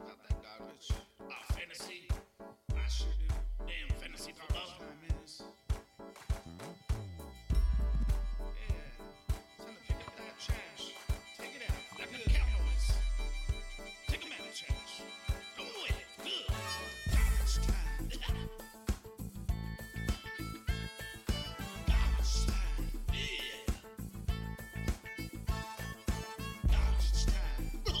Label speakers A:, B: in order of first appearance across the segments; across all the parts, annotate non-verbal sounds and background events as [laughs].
A: Not that garbage. Our Uh, fantasy. I sure do. Damn fantasy football. Time is. Yeah. Time to pick up that trash. Take it out. Like the Cowboys. Take 'em out of trash. Go with it. Good. Garbage time. [laughs] Garbage time. Yeah. Garbage time. [laughs] Garbage time. Garbage time. Garbage time.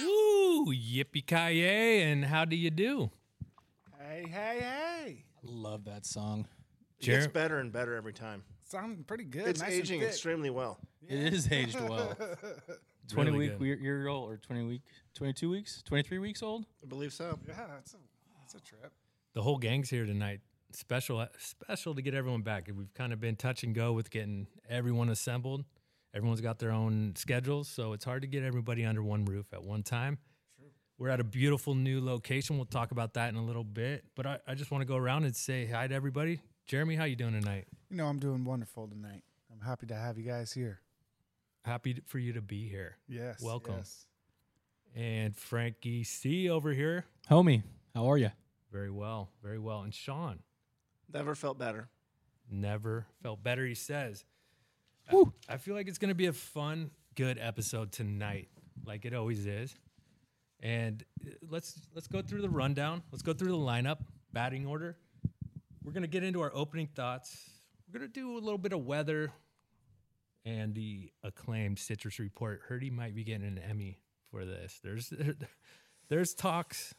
B: Woo! Yippee ki yay! And how do you do?
C: Hey, hey, hey.
D: Love that song.
B: Jer-
E: It's better and better every time.
C: Sounding pretty good.
E: It's
C: nice and
E: aging
C: thick.
E: extremely well.
D: It is
C: [laughs]
D: aged well. Twenty
B: Really
D: week
B: good.
D: week year- year old or twenty week, twenty two weeks, twenty three weeks old.
E: I believe so.
C: Yeah, that's a, that's a trip.
B: The whole gang's here tonight. Special, uh, special to get everyone back. We've kind of been touch and go with getting everyone assembled. Everyone's got their own schedules, so it's hard to get everybody under one roof at one time. We're at a beautiful new location. We'll talk about that in a little bit. But I, I just want to go around and say hi to everybody. Jeremy, how you doing tonight?
C: You know, I'm doing wonderful tonight. I'm happy to have you guys here.
B: Happy t- for you to be here.
C: Yes.
B: Welcome.
C: yes.
B: And Frankie C over here.
D: Homie, how are you?
B: Very well, very well. And Sean
E: Never felt better.
B: never felt better, he says. I- I feel like it's going to be a fun, good episode tonight, like it always is. And uh, let's let's go through the rundown. Let's go through the lineup, batting order. We're going to get into our opening thoughts. We're going to do a little bit of weather and the acclaimed citrus report. Heard he might be getting an Emmy for this. There's [laughs] there's talks.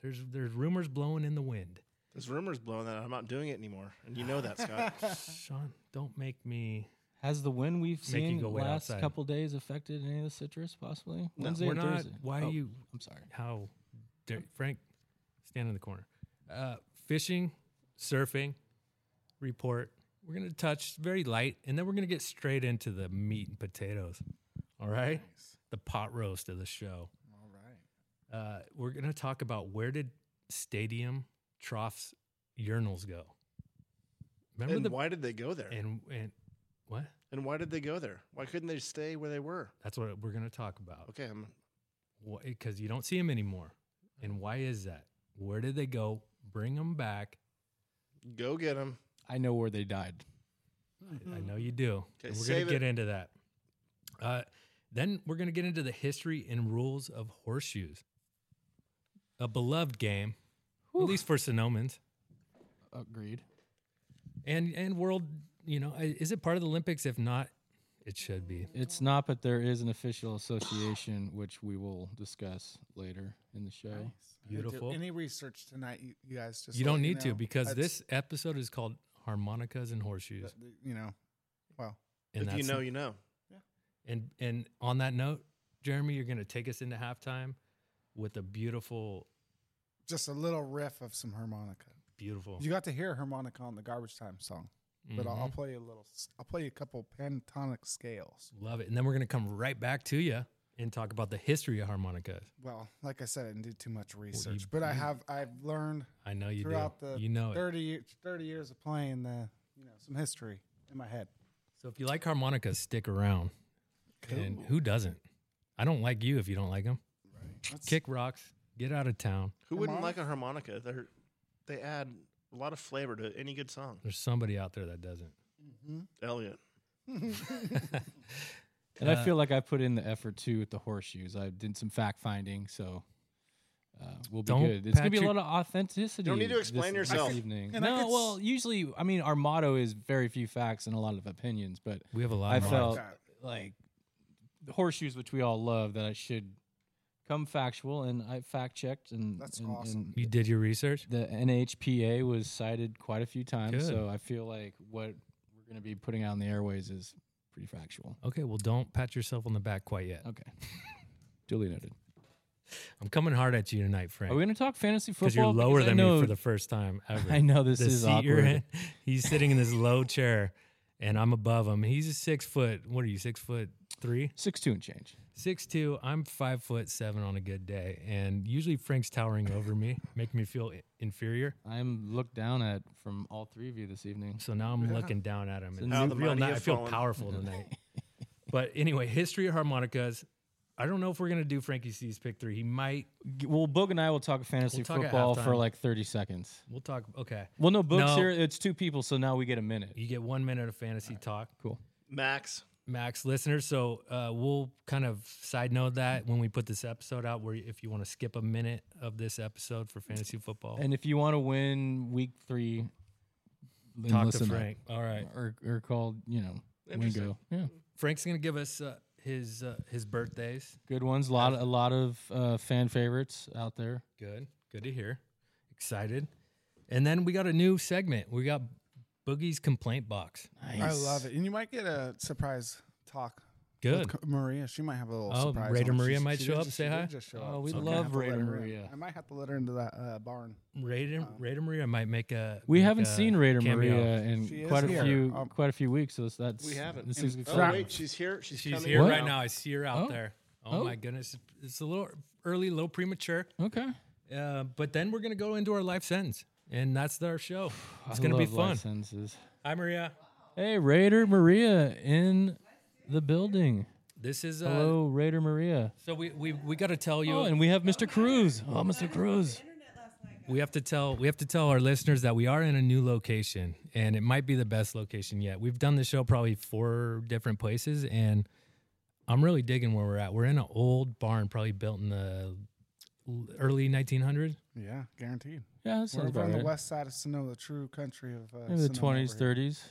B: There's there's rumors blowing in the wind.
E: There's rumors blowing that I'm not doing it anymore, and you know that, Scott.
B: Sean, don't make me
D: Has the wind we've
B: Make you
D: seen
B: go wait
D: last
B: outside.
D: couple days affected any of the citrus? Possibly Wednesday
B: we're
D: or
B: not.
D: Thursday.
B: Why
D: Oh,
B: are you?
D: I'm sorry.
B: How? dare- Frank, stand in the corner. Uh, fishing, surfing, report. We're gonna touch very light, and then we're gonna get straight into the meat and potatoes. All right, the pot roast of the show.
C: All right.
B: Uh, we're gonna talk about where did stadium troughs urinals go. [laughs] Remember
E: and
B: the
E: why did they go there?
B: and and what?
E: And why did they go there? Why couldn't they stay where they were?
B: That's what we're gonna talk about.
E: Okay, I'm
B: because you don't see them anymore.
E: Mm-hmm.
B: And why is that? Where did they go? Bring them back.
E: go get them.
D: I know where they died.
B: I know you do.
E: Okay,
B: And we're
E: save
B: gonna
E: it.
B: get into that. Uh, then we're gonna get into the history and rules of horseshoes, a beloved game, at least for Sonomans,
D: Agreed.
B: and and world. You know, i- is it part of the Olympics? If not, it should be.
D: It's not, but there is an official association which we will discuss later in the show.
C: I didn't do
B: Beautiful.
C: Any research tonight, you, you guys just.
B: you
C: let
B: don't need to
C: know.
B: because
C: That's-
B: this episode is called harmonicas and horseshoes.
C: th- th- You know, well,
B: And
E: if you
B: that's-
E: know, you know.
B: And and on that note, Jeremy, you're going to take us into halftime with a beautiful,
C: just a little riff of some harmonica.
B: beautiful. mm-hmm.
C: You got to hear harmonica on the garbage time song, but I'll, I'll play you a little. s- I'll play you a couple pentatonic scales.
B: Love it. And then we're going to come right back to you and talk about the history of harmonicas.
C: Well, like I said, I didn't do too much research, but I have. I've learned
B: I know you
C: throughout
B: do.
C: the
B: you know it.
C: 30, ye- 30 years of playing the you know some history in my head.
B: So if you like harmonicas, stick around. And who doesn't? I don't like you if you don't like them.
C: Let's-
B: Kick rocks. Get out of town.
E: Who wouldn't like a harmonica? They're, they add a lot of flavor to any good song.
B: There's somebody out there that doesn't.
E: Elliot.
D: And
C: Uh,
D: I feel like I put in the effort too with the horseshoes. I did some fact finding, so uh, we'll be
B: Don't
D: good. It's gonna be a
B: pat
D: lot of authenticity.
E: You don't need to
D: this-
E: explain
D: this
E: yourself.
D: evening.
C: And I
D: No,
C: could s-
D: well, usually, I mean, our motto is very few facts and a lot of opinions, but
B: We have a lot
D: I
B: of
D: felt
C: that.
D: like the horseshoes, which we all love, that I should come factual, and I fact checked, and
C: That's
D: and-
C: awesome.
D: and
B: You did your research?
D: the NHPA was cited quite a few times,
B: Good.
D: so I feel like what we're gonna be putting out on the airways is pretty factual.
B: Okay, well, don't pat yourself on the back quite yet.
D: Okay, [laughs] duly noted.
B: I'm coming hard at you tonight, Frank.
D: Are we going to talk fantasy football?
B: because you're lower
D: Because I
B: than me
D: know-
B: [laughs] for the first time ever.
D: I know this
B: The
D: is
B: seat you're
D: awkward.
B: in- he's sitting in this low chair, and I'm above him. He's a six foot. What are you? Six foot three?
D: Six two and change.
B: Six two. I'm five foot seven on a good day, and usually Frank's towering over me, making me feel i- inferior.
D: I'm looked down at from all three of you this evening.
B: So now I'm looking down at him.
D: So
B: And
D: now
E: the
B: real
E: mighty
B: ni-
E: have
B: I feel
E: fallen.
B: powerful tonight.
D: [laughs]
B: but anyway, history of harmonicas. I don't know if we're gonna do Frankie C's pick three. He might.
D: G- Well, Boog and I will talk fantasy
B: We'll talk at
D: football for
B: halftime.
D: like 30 seconds.
B: We'll talk. Okay,
D: Well, no, Boog's
B: No.
D: here. It's two people, so now we get a minute.
B: you get one minute of fantasy talk.
D: Cool.
E: Max.
B: Max listeners. So uh, we'll kind of side note that when we put this episode out, where if you want to skip a minute of this episode for fantasy football,
D: And if you want to win week three, then
B: talk to
D: listen up.
B: Frank. All right,
D: Or, or called, you know,
E: Interesting.
D: Wingo. Yeah.
B: Frank's gonna give us uh, his uh, his birthdays.
D: Good ones. A lot, a lot of uh, fan favorites out there.
B: Good, good to hear. Excited, and then we got a new segment. We got Boogie's complaint box.
C: I love it. And you might get a surprise talk.
B: Good.
C: With Co- Maria, she might have a little
B: Oh,
C: surprise.
B: Raider
C: on her.
B: Maria
C: She-
B: might
C: she
B: show
C: did
B: up,
C: just-
B: say
C: she did
B: hi.
C: just show
D: Oh,
C: up,
D: we
C: so I'm
D: love
C: gonna have to let
D: Raider
C: her in.
D: Maria.
C: I might have to let her into that uh, barn.
B: Raider Raider Maria might make a.
D: uh, We
B: make
D: haven't
B: a
D: seen Raider
B: cameo.
D: Maria
C: She
D: in
C: is
D: quite a
C: here.
D: few
C: Um,
D: quite a few weeks. So that's
E: We haven't.
D: This is
C: And-
E: Oh,
C: Fra-
D: exciting.
E: wait, she's here. She's,
B: She's
E: coming
B: here
D: What?
B: right now. I see her out
D: Oh.
B: there. Oh,
D: Oh.
B: my goodness, it's a little early, a little premature.
D: okay.
B: Uh, but then we're gonna go into our life sentence, and that's our show. It's
D: [sighs] I
B: gonna be
D: love life
B: fun.
D: sentences.
B: Hi, Maria.
D: Hey, Raider Maria in the building.
B: This is uh,
D: Hello, Raider Maria.
B: so we we, we got to tell you,
D: Oh, and we have Mr. Cruz. Oh, Mr. Cruz.
B: we have to tell we have to tell our listeners that we are in a new location, and it might be the best location yet. We've done the show probably four different places, and I'm really digging where we're at. We're in an old barn, probably built in the early 1900s.
C: Yeah, guaranteed.
D: Yeah, that
C: We're
D: sounds
C: from
D: about
C: the
D: right.
C: west side of Sonoma, the true country of uh,
D: Maybe the
C: Sonoma over
D: twenties,
C: here.
D: thirties.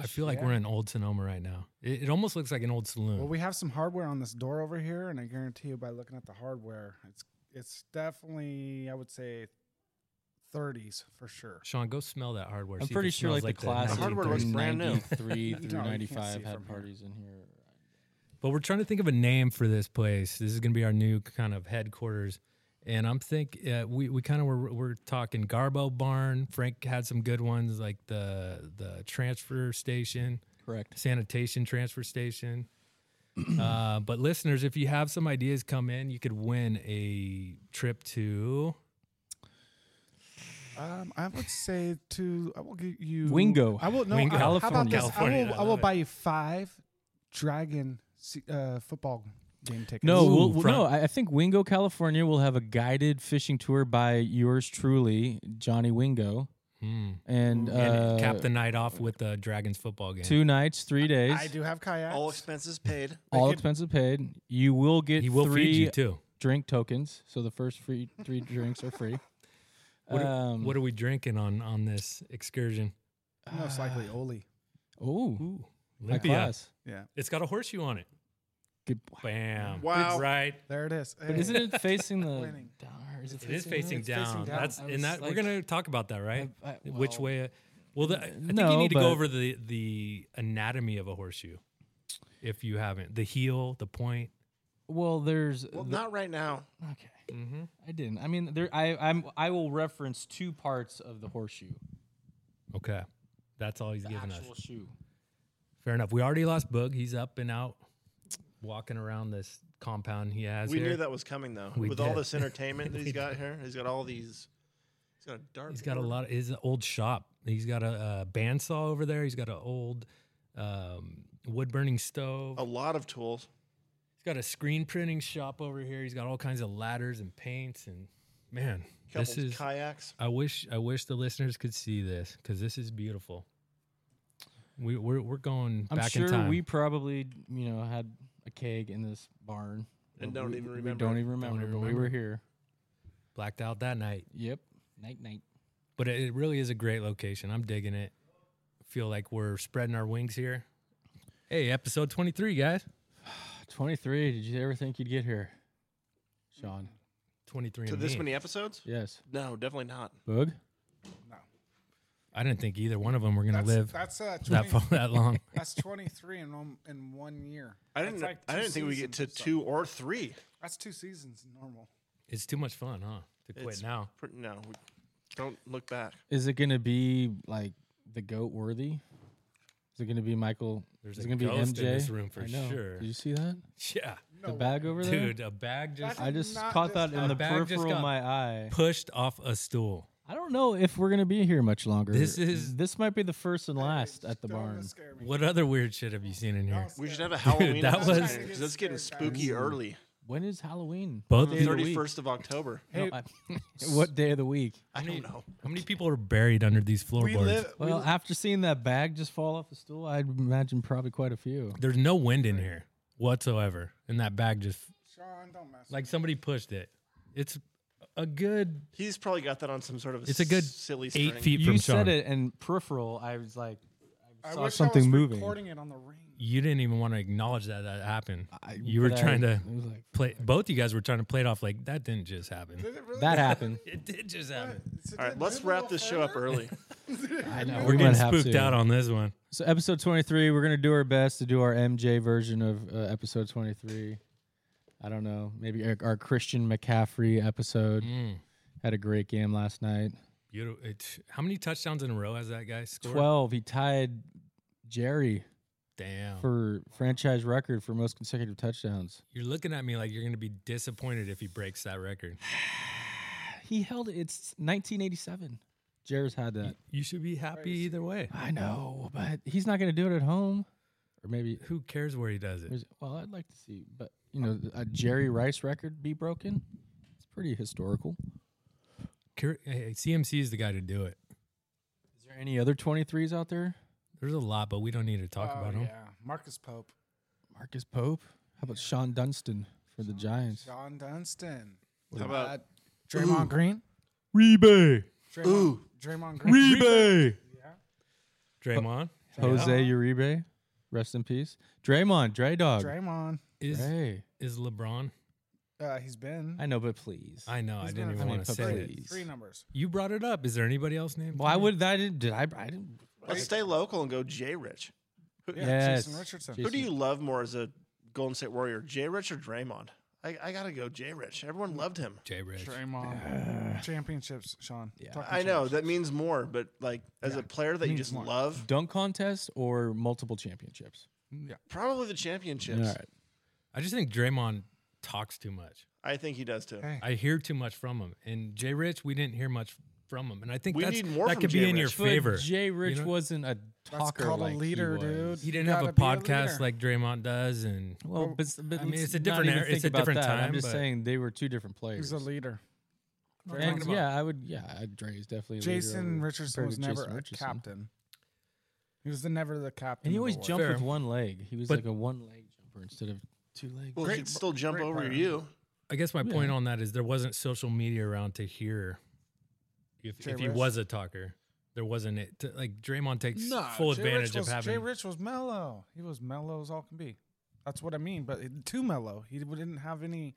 B: I feel like we're in old Sonoma right now. It, it almost looks like an old saloon.
C: Well, we have some hardware on this door over here, and I guarantee you, by looking at the hardware, it's it's definitely I would say 30s for sure.
B: Sean, go smell that hardware.
D: I'm
B: see if
D: pretty
B: it
D: sure
B: smells
D: like the class
E: The hardware looks brand new.
C: [laughs]
D: Three
C: No, you
D: through
C: can't
D: ninety
C: see
D: five
C: it from
D: had
C: here.
D: parties in here.
B: But we're trying to think of a name for this place. This is going to be our new kind of headquarters. And I'm think uh, we we kind of were we're talking Garbo Barn. Frank had some good ones like the the transfer station,
D: Correct.
B: sanitation transfer
D: [clears throat]
B: station. uh, but listeners, if you have some ideas, come in. You could win a trip to
C: Um, I would say to I will give you
D: Wingo.
C: I will no.
B: Wingo.
C: I, how
B: California.
C: about this? I
B: California,
C: will,
B: I
C: I will
B: love it.
C: buy you five dragon se- uh, football game tickets.
D: No,
B: Ooh,
D: we'll, we'll-
B: front.
D: no. I I think Wingo, California, will have a guided fishing tour by yours truly, Johnny Wingo,
B: hmm,
D: and, uh,
B: and cap the night off with the Dragons football game.
D: two nights, three days,
C: I do have kayaks.
E: All expenses paid.
D: all
C: could-
D: expenses paid. You will get
B: he will
D: three
B: feed you too.
D: drink tokens, so the first free three drinks are free.
B: What, are,
D: Um,
B: what are we drinking on on this excursion?
C: Most likely
D: Ah.
C: Oli.
D: oh,
B: Ooh,
D: high
B: Olympia.
D: class.
C: Yeah,
B: It's got a horseshoe on it.
D: Good.
B: Bam.
E: Wow.
B: Right.
C: there it is.
D: But
C: Hey,
D: isn't it facing the
C: Winning.
D: down? Or is it,
B: It is
D: facing
B: facing
C: It's
B: down.
C: facing down.
B: That's
D: I
B: and
D: was
B: that we're
D: like-
B: gonna talk about that, right?
D: I- I-
B: Which
D: well,
B: way? Well, the, I think you
D: no,
B: need to go
D: but-
B: over the the anatomy of a horseshoe, if you haven't. The heel, the point.
D: Well, there's
E: Well,
D: the-
E: not right now.
D: okay.
B: Mm-hmm.
D: I didn't. I mean, there. I I'm I will reference two parts of the horseshoe.
B: Okay, that's all he's giving us.
D: Actual shoe.
B: Fair enough. We already lost Boog. He's up and out, walking around this compound he has.
E: We
B: here.
E: knew that was coming though.
B: [laughs] We
E: With all
B: did.
E: this entertainment that he's got here, he's got all these. He's got a dart.
B: He's got a lot. Of, his old shop. He's got a, uh bandsaw over there. He's got an old um, wood burning stove.
E: A lot of tools.
B: He's got a screen printing shop over here. He's got all kinds of ladders and paints and man,
E: Couple
B: this is
E: kayaks.
B: I wish I wish the listeners could see this cuz this is beautiful. We we're we're going
D: I'm
B: back in
D: sure
B: time.
D: we probably you know had a keg in this barn
E: And
D: but
E: don't
D: we-
E: even
D: we
E: remember
D: don't
E: it.
D: even remember.
B: even
D: but we
B: remember.
D: were here.
B: blacked out that night,
D: Yep. Night night.
B: but it, it really is a great location. I'm digging it. Feel like we're spreading our wings here. Hey, episode 23, guys.
D: 23. Did you ever think you'd get here, Sean?
B: Mm-hmm. 23
E: To
B: and
E: this
B: me.
E: many episodes?
D: Yes.
E: No, definitely not.
D: Boog.
B: I didn't think either one of them were going to
C: that's,
B: live
C: That's uh, 20,
B: that far,
E: [laughs]
B: that long.
C: That's 23 in one in one year.
E: I
C: That's
E: didn't.
C: like
E: I
C: two
E: didn't think we get to
C: seasons or
E: two or three.
C: something. That's two seasons normal.
B: It's too much fun, huh? To quit
E: It's
B: now. [laughs]
E: pr- no, we- don't look back.
D: Is it gonna be like the goat worthy? Is it going to be Michael?
B: There's
D: is
B: a
D: it going to be
B: ghost
D: MJ?
B: in this room for
D: I know.
B: sure.
D: Did you see that?
B: Yeah,
D: the bag over there?
B: dude, a bag just
F: That's-
D: I just
F: Not
D: caught
F: this
D: that in
F: time.
D: the
B: Bag just
D: peripheral of
B: got-
D: my eye.
B: pushed off a stool.
D: I don't know if we're going to be here much longer.
B: This is-
D: this might be the first and last
F: Just
D: at the
F: don't
D: barn.
F: scare me.
B: What other weird shit have you seen in here?
F: Don't
E: We should
F: scare
E: have
B: [laughs]
F: me.
E: a Halloween.
B: that
E: episode
B: was-
E: because it's getting
F: Scared, guys.
E: spooky early.
D: When is Halloween?
B: Both
D: Day of the
E: Thirty
D: week.
E: first of October.
B: Oh,
F: Hey,
D: I- [laughs] what day of the week?
E: I don't know.
B: How many people are buried under these
F: we
B: floorboards?
F: live. we
D: Well,
F: li-
D: after seeing that bag just fall off the stool, I'd imagine probably quite a few.
B: There's no wind in here whatsoever, and that bag just
F: Sean, don't mess.
B: like somebody pushed it. It's a good
E: He's probably got that on some sort of.
B: It's a good
E: silly string.
B: eight feet
D: You
B: from
D: said
B: Sean.
D: it, and peripheral, I was like,
F: I
D: saw
F: wish
D: something
F: I was
D: moving.
F: Recording it on the ring.
B: You didn't even want to acknowledge that that happened.
D: I,
B: you were
D: but I-
B: trying to
D: it was like,
B: play. Both you guys were trying to play it off like that didn't just happen.
F: Did it
D: [laughs]
F: really?
D: that happened.
B: It did just
F: What?
B: happen.
F: So
E: All
F: did
E: right,
F: it
E: let's
F: move a
E: wrap
F: little
E: this show up
F: further? [laughs]
E: early.
D: I know.
B: We're
D: we might
B: getting
D: have
B: spooked
D: to.
B: out on this one.
D: So episode 23, we're going to do our best to do our MJ version of uh, episode 23. I don't know. Maybe our, our Christian McCaffrey episode.
B: Mm,
D: Had a great game last night.
B: beautiful. It, how many touchdowns in a row has that guy scored?
D: 12, he tied Jerry
B: Damn.
D: for franchise record for most consecutive touchdowns.
B: you're looking at me like you're going to be disappointed if he breaks that record.
D: He held it. It's 1987. Jerry's had that.
B: You should be happy either way.
D: I know, but he's not going to do it at home. Or maybe,
B: Who cares where he does it?
D: there's- well, I'd like to see, but, you know, a Jerry Rice record be broken. It's pretty historical.
B: Cur- hey, CMC is the guy to do it.
D: Is there any other 23s out there?
B: There's a lot, but we don't need to talk
F: Oh,
B: about him.
F: Yeah, Marcus Pope,
D: Marcus Pope. How about Sean Dunston for the Giants?
F: John Dunston.
E: How about
F: Draymond Green?
B: Rebay.
F: Draymond, Draymond Green.
B: Rebay. Draymond.
D: Jose Uribe, rest in peace. Draymond, Dre Dog.
F: Draymond.
B: Is
D: Hey,
B: is LeBron?
F: Uh, he's been.
D: I know, but please.
B: I know. I
F: He's
B: didn't
F: been
B: even
D: a
B: want to
D: fucking
B: say
D: freak.
B: it.
D: Please.
F: Three numbers.
B: You brought it up. Is there anybody else named?
D: Why would that? Did, did I? I didn't.
E: let's stay local and go Jay Rich.
F: Yeah,
D: Yes.
F: Jason Richardson.
D: Jason-
E: Who do you love more as a Golden State Warrior, Jay Rich or Draymond? I, I gotta go Jay Rich. Everyone loved him.
B: Jay Rich?
F: Draymond. Championships, Sean.
D: Yeah.
F: Talking
E: I know
F: championships.
E: that means more, but like as a player that you
F: means
E: just
F: more.
E: love,
D: Dunk contest or multiple championships?
E: probably the championships.
B: I just think Draymond talks too much.
E: I think he does too.
F: Hey.
B: I hear too much from him. And Jay Rich, we didn't hear much from him. And I think
E: We
B: that's,
E: need more
B: that
E: from
B: could
E: Jay
B: be in your
E: Rich.
D: But
B: favor.
D: Jay Rich
B: know?
D: wasn't a
F: That's
D: talker.
F: called
D: like
F: a
D: he
F: leader,
D: was.
F: dude.
B: he
F: You
B: didn't have a
F: gotta be
B: podcast
F: leader.
B: like Draymond does. And
D: Well, but, but
B: I mean,
D: let's
B: it's a
D: not
B: different
D: even
B: era- it's
D: think
B: a
D: about
B: different
D: that.
B: time,
D: I'm just
B: but-
D: saying they were two different players.
F: He's a leader.
D: And
B: Talking about-
D: yeah, I would. Yeah, I, Dre is definitely. a leader
F: Jason
D: over-
F: Richardson
D: compared
F: was
D: to
F: never
D: Jason
F: a
D: Richardson.
F: captain. He was the never the captain.
D: And he
F: of
D: always
F: the
D: jumped
B: Fair.
D: with one leg. He was
B: But-
D: like a one leg jumper instead of two legs.
E: Well,
F: Great
E: he'd
F: pl-
E: still jump
F: great
E: over
F: player.
E: you.
B: I guess my point on that is there wasn't social media around to hear if,
F: Jay
B: if he
F: Rich.
B: was a talker. There wasn't it. To, like Draymond takes
F: No,
B: full
F: Jay
B: advantage
F: Rich was,
B: of having.
F: Jay Rich was mellow. He was mellow as all can be. That's what I mean. But it- too mellow. He didn't have any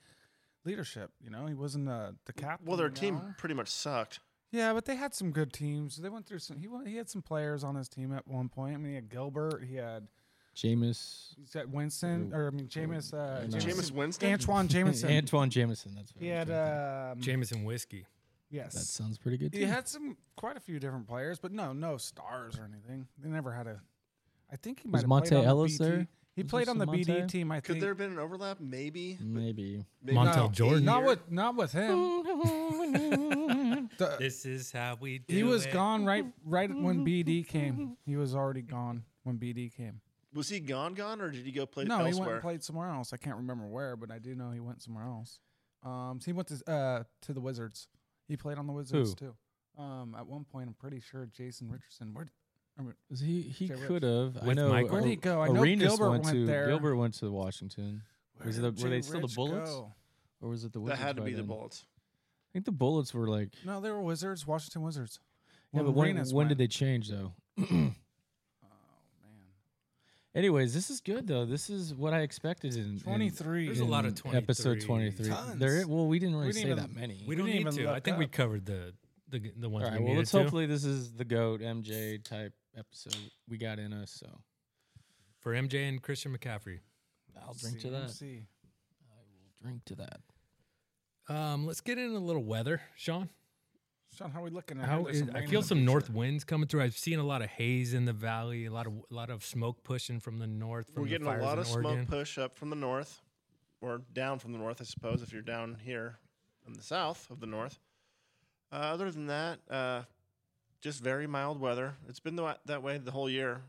F: leadership. You know, he wasn't uh, the captain.
E: Well, their
F: you
E: team
F: know?
E: pretty much sucked.
F: Yeah, but they had some good teams. They went through some. He went, he had some players on his team at one point. I mean, he had Gilbert. He had
D: Jameis,
F: he's got Winston or I mean Jameis. Uh,
D: No.
E: Jameis Winston.
F: Antoine Jameson.
D: Antoine Jameson. That's what
F: he
D: I was
F: had
D: trying to think.
F: um,
B: Jameson whiskey.
F: yes.
D: That sounds pretty good.
F: He
D: too.
F: had some quite a few different players, but no, no stars or anything. They never had a. I think he might
D: Was
F: have
D: Monte
F: played on the
D: Ellis
F: BT.
D: there?
F: He
D: Was
F: played
D: there
F: on the
D: some
F: BD
D: Monte?
F: team. I
E: Could
F: think
E: there have been an overlap? Maybe.
D: maybe.
E: Maybe
B: Montel
E: not.
B: Jordan.
E: Eight
F: not
E: year-
F: with not
E: [laughs]
F: with him. The-
B: This is how we do
F: he was
B: it.
F: gone right right when BD came. He was already gone when BD came.
E: Was he gone, gone, or did he go play
F: no,
E: elsewhere?
F: he went and played somewhere else. I can't remember where, but I do know he went somewhere else. Um, so he went to uh to the Wizards. He played on the Wizards too. Um, at one point, I'm pretty sure Jason Richardson. Where
D: He he
F: Jay Rich.
D: could have. I
B: With
D: know.
B: Michael?
D: Ar-
F: Where'd he go? I know
D: Arenas
F: Gilbert
D: went,
F: went
D: to
F: there.
D: Gilbert went to Washington, Was
F: did
D: the- were they
F: Jay
D: still the
F: Rich
D: Bullets?
F: go?
D: or was it the
E: That
D: Wizards?
E: had to
D: by
E: be the
D: then?
E: Bullets.
D: I think the Bullets were like.
F: No, they were Wizards, Washington Wizards.
D: Yeah, but when,
F: Arenas
D: when
F: went.
D: did they change though? [clears throat]
F: Oh man,
D: Anyways, this is good though. This is what I expected in,
F: twenty
D: in
F: three.
B: There's a lot of
D: in episode
B: 23s.
D: 23.
F: Tons.
D: There, i- well, we didn't really
F: We
D: say
F: didn't
D: that
F: even-
D: many.
B: We don't
F: didn't
B: need
F: even
B: to. I
F: look
B: think we
F: up.
B: covered the the g- the
D: All
B: ones
D: right.
B: we
D: Well,
B: needed
D: let's
B: to.
D: hopefully this is the goat MJ type episode we got in us. So
B: for MJ and Christian McCaffrey.
D: I'll drink to that.
F: See.
D: Drink to that.
B: Um, let's get in a little weather, Sean.
C: Sean, how are we looking? I heard
B: How
C: there's
B: is,
C: some
B: I
C: rain
B: feel
C: in the
B: some
C: future.
B: north winds coming through. I've seen a lot of haze in the valley, a lot of a lot of smoke pushing from the north. From
E: We're
B: the
E: getting a
B: fires
E: lot
B: in
E: of
B: Oregon.
E: smoke push up from the north, or down from the north, I suppose, if you're down here in the south of the north. Uh, other than that, uh, just very mild weather. It's been the, wa- that way the whole year.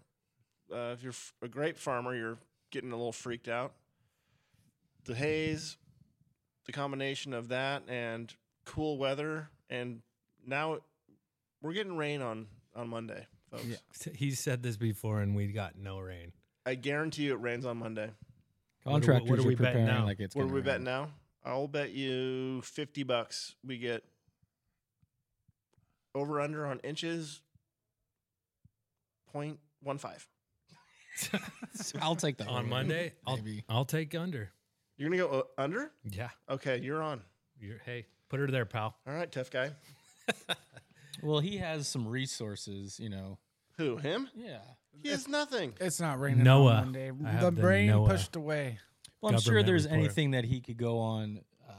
E: Uh, if you're f- a grape farmer, you're getting a little freaked out. The haze, the combination of that and cool weather, and now we're getting rain on on Monday, folks.
C: Yeah.
B: He said this before, and we got no rain.
E: I guarantee you it rains on Monday.
B: What are we-
D: Contractors
B: what are we
D: are
B: betting
D: preparing
B: now?
D: like it's.
E: What are
D: gonna
E: we
D: rain.
E: betting now? I'll bet you fifty bucks we get over under on inches point one five.
D: I'll take that
B: on Monday, I'll
D: Maybe.
B: I'll take under.
E: You're gonna go uh, under?
B: Yeah,
E: Okay, you're on.
B: You're, hey, put her there, pal.
E: All right, tough guy.
D: Well, he has some resources, you know.
E: Who? Him?
D: Yeah.
E: He has nothing.
C: It's not raining.
B: Noah.
C: On Monday.
B: I have
C: The
B: the
C: rain
B: Noah.
C: pushed away.
D: Well, I'm sure
B: Government
D: there's
B: report.
D: anything that he could go on, uh,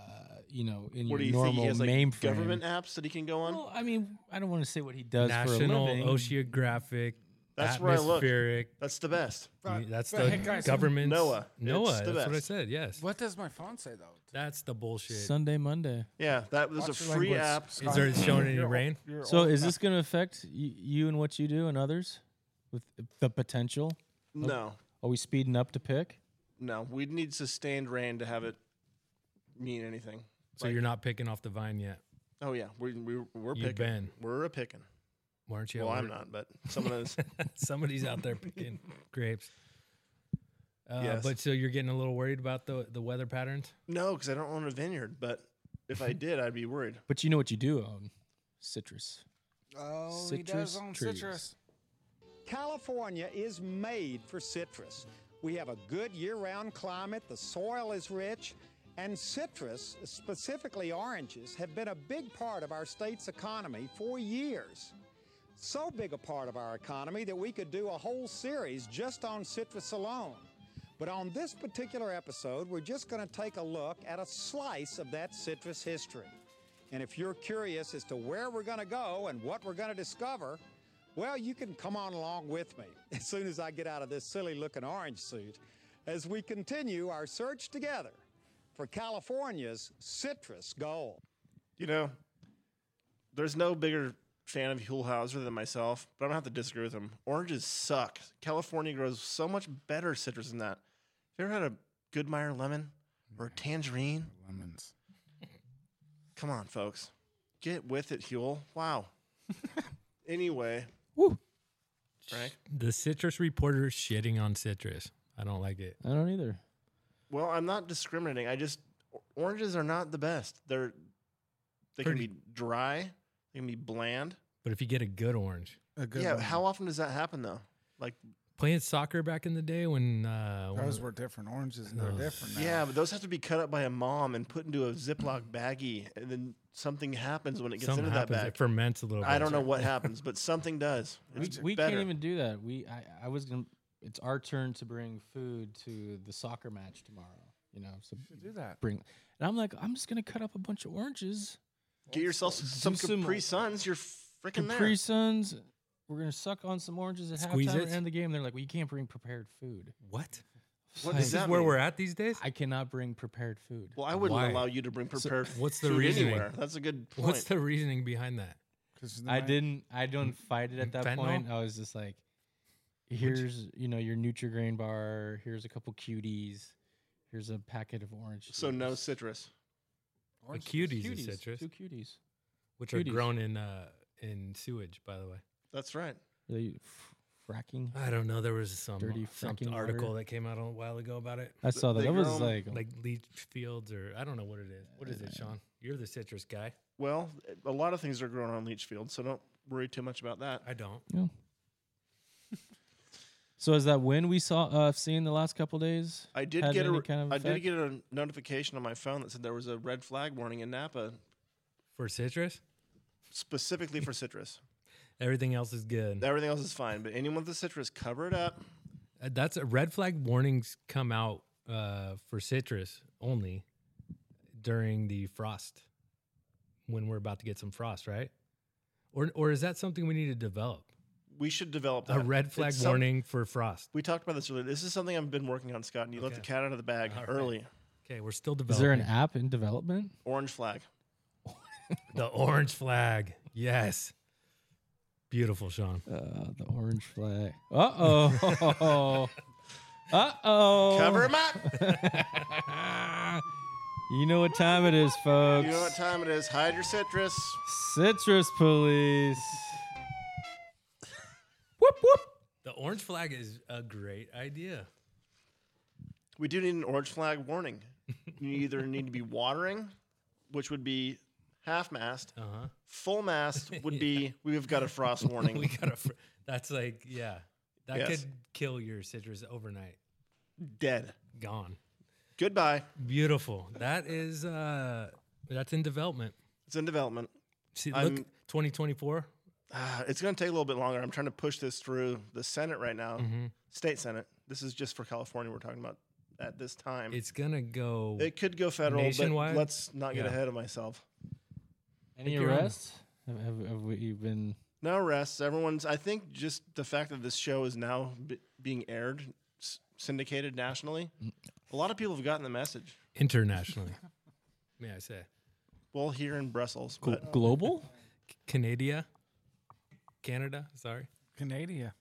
D: you know, in
E: What do
D: your
E: you
D: normal
E: think? He has like
D: mainframe.
E: government apps that he can go on.
D: Well, I mean, I don't want to say what he does
B: National
D: for a living.
B: Oceanographic.
E: That's where I look.
B: atmospheric.
E: That's the best.
B: y- That's
C: but
B: the
C: hey, guys,
B: government's
E: Noah. It's
B: Noah.
E: the
B: That's what I
E: best.
B: said. Yes.
C: What does my phone say though?
B: That's the bullshit.
D: Sunday, Monday.
E: Yeah, that there's a
C: Watch your
E: free
C: language,
E: app.
C: Scott.
B: Is there showing any
C: You're old-
B: rain?
C: you're
D: So,
C: old
D: is
C: enough.
D: this going to affect y- you and what you do and others with the potential?
E: No,
D: Are we speeding up to pick?
E: no, we'd need sustained rain to have it mean anything.
B: So you're not picking off the vine yet.
E: Oh yeah, we we we're
B: You've
E: picking.
B: been.
E: We're a picking.
B: Why aren't you?
E: well,
B: at [laughs]
E: I'm
B: work?
E: not, but someone is.
B: Somebody's out
E: [laughs]
B: there picking grapes. Uh,
E: Yes.
B: But so you're getting a little worried about the the weather patterns.
E: No, because I don't own a vineyard. But if I did, I'd be worried.
D: But you know what you do own? Citrus.
C: Oh, he
D: Citrus
C: does own
D: trees.
C: citrus.
G: California is made for citrus. We have a good year round climate, the soil is rich, and citrus, specifically oranges, have been a big part of our state's economy for years. So big a part of our economy that we could do a whole series just on citrus alone. But on this particular episode, we're just going to take a look at a slice of that citrus history. And if you're curious as to where we're going to go and what we're going to discover, well, you can come on along with me [laughs] as soon as I get out of this silly looking orange suit as we continue our search together for California's citrus gold.
E: You know, there's no bigger fan of Hulhauser than myself, but I'm gonna have to disagree with him. Oranges suck. California grows so much better citrus than that. Have you ever had a Goodmeyer lemon or a tangerine?
C: Lemons.
E: Come on, folks, get with it, Huel. Wow. anyway, Frank.
B: The citrus reporter is shitting on citrus. I don't like it.
D: I don't either.
E: Well, I'm not discriminating. I just o- oranges are not the best. They're they
B: Pretty-
E: can be dry. They can be bland.
B: But if you get a good orange,
C: A good
E: yeah.
C: lemon.
E: How often does that happen though? Like
B: playing soccer back in the day when uh, one
C: Those
B: of-
C: were different oranges. and They're different now.
E: Yeah, but those have to be cut up by a mom and put into a Ziploc baggie, and then something happens when it gets
B: something
E: into that
B: happens,
E: bag.
B: it ferments a little. bit.
E: I don't know what happens, but something does.
D: We,
E: It's
D: we
E: better.
D: can't even do that. We I, I was gonna. It's our turn to bring food to the soccer match tomorrow. You know, so
C: Do that.
D: bring. And I'm like, I'm just gonna cut up a bunch of oranges,
E: get yourself some
D: some-
E: Capri Suns. You're freaking
D: Capri
E: there.
D: Suns. We're gonna suck on some oranges at
B: Squeeze
D: halftime
B: it?
D: and end the game. They're like, well, you can't bring prepared food.
B: What?
E: What
D: Like,
E: does that
B: Where
E: mean?
B: we're at these days?
D: I cannot bring prepared food.
E: Well, I wouldn't
B: Why?
E: allow you to bring prepared.
B: what's the
E: food
B: reasoning?
E: Anywhere. That's a good point.
B: What's the reasoning behind that?
C: 'Cause
D: I
C: then
D: didn't. I don't fight it at that
B: fentanyl?
D: point. I was just like, here's you know your Nutrigrain bar. Here's a couple cuties. Here's a packet of oranges.
E: so no citrus.
B: The
C: Orange
B: cuties,
D: cuties,
B: is citrus,
D: two cuties.
B: which are
D: cuties.
B: grown in uh, in sewage, by the way.
E: That's right.
D: Really f- fracking.
E: Uh,
B: I don't know. There was some
D: Dirty
B: some
D: fracking
B: article
D: water.
B: that came out a while ago about it.
D: I saw that.
E: they
D: That was
E: grow 'em
D: like,
B: like leach fields or I don't know what it is. What is it, Sean? You're the citrus guy.
E: Well, a lot of things are grown on leach fields, so don't worry too much about that.
B: I don't.
D: yeah. [laughs] so is that when we saw uh seen the last couple days?
E: I did
D: had
E: get a
D: any
E: re-
D: kind of
E: I did
D: effect?
E: get a notification on my phone that said there was a red flag warning in Napa
B: For citrus,
E: specifically for
B: [laughs]
E: citrus.
B: everything else is good.
E: Everything else is fine, but anyone with the citrus, cover it up.
B: Uh, That's a red flag warnings come out uh, for citrus only during the frost when we're about to get some frost, right? or or is that something we need to develop?
E: We should develop that.
B: A red flag
E: It's some-
B: warning for frost.
E: we talked about this earlier. This is something I've been working on, Scott, and you let the
B: Okay.
E: cat out of the bag
B: All right.
E: early.
B: Okay, we're still
D: Is
B: developing.
D: there an app in development?
E: Orange flag.
B: the orange flag? Yes. Beautiful, Sean.
D: Uh, the orange flag. Uh [laughs] oh. uh oh.
E: Cover him up. [laughs]
D: You know what time it is, folks.
E: you know what time it is. Hide your citrus.
D: Citrus police.
B: The orange flag is a great idea. [laughs]
E: We do need an orange flag warning. You either need to be watering, which would be half mast.
B: Uh huh.
E: Full
B: [laughs]
E: mast would be we've got a frost warning.
B: We gotta. Fr- that's like yeah. That
E: Yes.
B: could kill your citrus overnight.
E: Dead.
B: Gone.
E: Goodbye.
B: Beautiful. That is uh that's in development.
E: It's in development. [sighs]
B: See, look,
E: I'm-
B: 2024.
E: Ah, it's going to take a little bit longer. I'm trying to push this through the Senate right now,
B: Mm-hmm.
E: state Senate. This is just for California. We're talking about at this time.
B: It's gonna go.
E: it could go federal, but
B: Nationwide?
E: let's not get
B: Yeah.
E: ahead of myself.
D: Any
B: you're on.
D: arrests? Have, have, have we been?
E: No rests. Everyone's. I think just the fact that this show is now b- being aired, s- syndicated nationally, a lot of people have gotten the message.
B: internationally. May I say,
E: Well, here in Brussels, but
D: global?
B: Canada, Canada. Sorry,
F: Canada.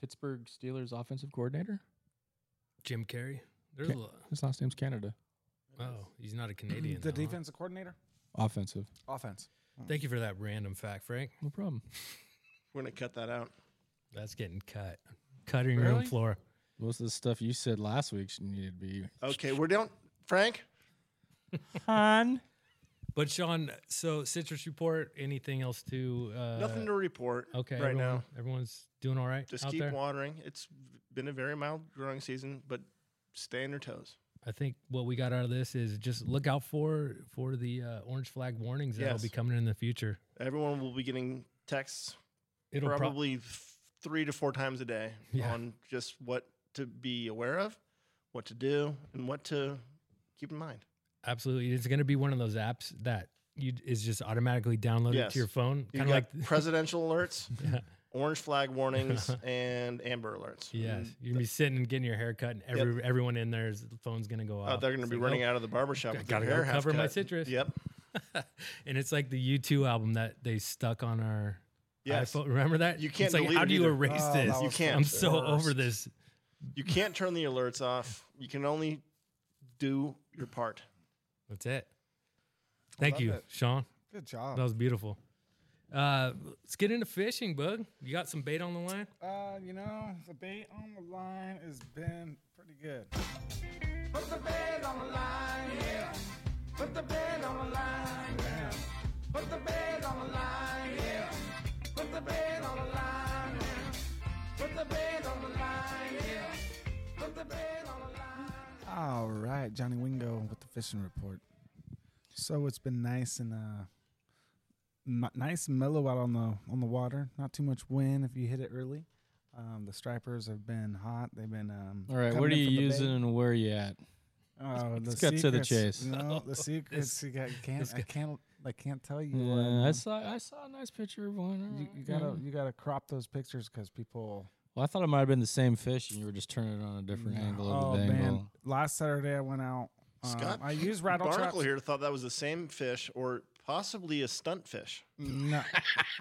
D: Pittsburgh Steelers offensive coordinator.
B: Jim Carrey. There's a lot.
D: His last name's Canada.
B: Oh, he's not a Canadian.
F: The
B: though, huh?
F: defensive coordinator?
D: Offensive.
F: Offense.
B: Thank you for that random fact, Frank.
D: No problem.
E: we're gonna cut that out.
B: That's getting cut. Cutting room
D: Really?
B: floor.
D: Most of the stuff you said last week should- needed to be
E: Okay, we're down. Frank,
D: on.
B: But Sean, so citrus report. Anything else to? Uh,
E: nothing to report.
B: Okay,
E: right
B: everyone-
E: now.
B: everyone's doing all right.
E: Just
B: out
E: keep
B: there?
E: watering. It's been a very mild growing season, but stay on your toes.
B: I think what we got out of this is just look out for for the uh, orange flag warnings that'll
E: Yes.
B: be coming in the future.
E: Everyone will be getting texts
B: It'll prob-
E: probably f- three to four times a day
B: Yeah.
E: on just what to be aware of, what to do, and what to keep in mind.
B: absolutely it's going to be one of those apps that you is just automatically downloaded
E: Yes.
B: to your phone,
E: You
B: kind
E: got
B: of like [laughs]
E: presidential alerts,
B: yeah,
E: orange flag
B: [laughs]
E: warnings, and amber alerts.
B: yes.
E: And
B: You're gonna be sitting and getting your hair cut, and every everyone in there, the phone's going to go off.
E: Oh, they're going to
B: It's
E: be
B: like, [laughs]
E: running
B: nope.
E: out of the barbershop. with their
B: gotta go
E: hair half
B: cover my
E: cut.
B: citrus.
E: Yep.
B: and it's like the U2 album that they stuck on our
E: Yes.
B: iPhone. Remember that?
E: You can't
B: It's like,
E: delete
B: how
E: it
B: do you
E: either.
B: erase
F: Oh, that
B: this?
F: was
E: You
F: the
E: can't.
B: I'm so over
E: worst.
B: this.
E: You can't turn the alerts off. You can only do your part.
B: That's it. Thank
F: love
B: you,
F: it.
B: Sean.
F: Good job.
B: That was beautiful. Uh, let's get into fishing, Bug. You got some bait on the line?
F: Uh, you know, the bait on the line has been pretty good. All right, Johnny Wingo with the fishing report. So it's been nice and uh, m- nice and mellow out on the on the water. Not too much wind if you hit it early. Um, the stripers have been hot. They've been um.
D: All right,
F: coming
D: what are
F: in
D: you
F: from the
D: using
F: bay.
D: and where are you at?
F: Oh, the
D: Let's cut to the
F: secrets,
D: chase.
E: [laughs]
F: You know, the secrets. You got, you can't. I can't. I can't tell you.
D: Yeah,
F: um,
D: I saw I saw a nice picture of
E: Mm,
D: one.
F: you,
D: Alright,
F: you gotta
D: yeah.
F: you gotta crop those pictures because people.
D: Well, I thought it might have been the same fish, and you were just turning it on a different angle of
F: oh
D: the
F: man!
D: angle.
F: Last Saturday I went out. Um,
E: Scott,
F: I used rattle
E: Barnacle
F: traps.
E: here thought that was the same fish or possibly a stunt fish. [laughs]
F: No.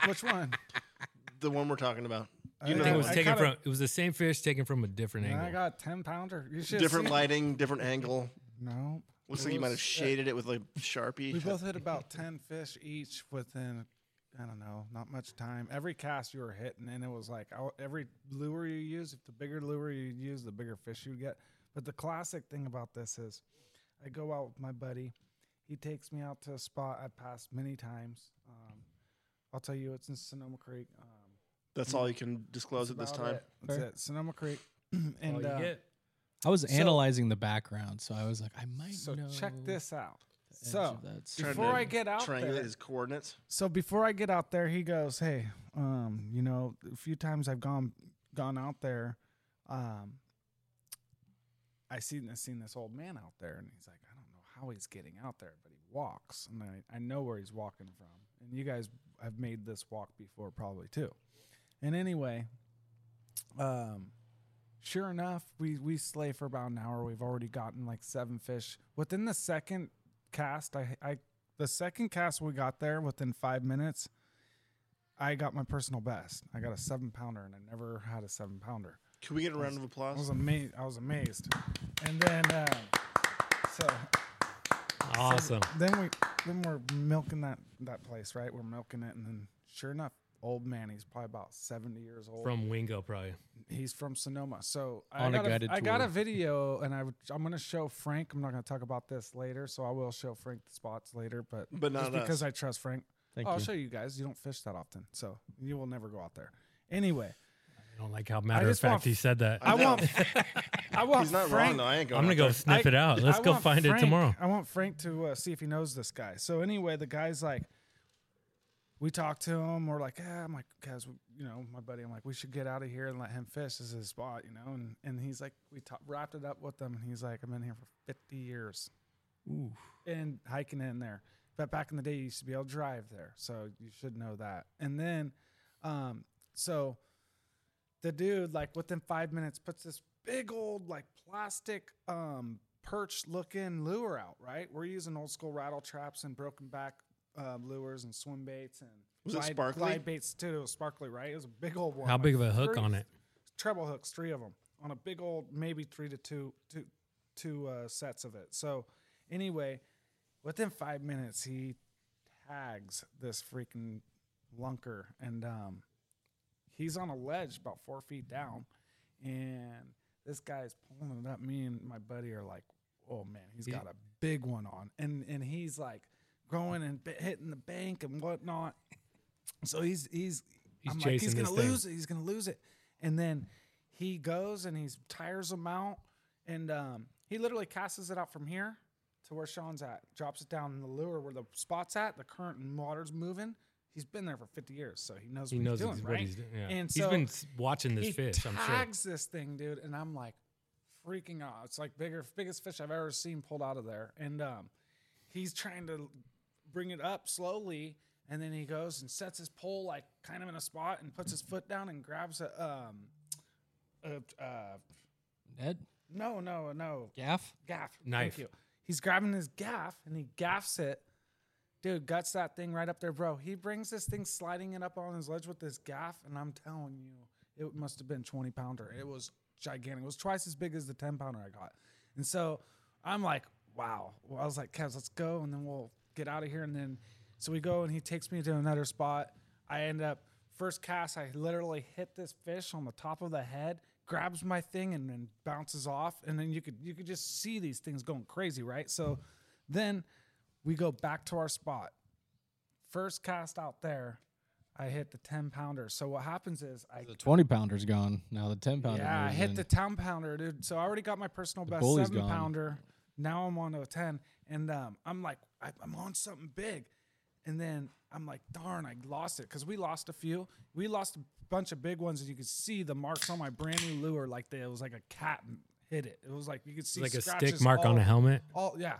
F: Which one?
E: The one we're talking about. You
F: I
E: know
B: I think
E: that
B: it was
E: one.
B: taken
F: caught
B: from. It was the same fish taken from a different
F: I
B: angle.
F: got ten pounder. You should
E: different
F: see-
E: lighting, different angle.
F: No.
E: Looks
F: It
E: like you might
F: was-
E: have shaded it with like
F: We
E: sharpie.
F: both hit
E: [laughs]
F: about ten fish each within, I don't know, not much time. Every cast you were hitting, and it was like oh, every lure you use. If the bigger lure you use, the bigger fish you get. But the classic thing about this is, I go out with my buddy. He takes me out to a spot I've passed many times. Um, I'll tell you, it's in Sonoma Creek. Um,
E: That's all you can disclose at this
F: about
E: time.
F: it. That's
D: Fair.
F: it, Sonoma Creek. [clears throat]
B: All
F: and
B: you
F: uh,
B: get.
D: I was analyzing the background, so I was like, I might
F: so
D: know.
F: check this out.
D: edge
F: So
D: of that sea.
E: Trying
F: before
E: to
F: I get out
E: triangulate
F: there,
E: his coordinates.
F: so before I get out there, he goes, "Hey, um, you know, a few times I've gone gone out there, um, I seen I seen this old man out there, and he's like, I don't know how he's getting out there, but he walks, and I I know where he's walking from, and you guys have made this walk before probably too. And anyway, um, sure enough, we we slay for about an hour. We've already gotten like seven fish within the second cast. I I the second cast we got there within five minutes. I got my personal best. I got a seven pounder, and I never had a seven pounder.
E: Can we get a round of
F: I was
E: applause?
F: amazed. I was amazed. And then, uh, so
B: Awesome.
F: then we then we're milking that that place, right? We're milking it, and then sure enough, old man. He's probably about seventy years old.
B: From Wingo, probably.
F: he's from Sonoma. So I
D: On a
F: got
D: guided
F: I got a
D: tour.
F: video, and I would, I'm going to show Frank. I'm not going to talk about this later, so I will show Frank the spots later. But
E: But
F: just
E: not us.
F: because I trust Frank, Oh,
D: Thank
F: I'll
D: you.
F: show you guys. You don't fish that often, so you will never go out there. Anyway,
B: I don't like how matter of
F: just want
B: fact he
F: f-
B: said that.
F: I
B: I,
E: know.
F: want
E: [laughs]
F: I want
E: He's not
F: Frank
E: wrong though. I ain't going.
B: am gonna
E: out
B: go
E: there.
B: sniff
F: I-
B: it out. Let's
F: I
B: go
F: want
B: find it
F: Frank-
B: tomorrow.
F: I want Frank to uh, see if he knows this guy. So anyway, the guy's like, we talked to him. We're like, ah, I'm like, guys, we- you know, my buddy, I'm like, we should get out of here and let him fish. This is his spot, you know. And and he's like, we ta- wrapped it up with him, and he's like, I've been here for 50 years, ooh, and hiking in there. But back in the day, you used to be able to drive there, so you should know that. And then, um, so the dude like within five minutes puts this big old like plastic um perch looking lure out right we're using old school rattle traps and broken back uh, lures and swim baits and
E: Was it
F: glide-
E: sparkly?
F: glide baits too it was sparkly right it was a big old one
B: How
F: like
B: big of a hook
F: three-
B: on it?
F: treble hooks three of them on a big old maybe three to two two two uh, sets of it so anyway within five minutes he tags this freaking lunker and um he's on a ledge about four feet down and this guy's pulling it up me and my buddy are like oh man he's got a big one on and and he's like going and bi- hitting the bank and whatnot so he's he's
B: He's
F: I'm like he's
B: chasing
F: gonna
B: this thing.
F: lose it he's gonna lose it and then he goes and he's tires him out and um he literally casts it out from here to where Sean's at, drops it down in the lure where the spot's at, the current and water's moving. He's been there for 50 years, so he knows
B: He
F: what
B: knows
F: he's doing,
B: ex-
F: right?
B: what he's doing. Yeah.
F: And
B: he's
F: so
B: been s- watching this
F: he
B: fish. I'm sure.
F: tags this thing, dude, and I'm like freaking out. It's like bigger, biggest fish I've ever seen pulled out of there. And um, he's trying to bring it up slowly, and then he goes and sets his pole like kind of in a spot and puts his foot down and grabs a um, a, uh,
D: Ed?
F: no, no, no,
D: Gaff?
F: gaff
B: Knife.
F: Thank you. He's grabbing his gaff and he gaffs it. Dude, guts that thing right up there, bro. He brings this thing sliding it up on his ledge with this gaff, and I'm telling you, it must have been 20 pounder. It was gigantic. It was twice as big as the 10 pounder I got. And so I'm like, wow. Well, I was like, Kevs, let's go, and then we'll get out of here. And then so we go, and he takes me to another spot. I end up first cast, I literally hit this fish on the top of the head, grabs my thing, and then bounces off. And then you could you could just see these things going crazy, right? So then we go back to our spot. First cast out there, I hit the ten pounder. So what happens is I
D: The 20 pounder's gone. Now the 10 pounder.
F: yeah, I
D: moves
F: hit
D: in.
F: the town pounder, dude. So I already got my personal best
D: bully's
F: seven
D: gone.
F: pounder. Now I'm on to a ten, and um, I'm like, I, I'm on something big, and then I'm like, darn, I lost it because we lost a few. We lost a bunch of big ones, and you could see the marks on my brand new lure, like they, it was like a cat hit it. It was like you could see
B: like a stick
F: scratches
B: mark on
F: all-
B: a helmet.
F: all yeah.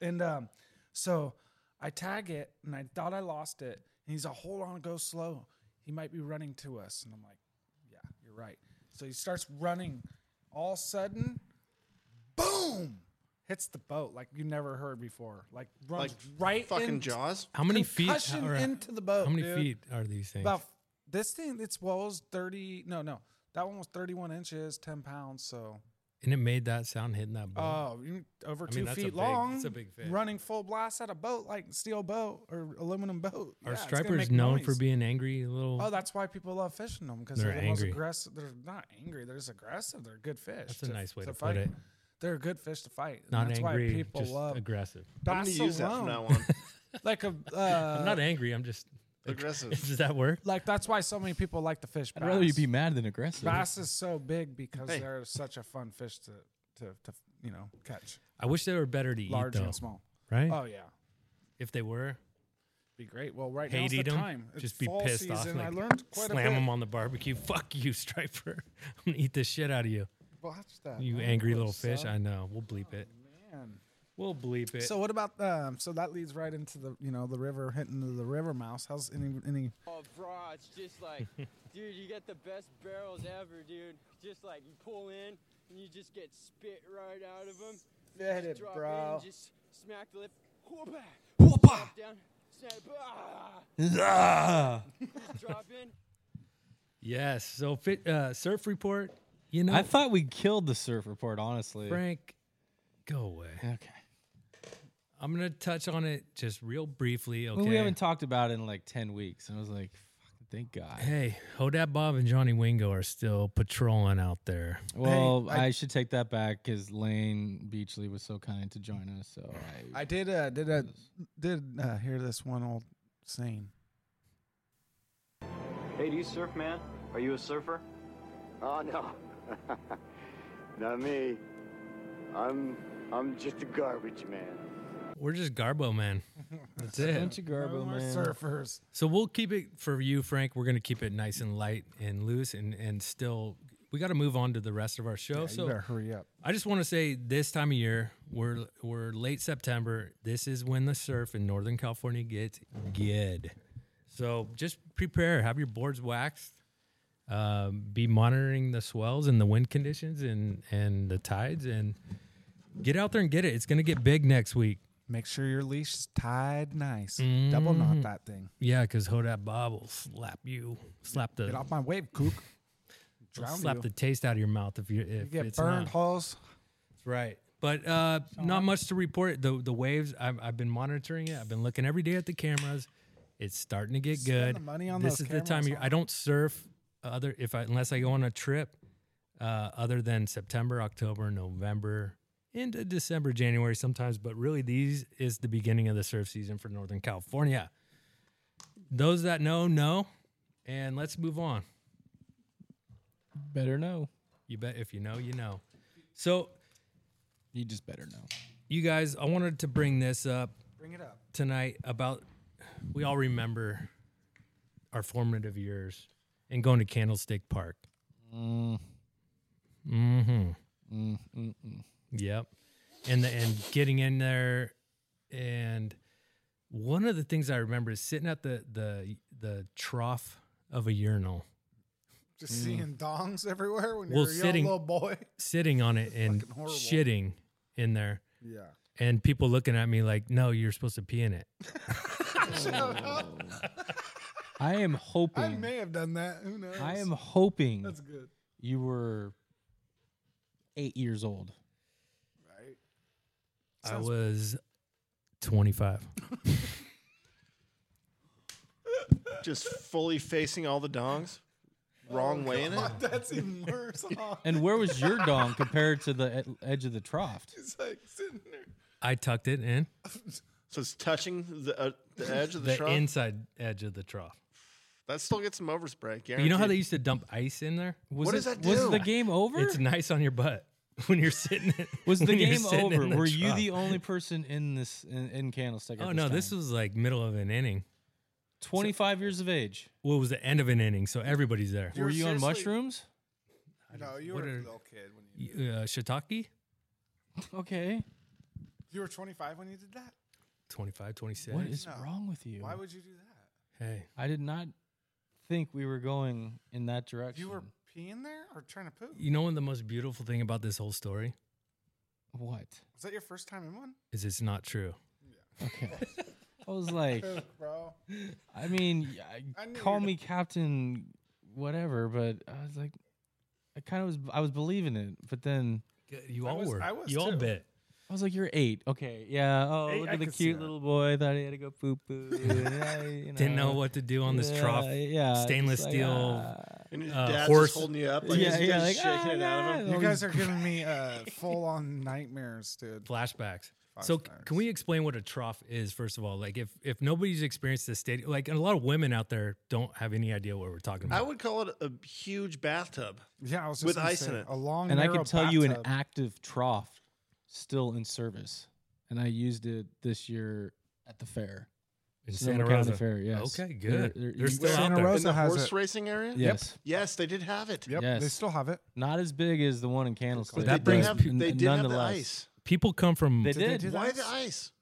F: And um, so I tag it and I thought I lost it. And he's like, hold on, go slow. He might be running to us. And I'm like, yeah, you're right. So he starts running. All sudden, boom! Hits the boat like you never heard before. Like runs
E: Like
F: right
E: fucking
F: in-
E: Jaws.
B: How many feet?
F: concussion
B: How, or
F: into the boat.
B: how many
F: dude.
B: feet are these things?
F: About this thing. It's well, it was thirty. No, no, that one was thirty-one inches, ten pounds. So
B: and it made that sound hitting that ball.
F: Oh, you- over
B: I
F: two
B: mean, that's a
F: feet
B: big-
F: long.
B: that's a big fish.
F: Running full blast at a boat, like steel boat or aluminum boat.
B: Are
F: Yeah, it's gonna
B: stripers
F: make
B: known for
F: noise.
B: being angry? Little.
F: Oh, that's why people love fishing them because
B: They're
F: they're, the most
B: angry.
F: aggressive. They're not angry. They're just aggressive. They're good fish.
B: That's a nice way to put
F: fight.
B: it.
F: They're a good fish to fight. and
B: not
F: that's
B: angry.
F: why people
B: just
F: love
B: aggressive.
E: I'm gonna
F: bass
E: use that from now
F: alone.
E: on.
F: Like a
B: [laughs] I'm
F: uh,
B: not angry. I'm just. [laughs]
E: Aggressive.
B: Does that work?
F: like that's why so many people like to fish bass.
D: I'd rather you be mad than aggressive.
F: bass is so big because
E: Hey.
F: they're such a fun fish to to, to you know catch,
B: I wish they were better to
F: large
B: eat though.
F: and small.
B: Right?
F: Oh yeah.
B: if they were,
F: Be great. Well, right
B: hate
F: now's the
B: eat them.
F: time. It's
B: just be
F: fall
B: pissed
F: season.
B: off. Like,
F: I learned quite
B: slam
F: a bit.
B: them on the barbecue. [laughs] Fuck you, striper. [laughs] I'm gonna eat the shit out of you.
F: Watch that.
B: You
F: man.
B: angry
F: What
B: little
F: a
B: fish.
F: son.
B: I know. We'll bleep it.
F: Man.
B: We'll bleep it.
C: So what about um? So that leads right into the you know the river hitting the, the river mouse. How's any any?
H: Oh, bro, it's just like, dude, you got the best barrels ever, dude. Just like you pull in and you just get spit right out of them.
C: Spit it,
H: drop In,
C: bro.
H: and just smack the lip. Whoopah! Whoopah! Down, ah. snap, ah, drop in.
B: yes. So fit, uh, surf report. You know,
D: I thought we killed the surf report, honestly.
B: Frank, go away.
D: Okay.
B: I'm gonna touch on it just real briefly. Okay.
D: Well, we haven't talked about it in like 10 weeks. And I was like, fuck, thank God.
B: hey, Hodab Bob and Johnny Wingo are still patrolling out there.
D: Well,
C: I-
D: I, should take that back because Lane Beachley was so kind to join us. So I,
C: I did uh did uh did uh, hear this one old saying.
I: [laughs] Hey, do you surf, man? Are you a surfer?
J: Oh no, [laughs] not me. I'm I'm just a garbage man.
B: We're just Garbo
F: [laughs]
B: man. That's it.
D: bunch of garbo,
C: We're
D: man.
C: surfers.
B: So we'll keep it for you, Frank. We're gonna keep it nice and light and loose, and and still, we got to move on to the rest of our show.
C: You
B: so
C: better hurry up.
B: I just want to say this time of year, we're we're late September. This is when the surf in Northern California gets good. So just prepare, have your boards waxed, um, be monitoring the swells and the wind conditions and and the tides, and get out there and get it. It's gonna get big next week.
C: Make sure your leash is tied nice. Double knot that thing.
B: Yeah, because Hodap Bob will slap you, slap
C: Get
B: the
C: off my wave, kook. Drown
B: slap
C: you.
B: the taste out of your mouth if you if
C: You get
B: it's
C: burned
B: not.
C: holes.
B: Right. But uh, not much to report. The the waves. I've, I've been monitoring it. I've been looking every day at the cameras. It's starting to get
C: Spend
B: good.
C: the money on
B: this is
C: those
B: the time
C: cameras,
B: of year.
C: huh?
B: I don't surf other if I unless I go on a trip. Uh, other than September, October, November, into December, January sometimes. But really, these is the beginning of the surf season for Northern California. Those that know know, and let's move on.
D: Better know.
B: You bet if you know, you know. So
D: You just better know.
B: you guys, I wanted to bring this up
C: Bring it up.
B: tonight about we all remember our formative years and going to Candlestick Park. Mm. hmm
C: mm,
B: Yep. And the, and getting in there and one of the things I remember is sitting at the the the trough of a urinal,
C: Just seeing dongs everywhere when
B: Well,
C: you're a young
B: sitting-
C: little boy. [laughs]
B: sitting on it and
C: Fucking horrible.
B: shitting in there.
C: Yeah.
B: And people looking at me like, no, you're supposed to pee in it.
D: I am hoping.
C: I may have done that. Who knows?
D: I am hoping
C: That's good. [laughs]
D: you were eight years old.
C: Right.
B: I was 25.
E: [laughs] Just fully facing all the dongs, wrong way in it.
C: That's even [laughs] worse. huh?
D: And where was your
C: [laughs]
D: dong compared to the ed- edge of the trough?
C: It's like sitting there.
B: I tucked it in
E: So it's touching the uh,
B: [laughs]
E: the edge of the,
B: the
E: truck.
B: inside edge of the trough.
E: that still gets some overspray. Guaranteed.
B: You know how they used to dump ice in there?
D: Was
E: What
D: it,
E: does that
D: Was
E: do?
D: the game over?
B: It's nice on your butt [laughs] when you're sitting. in-
D: [laughs] was the
B: when [laughs] you're
D: game
B: sitting in
D: over?
B: the
D: Were you
B: trough.
D: the only person in this in, in Candlestick? at
B: Oh no, this
D: time?
B: was like middle of an inning.
D: 25 years of age.
B: Well, it was the end of an inning, so everybody's there.
D: Were you on
C: seriously-
D: mushrooms?
C: No, Oh, you
B: what
C: were
B: are-
C: a little kid when you.
B: Uh, shiitake,
D: Okay.
C: You were 25 when you did that.
B: 25, 26.
D: What is
C: No.
D: wrong with you?
C: Why would you do that?
B: hey,
D: I did not think we were going in that direction.
C: You were peeing there or trying to poop?
B: you know what the most beautiful thing about this whole story
D: what?
C: Was that your first time in one,
B: is it's not true.
D: Okay. [laughs] I was like,
C: bro?
D: I mean, y- I-
C: [laughs] I knew
D: call
C: you're-
D: me Captain, whatever. But I was like, I kind of was, I was believing it. But then
B: You
C: I
B: all
C: was-
B: were.
C: I was
B: you all
C: too.
B: bet.
D: I was like, you're eight. Okay, yeah. Oh,
C: Eight,
D: look
C: I
D: at the
C: could see
D: cute
C: that.
D: little boy. Thought he had to go poo [laughs] poo. Didn't
B: Didn't know what to do on this trough.
D: Yeah, it's
B: stainless
D: like,
B: steel.
D: ah.
E: And your
B: uh,
E: dad's
B: horse-
E: just holding you up, like,
D: Yeah,
E: just-
D: yeah,
E: just
D: like,
E: shaking it
D: ah,
E: out of him.
D: nah.
C: You
D: All
C: guys
D: these-
C: are giving
D: [laughs]
C: me uh, full on nightmares, dude.
B: flashbacks. So c-
C: Flashbacks.
B: can we explain what a trough is first of all? Like if if nobody's experienced the stadium, like and a lot of women out there don't have any idea what we're talking
E: I
B: about.
E: would call it a huge bathtub.
C: Yeah, I was just
E: With
C: gonna
E: ice
C: say,
E: in it.
C: A long
D: and I
C: narrow
D: could tell you an
C: bathtub.
D: active trough still in service, and I used it this year at the fair.
B: In
D: Sonoma
B: Santa
D: County
B: Rosa.
D: Fair, yes.
B: Okay,
D: They're-
B: good.
D: they're-
B: They're,
D: you-
B: still
E: Santa
B: out there.
C: Rosa
E: in the
C: has
E: horse
C: it.
E: racing area?
D: Yes,
E: Yes, they did have it.
C: Yep, they
D: Yes.
C: still have it.
D: not as big as the one in Candlestick.
B: that
E: They
B: brings
E: did have, they did have the
D: nonetheless,
E: ice.
B: People come from.
D: They
C: they
D: did.
C: do that?
E: Why
C: That's-
E: the ice?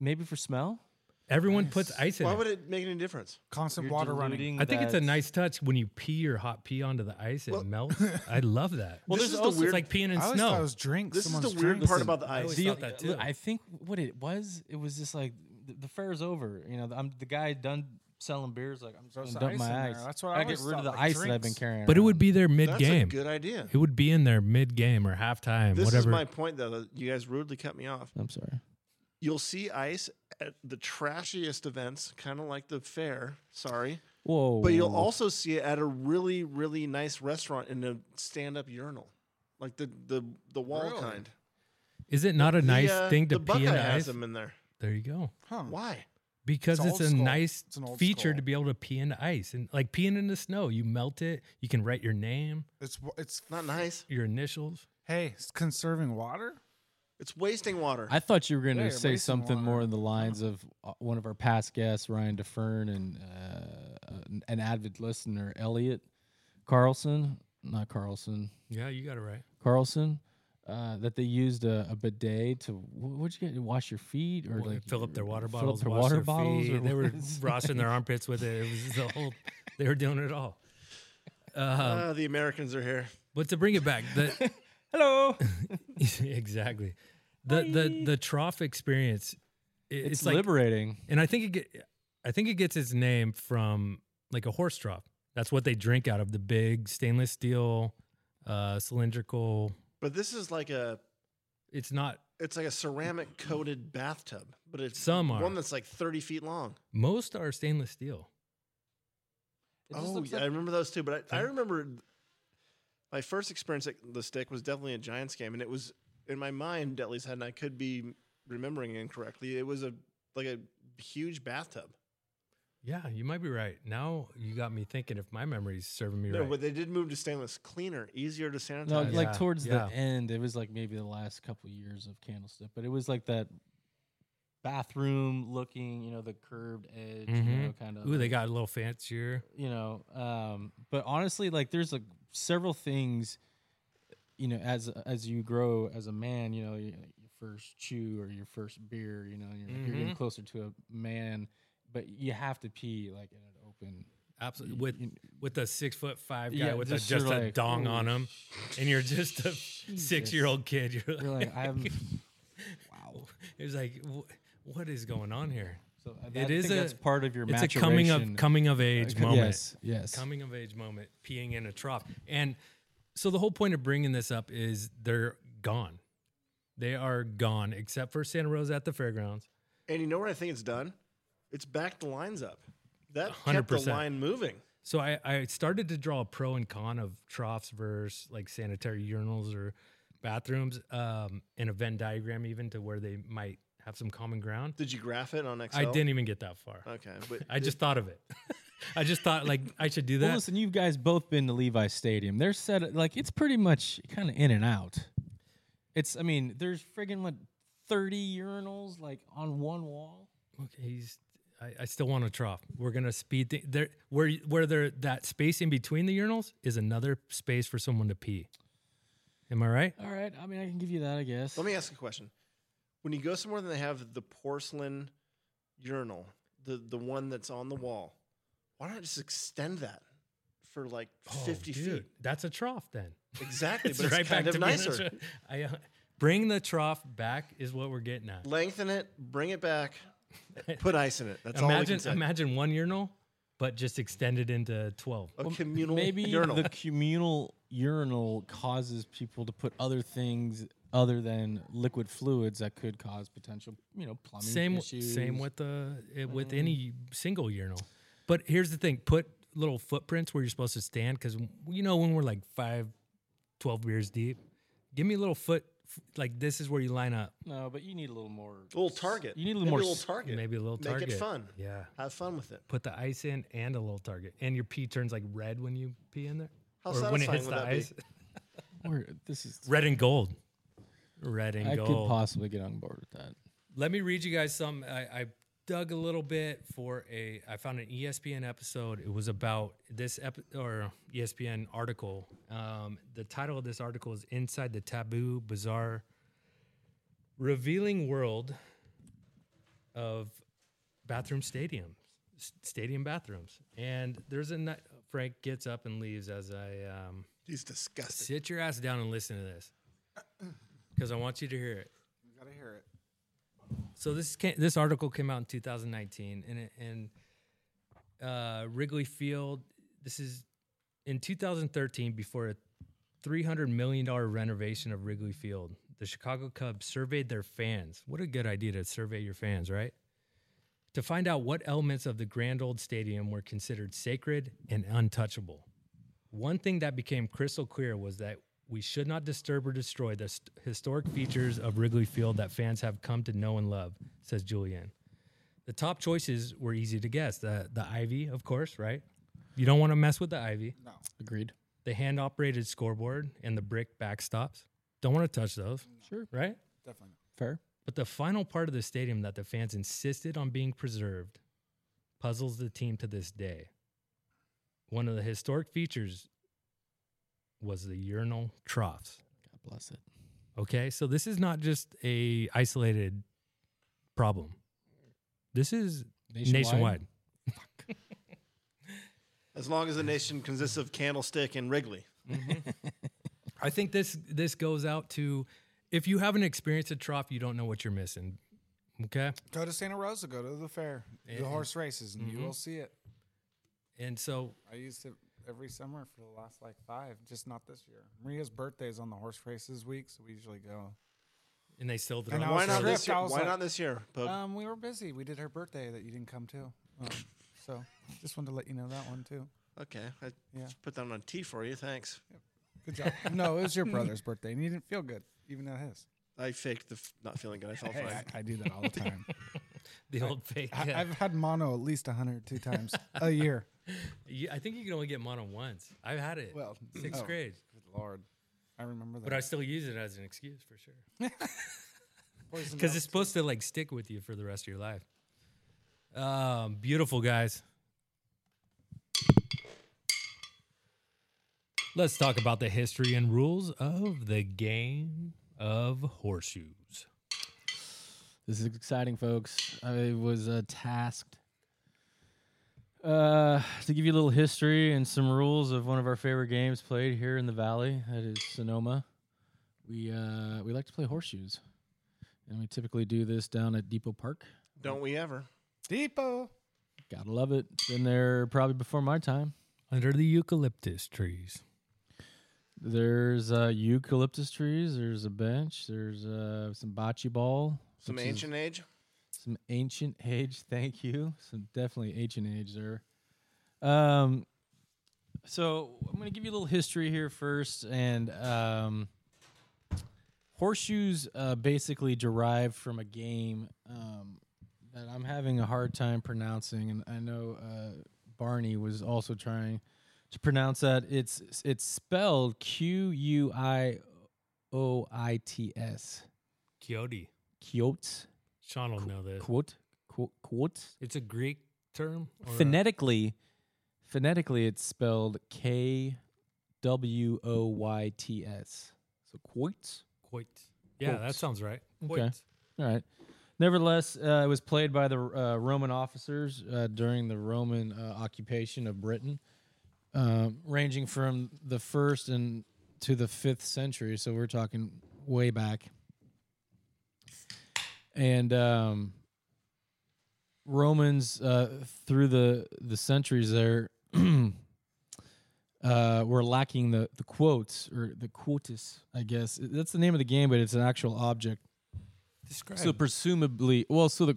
D: Maybe for smell.
B: Everyone puts ice in
E: Why
B: it.
E: would it make any difference?
C: Constant
D: You're
C: water running.
D: diluting
B: I think it's a
D: that-
B: nice touch when you pee your hot pee onto the ice.
E: [laughs]
B: It melts. I love that.
E: Well, this,
D: This is
E: is
D: the
E: the
B: it's
E: weird.
B: like peeing in
C: I always
B: snow.
C: thought
F: [laughs]
C: it was drink.
E: this is
C: someone's
E: the weird
C: drink.
E: part about the
B: I
E: ice.
B: always
D: The-
B: thought that too.
D: look, I think what it was, it was just like the, the fair's over. You know, the, I'm the guy done selling beers. Like I'm just
C: Throw
D: gonna
C: some
D: dump
C: ice in
D: my
C: there.
D: ice.
C: That's what I
D: I get
C: always
D: rid of
C: thought,
D: the
C: like
D: ice that I've been
C: drinks.
D: carrying.
B: but it
D: around.
B: would be there mid
E: That's a
B: game.
E: good idea.
B: It would be in there mid game or halftime,
E: This
B: whatever.
E: is my point, though. That you guys rudely cut me off.
D: I'm sorry.
E: You'll see ice at the trashiest events, kind of like the fair. Sorry,
D: Whoa.
E: but you'll also see it at a really, really nice restaurant in a stand-up urinal, like the the the wall
C: Really?
E: kind.
B: is it not a
E: The,
B: nice
E: uh,
B: thing to
E: the
B: pee in
E: Buckeye
B: ice?
E: has them in there.
B: There you go.
C: Huh.
E: Why?
B: Because
C: It's
B: it's,
C: old
B: a
C: school.
B: nice
C: It's an old
B: feature
C: school.
B: to be able to pee in ice and like peeing in the snow. You melt it. You can write your name,
C: It's it's
E: Not nice.
B: your initials.
C: hey, it's conserving water.
E: It's wasting water.
D: I thought you were going
C: Yeah,
D: to
C: you're
D: say
C: wasting
D: something
C: water.
D: more in the lines of uh, one of our past guests, Ryan DeFern, and uh, an- an avid listener, Elliot Carlson. Not Carlson.
B: Yeah, you got it right.
D: Carlson. Uh, that they used a, a bidet to wh- what'd you get? Wash your feet or
B: Well,
D: like
B: fill up their water
D: fill up
B: bottles.
D: their
B: wash
D: water
B: their
D: bottles.
B: feet.
D: or
B: They were [laughs]
D: what is-
B: washing their armpits with it. It was the whole. They were doing it all. Uh,
E: Ah, the Americans are here.
B: but to bring it back, the
D: Hello.
B: [laughs] exactly the the the trough experience. i-
D: It's,
B: it's like
D: liberating.
B: and I think it get, I think it gets its name from like a horse trough. That's what they drink out of the big stainless steel, uh, cylindrical.
E: But this is like a
B: It's not
E: it's like a ceramic coated bathtub, but it's
B: Some are.
E: one that's like thirty feet long.
B: most are stainless steel.
D: It just
E: Oh,
D: looks
E: yeah, I
D: like-
E: remember those too. But I, I remember my first experience at the stick was definitely a Giants game, and it was in my mind at least, and I could be remembering incorrectly. It was a like a huge bathtub.
B: Yeah, you might be right. Now you got me thinking if my memory's serving me
E: No,
B: right.
E: but they did move to stainless, cleaner, easier to sanitize.
D: No,
B: Yeah,
D: like towards
B: yeah.
D: the end, it was like maybe the last couple years of Candlestick, but it was like that bathroom looking, you know, the curved edge, you know,
B: Mhm.
D: kind of.
B: Ooh, they got a little fancier.
D: you know. Um, but honestly, like there's like several things, you know, as as you grow as a man, you know, your, your first chew or your first beer, you know, you're, you're getting
B: Mhm.
D: closer to a man, but you have to pee like in an open.
B: Absolutely,
D: you-
B: with
D: you-
B: with a six foot five guy with a,
D: you're
B: just a
D: like,
B: dong
D: "Holy
B: on him, and you're just a
D: Jesus."
B: six year old kid. You're,
D: You're
B: [laughs]
D: like I'm. wow.
B: it was like, wh- what is going on here?
D: So uh, I-
B: It
D: I
B: is
D: think
B: a-
D: that's part of your
B: It's a coming of
D: maturation.
B: coming of age moment.
D: Yes, yes.
B: coming of age moment peeing in a trough and so the whole point of bringing this up is they're gone they are gone except for santa rosa at the fairgrounds
E: and you know where I think it's done? It's backed the lines up. That kept the
B: 100%.
E: line moving.
B: so I, I started to draw a pro and con of troughs versus like sanitary urinals or bathrooms um, in a venn diagram even to where they might have some common ground
E: Did you graph it on Excel?
B: i didn't even get that far
E: Okay, but
B: i just thought of it [laughs] i just thought like i should do
D: Well,
B: that
D: listen, you guys both been to Levi Stadium. They're set like it's pretty much kind of in and out. It's I mean, there's friggin' what thirty urinals like on one wall.
B: Okay, he's. I, I still want a trough. We're gonna speed thi- there where y- where there that space in between the urinals is another space for someone to pee. Am I right?
D: All right, I mean, I can give you that, I guess.
E: Let me ask a question. When you go somewhere and they have the porcelain urinal, the the one that's on the wall, why not just extend that for like fifty feet?
B: That's a trough then.
E: Exactly,
B: Oh, It's
E: but it's
B: right
E: kind
B: back
E: of
B: to being a
E: nicer.
B: trough. I, uh, bring the trough back is what we're getting at.
E: Lengthen it, bring it
B: [laughs]
E: back, put ice in it. That's all we
B: imagine
E: can say.
B: imagine one urinal, but just extended into twelve.
E: a communal
D: Maybe
E: urinal.
D: the communal urinal causes people to put other things other than liquid fluids that could cause potential, you know, plumbing
B: same
D: issues.
B: same with the it, with
E: Mm-hmm.
B: any single urinal. But here's the thing: put little footprints where you're supposed to stand, because you know when we're like five, 12 beers deep, give me a little foot f- like this is where you line up.
D: No, but you need a little more.
E: a little target.
D: You need a little
E: Maybe
D: more
E: little
D: s-
E: target.
B: Maybe a little target.
E: Make it fun.
B: Yeah.
E: Have fun with it.
B: Put the ice in and a little target, and your pee turns like red when you pee in there,
E: How
B: or when it
E: satisfying
B: hits
E: would
B: the
E: that be?
B: ice.
D: Where, this is.
B: Red and gold. Red and
D: I could
B: gold.
D: possibly get on board with that.
B: Let me read you guys some. I, I dug a little bit for a. I found an E ESPN episode. It was about this ep, or E ESPN article. Um, the title of this article is "Inside the Taboo Bizarre revealing world of bathroom stadiums, s- stadium bathrooms. And there's a night Frank gets up and leaves as I um,
E: He's disgusting.
B: sit your ass down and listen to this because I want you to hear it.
C: Gotta hear it.
B: So this came, this article came out in 2019, and it- and uh, Wrigley Field. This is in 2013 before a 300 million dollar renovation of Wrigley Field. The Chicago Cubs surveyed their fans. What a good idea to survey your fans, right? To find out what elements of the grand old stadium were considered sacred and untouchable. One thing that became crystal clear was that we should not disturb or destroy the st- historic features of Wrigley Field that fans have come to know and love, says Julian. The top choices were easy to guess. The the ivy, of course, right? You don't want to mess with the ivy.
D: Agreed.
B: The hand operated scoreboard and the brick backstops. Don't want to touch those.
D: Sure.
B: Right?
D: Fair.
B: But the final part of the stadium that the fans insisted on being preserved puzzles the team to this day. One of the historic features was the urinal troughs.
D: God bless it.
B: Okay, so this is not just a isolated problem. This is nationwide.
D: Nationwide?
E: As long as the nation consists of Candlestick and Wrigley.
B: I think this this goes out to if you haven't experienced a trough, you don't know what you're missing. Okay,
C: Go to Santa Rosa. Go to the fair. The horse races, and
B: Mm-hmm.
C: you will see it.
B: and so
C: I used to every summer for the last like five, just not this year. Maria's birthday is on the horse races week, so we usually go.
B: and they still throw.
C: And I
E: Why
C: was
E: not this
C: tripped.
E: year?
C: I
E: Why
C: was like-
E: not this year? Boog?
C: Um, we were busy. We did her birthday that you didn't come to. Um, so just wanted to let you know that one too.
E: okay, I
C: yeah.
E: put that on a T for you. Thanks.
C: Good job. [laughs] no, it was your brother's birthday, and you didn't feel good, even at his.
E: I faked the f- not feeling good. I felt
C: Hey,
E: fine.
C: I, I do that
B: [laughs]
C: all the time.
B: [laughs] the old fake.
C: I,
B: yeah.
C: I've had mono at least 102 times
B: [laughs]
C: a year.
B: You- I think you can only get mono once. I've had it.
C: Well,
B: sixth
C: oh,
B: grade,
C: Good lord, I remember that.
B: but I still use it as an excuse for sure
C: [laughs] Poison
B: because
C: ivy.
B: it's supposed to like stick with you for the rest of your life. Um, beautiful guys. Let's talk about the history and rules of the game of horseshoes.
D: This is exciting, folks. I was uh, tasked uh, to give you a little history and some rules of one of our favorite games played here in the valley. That is Sonoma. We uh, we like to play horseshoes, and we typically do this down at Depot Park.
E: Don't we ever?
C: Depot.
D: Gotta love it. Been there probably before my time.
B: Under the eucalyptus trees.
D: There's uh, eucalyptus trees. There's a bench. There's uh, some bocce ball.
E: Some
D: which is-
E: ancient age.
D: some ancient age thank you some definitely ancient age there um so i'm gonna give you a little history here first and um horseshoes uh basically derived from a game um that i'm having a hard time pronouncing and i know uh barney was also trying to pronounce that it's it's spelled q u i o i t s
B: Coyote.
D: quotes
B: Sean will know this.
D: quote quote quotes
B: It's a Greek term. or a-
D: phonetically phonetically it's spelled k w o y t s so quotes
B: Quoit. Yeah, that
D: Quoits.
B: sounds right.
D: Okay.
B: Quoit.
D: all right nevertheless uh, it was played by the uh, roman officers uh, during the roman uh, occupation of britain um, ranging from the first and to the fifth century so we're talking way back and um, Romans uh, through the the centuries there [clears throat] uh, were lacking the the quotes or the quotas, I guess that's the name of the game, but it's an actual object.
B: Describe.
D: So presumably, well, so the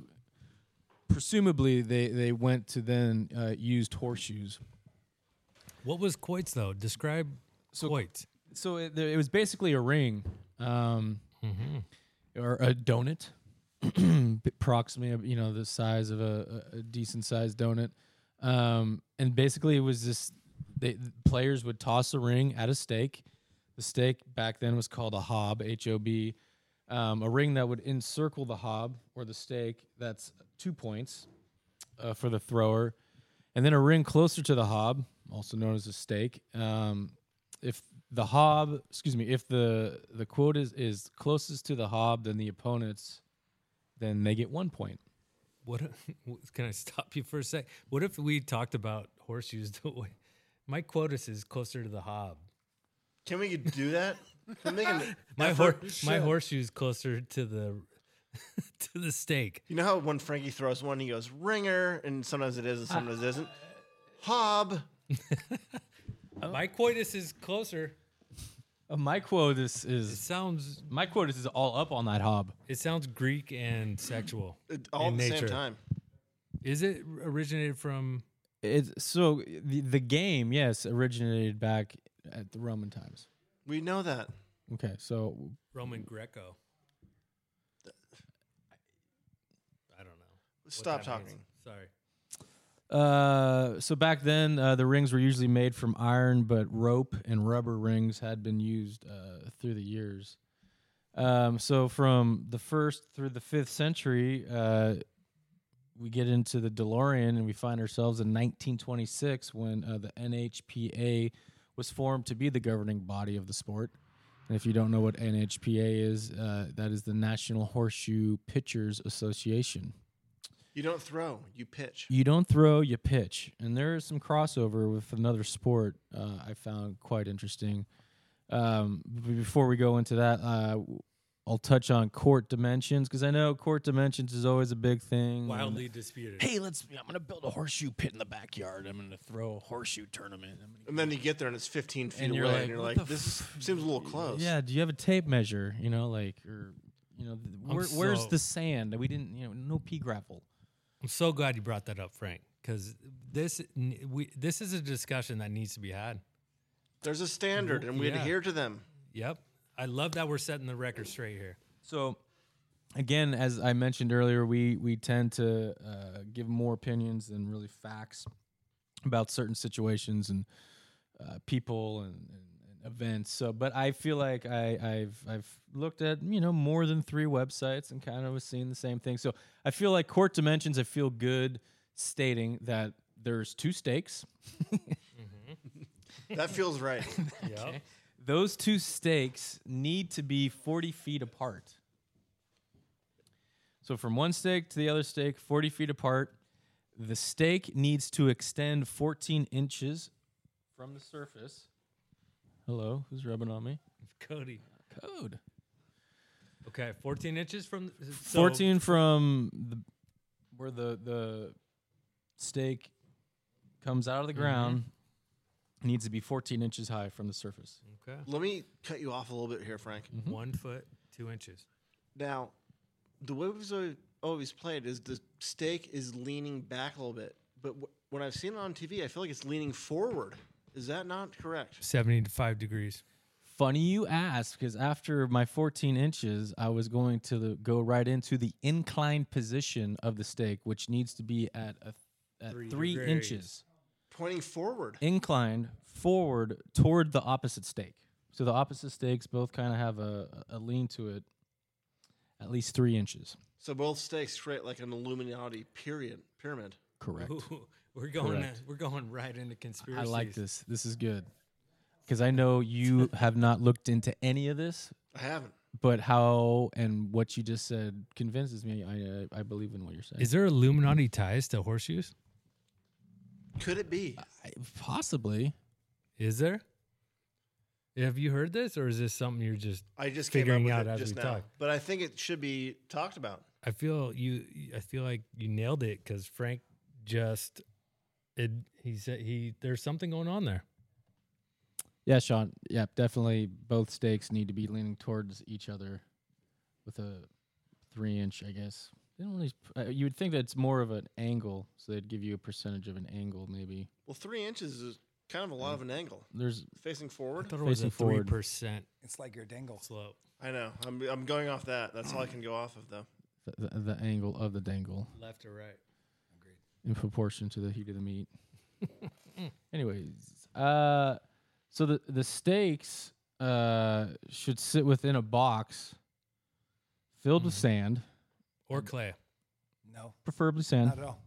D: presumably they they went to then uh, used horseshoes.
B: What was quoits though? Describe
D: So-
B: quoit.
D: So it, there- it was basically a ring, um, or a donut, [clears throat] approximately you know the size of a, a- a decent sized donut, um, and basically it was this. They, the players would toss a ring at a stake. The stake back then was called a hob, H O B, um, a ring that would encircle the hob or the stake. That's two points uh, for the thrower, and then a ring closer to the hob, also known as a stake. Um, if the hob, excuse me, if the the quote is is closest to the hob than the opponent's, then they get one point.
B: What if- [laughs] can I stop you for a sec? What if we talked about horseshoes? The way my quotas is closer to the hob.
E: Can we do that? I'm making-
B: My hor- my horseshoes closer to the [laughs] to the stake.
E: you know how when Frankie throws one, he goes ringer, and sometimes it is, and sometimes it isn't. Hob.
B: My coitus is closer.
D: Oh. Uh, my quote is
B: It
D: is
B: sounds
D: my quote is all up on that hob.
B: it sounds Greek and sexual.
E: It- uh, All
B: in
E: at the
B: nature.
E: same time.
B: Is it originated from?
D: It's so the, the game, yes, originated back at the Roman times.
E: We know that.
D: Okay, so
B: Roman Greco. I don't know. what
E: Stop
B: that means.
E: talking.
B: Sorry.
D: uh, so back then uh, the rings were usually made from iron, but rope and rubber rings had been used uh, through the years. Um, so from the first through the fifth century, uh, we get into the DeLorean and we find ourselves in 1926 when uh, the NHPA was formed to be the governing body of the sport. And if you don't know what NHPA is, uh, that is the National Horseshoe Pitchers Association.
E: You don't throw. You pitch.
D: You don't throw, you pitch. And there is some crossover with another sport uh, I found quite interesting. Um, b- before we go into that, uh, w- I'll touch on court dimensions because I know court dimensions is always a big thing. and-
B: Wildly disputed.
D: Hey, let's. I'm gonna build a horseshoe pit in the backyard. I'm gonna throw a horseshoe tournament. I'm gonna
E: And then you get there, and it's 15 feet
D: And
E: away,
D: you're like,
E: and you're
D: "What
E: like,
D: the
E: this is- seems a little close.
D: Yeah, do you have a tape measure? You know, like or you know, th- where, where's
B: so-
D: the sand? We didn't, you know, no pea gravel.
B: I'm so glad you brought that up, Frank, because this n- we this is a discussion that needs to be had.
E: There's a standard, and we
B: Yeah.
E: adhere to them.
B: Yep. I love that we're setting the record straight here.
D: So, again, as I mentioned earlier, we we tend to uh, give more opinions than really facts about certain situations and uh, people and, and, and events. So, but I feel like I, I've I've looked at you know more than three websites and kind of was seeing the same thing. So I feel like court dimensions. I feel good stating that there's two stakes.
E: That feels right.
B: Yep.
D: Those two stakes need to be 40 feet apart. So from one stake to the other stake, 40 feet apart. The stake needs to extend 14 inches from the surface. Hello, who's rubbing on me?
B: Cody.
D: Code.
B: Okay, 14 inches from the, so
D: 14 from the, where the, the stake comes out of the ground needs to be 14 inches high from the surface.
B: Okay.
E: Let me cut you off a little bit here, Frank.
B: One foot, two inches.
E: Now, the way we've always- always played is the stake is leaning back a little bit, but wh- when I've seen it on TV, I feel like it's leaning forward. Is that not correct?
B: 75 degrees.
D: Funny you ask, because after my 14 inches, I was going to the, go right into the inclined position of the stake, which needs to be at a, at three,
B: degrees.
D: inches
E: Pointing forward.
D: inclined forward toward the opposite stake. So the opposite stakes both kind of have a, a lean to it, at least three inches.
E: So both stakes create like an Illuminati period pyramid.
D: Correct.
B: Ooh, [laughs] we're going uh,
D: Correct.
B: we're going right into conspiracy.
D: I like this. This is good because I
B: [laughs]
D: know you have not looked into any of this,
E: I haven't.
D: but how and what you just said convinces me. I I, I believe in what you're saying.
B: Is there Illuminati ties to horseshoes?
E: Could it be?
D: I- Possibly.
B: Is there? Have you heard this or is this something you're just
E: I just
B: Figuring
E: came up
B: out
E: with it
B: as
E: just
B: we
E: now.
B: talk.
E: But I think it should be talked about.
B: I feel you. I feel like you nailed it because Frank just, it, he said he there's something going on there.
D: Yeah, Sean. Yeah, definitely. Both stakes need to be leaning towards each other with a three inch, I guess. They don't really. Uh, you would think that's more of an angle, so they'd give you a percentage of an angle, maybe.
E: Well, three inches is kind of a lot of an angle.
D: There's
E: Facing forward.
B: thought it was
D: was a
B: a
D: Facing forward.
B: three percent
F: It's like your dingle.
B: slope.
E: I know. I'm I'm going off that. That's all I can go off of though.
D: the, the, the angle of the dangle
B: Left or right?
D: in proportion to the heat of the meat. [laughs] Anyways, uh, so the the stakes uh should sit within a box filled with sand,
B: Or clay?
F: No,
D: preferably sand.
F: not at all.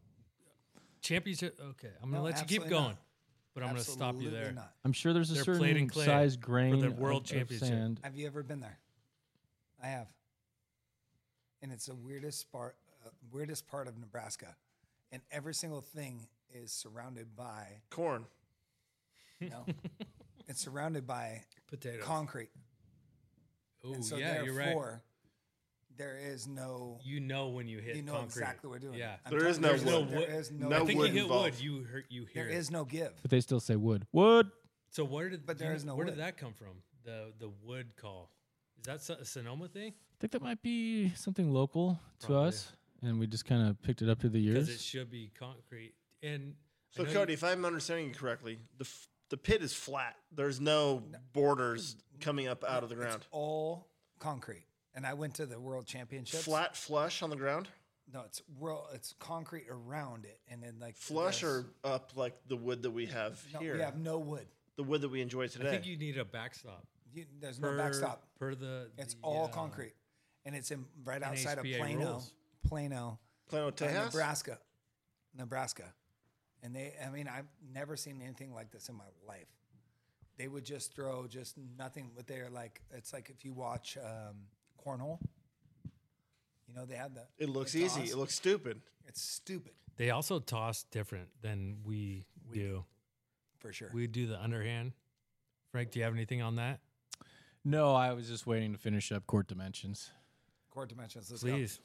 B: Championship. Okay, I'm gonna
F: No,
B: let you keep
F: absolutely
B: going.
F: not.
B: but I'm going to stop you
F: Absolutely
B: there.
F: Not.
D: I'm sure there's a
B: They're played in
D: certain
B: clay
D: size
B: for the
D: grain
B: world
D: of- of
B: championship.
D: sand.
F: Have you ever been there? I have. And it's the weirdest part, uh, weirdest part of Nebraska, and every single thing is
B: [laughs]
F: surrounded by
E: Corn.
F: you know, it's surrounded by
B: Potatoes.
F: concrete.
B: Ooh,
F: and so
B: yeah, you're right.
F: therefore, there is no.
B: You know when you hit
F: You know
B: concrete.
F: exactly what we're doing.
B: Yeah.
F: I'm
E: There
F: telling
E: is
F: you,
E: no
F: there's
E: wood.
F: There is no.
E: No
B: I think
E: wood
B: you hit
E: involved.
B: wood. You hurt. You hear
F: There
B: it.
F: is no give.
D: But they still say wood. Wood.
B: So where did
F: But
B: do
F: there
B: you-
F: is no
B: where
F: wood.
B: did that come from? The the wood call. Is that so- a Sonoma thing?
D: I think that might be something local to
B: Probably.
D: us, and we just kind of picked it up through the
B: Because it
D: years.
B: should be concrete. And I
E: So
B: know you-
E: Cody, if I'm understanding you correctly, the f- the pit is flat. There's no borders coming up out of the ground.
F: It's all concrete. And I went to the World Championships.
E: Flat, flush on the ground.
F: No, it's world. It's concrete around it, and then like
E: Flush
F: there's-
E: or up like the wood that we have
F: no,
E: here.
F: we have no wood.
E: the wood that we enjoy today.
B: I think you need a backstop.
F: You, there's
B: Per,
F: no backstop.
B: Per the.
F: It's
B: the,
F: all
B: uh,
F: concrete, and it's in right outside of
B: NHPA
F: Plano,
B: rules.
F: Plano,
E: Plano
F: uh,
E: Tejas.
F: Nebraska, Nebraska. And they, I mean, I've never seen anything like this in my life. They would just throw just nothing, but they're like, it's like if you watch um, cornhole. You know, they have the.
E: It looks
F: the
E: easy.
F: toss.
E: It looks stupid.
F: It's stupid
B: They also toss different than we, do.
F: for sure.
B: We do the underhand. Frank, do you have anything on that?
D: No, I was just waiting to finish up court dimensions.
F: Core dimensions. Let's go.
B: Please.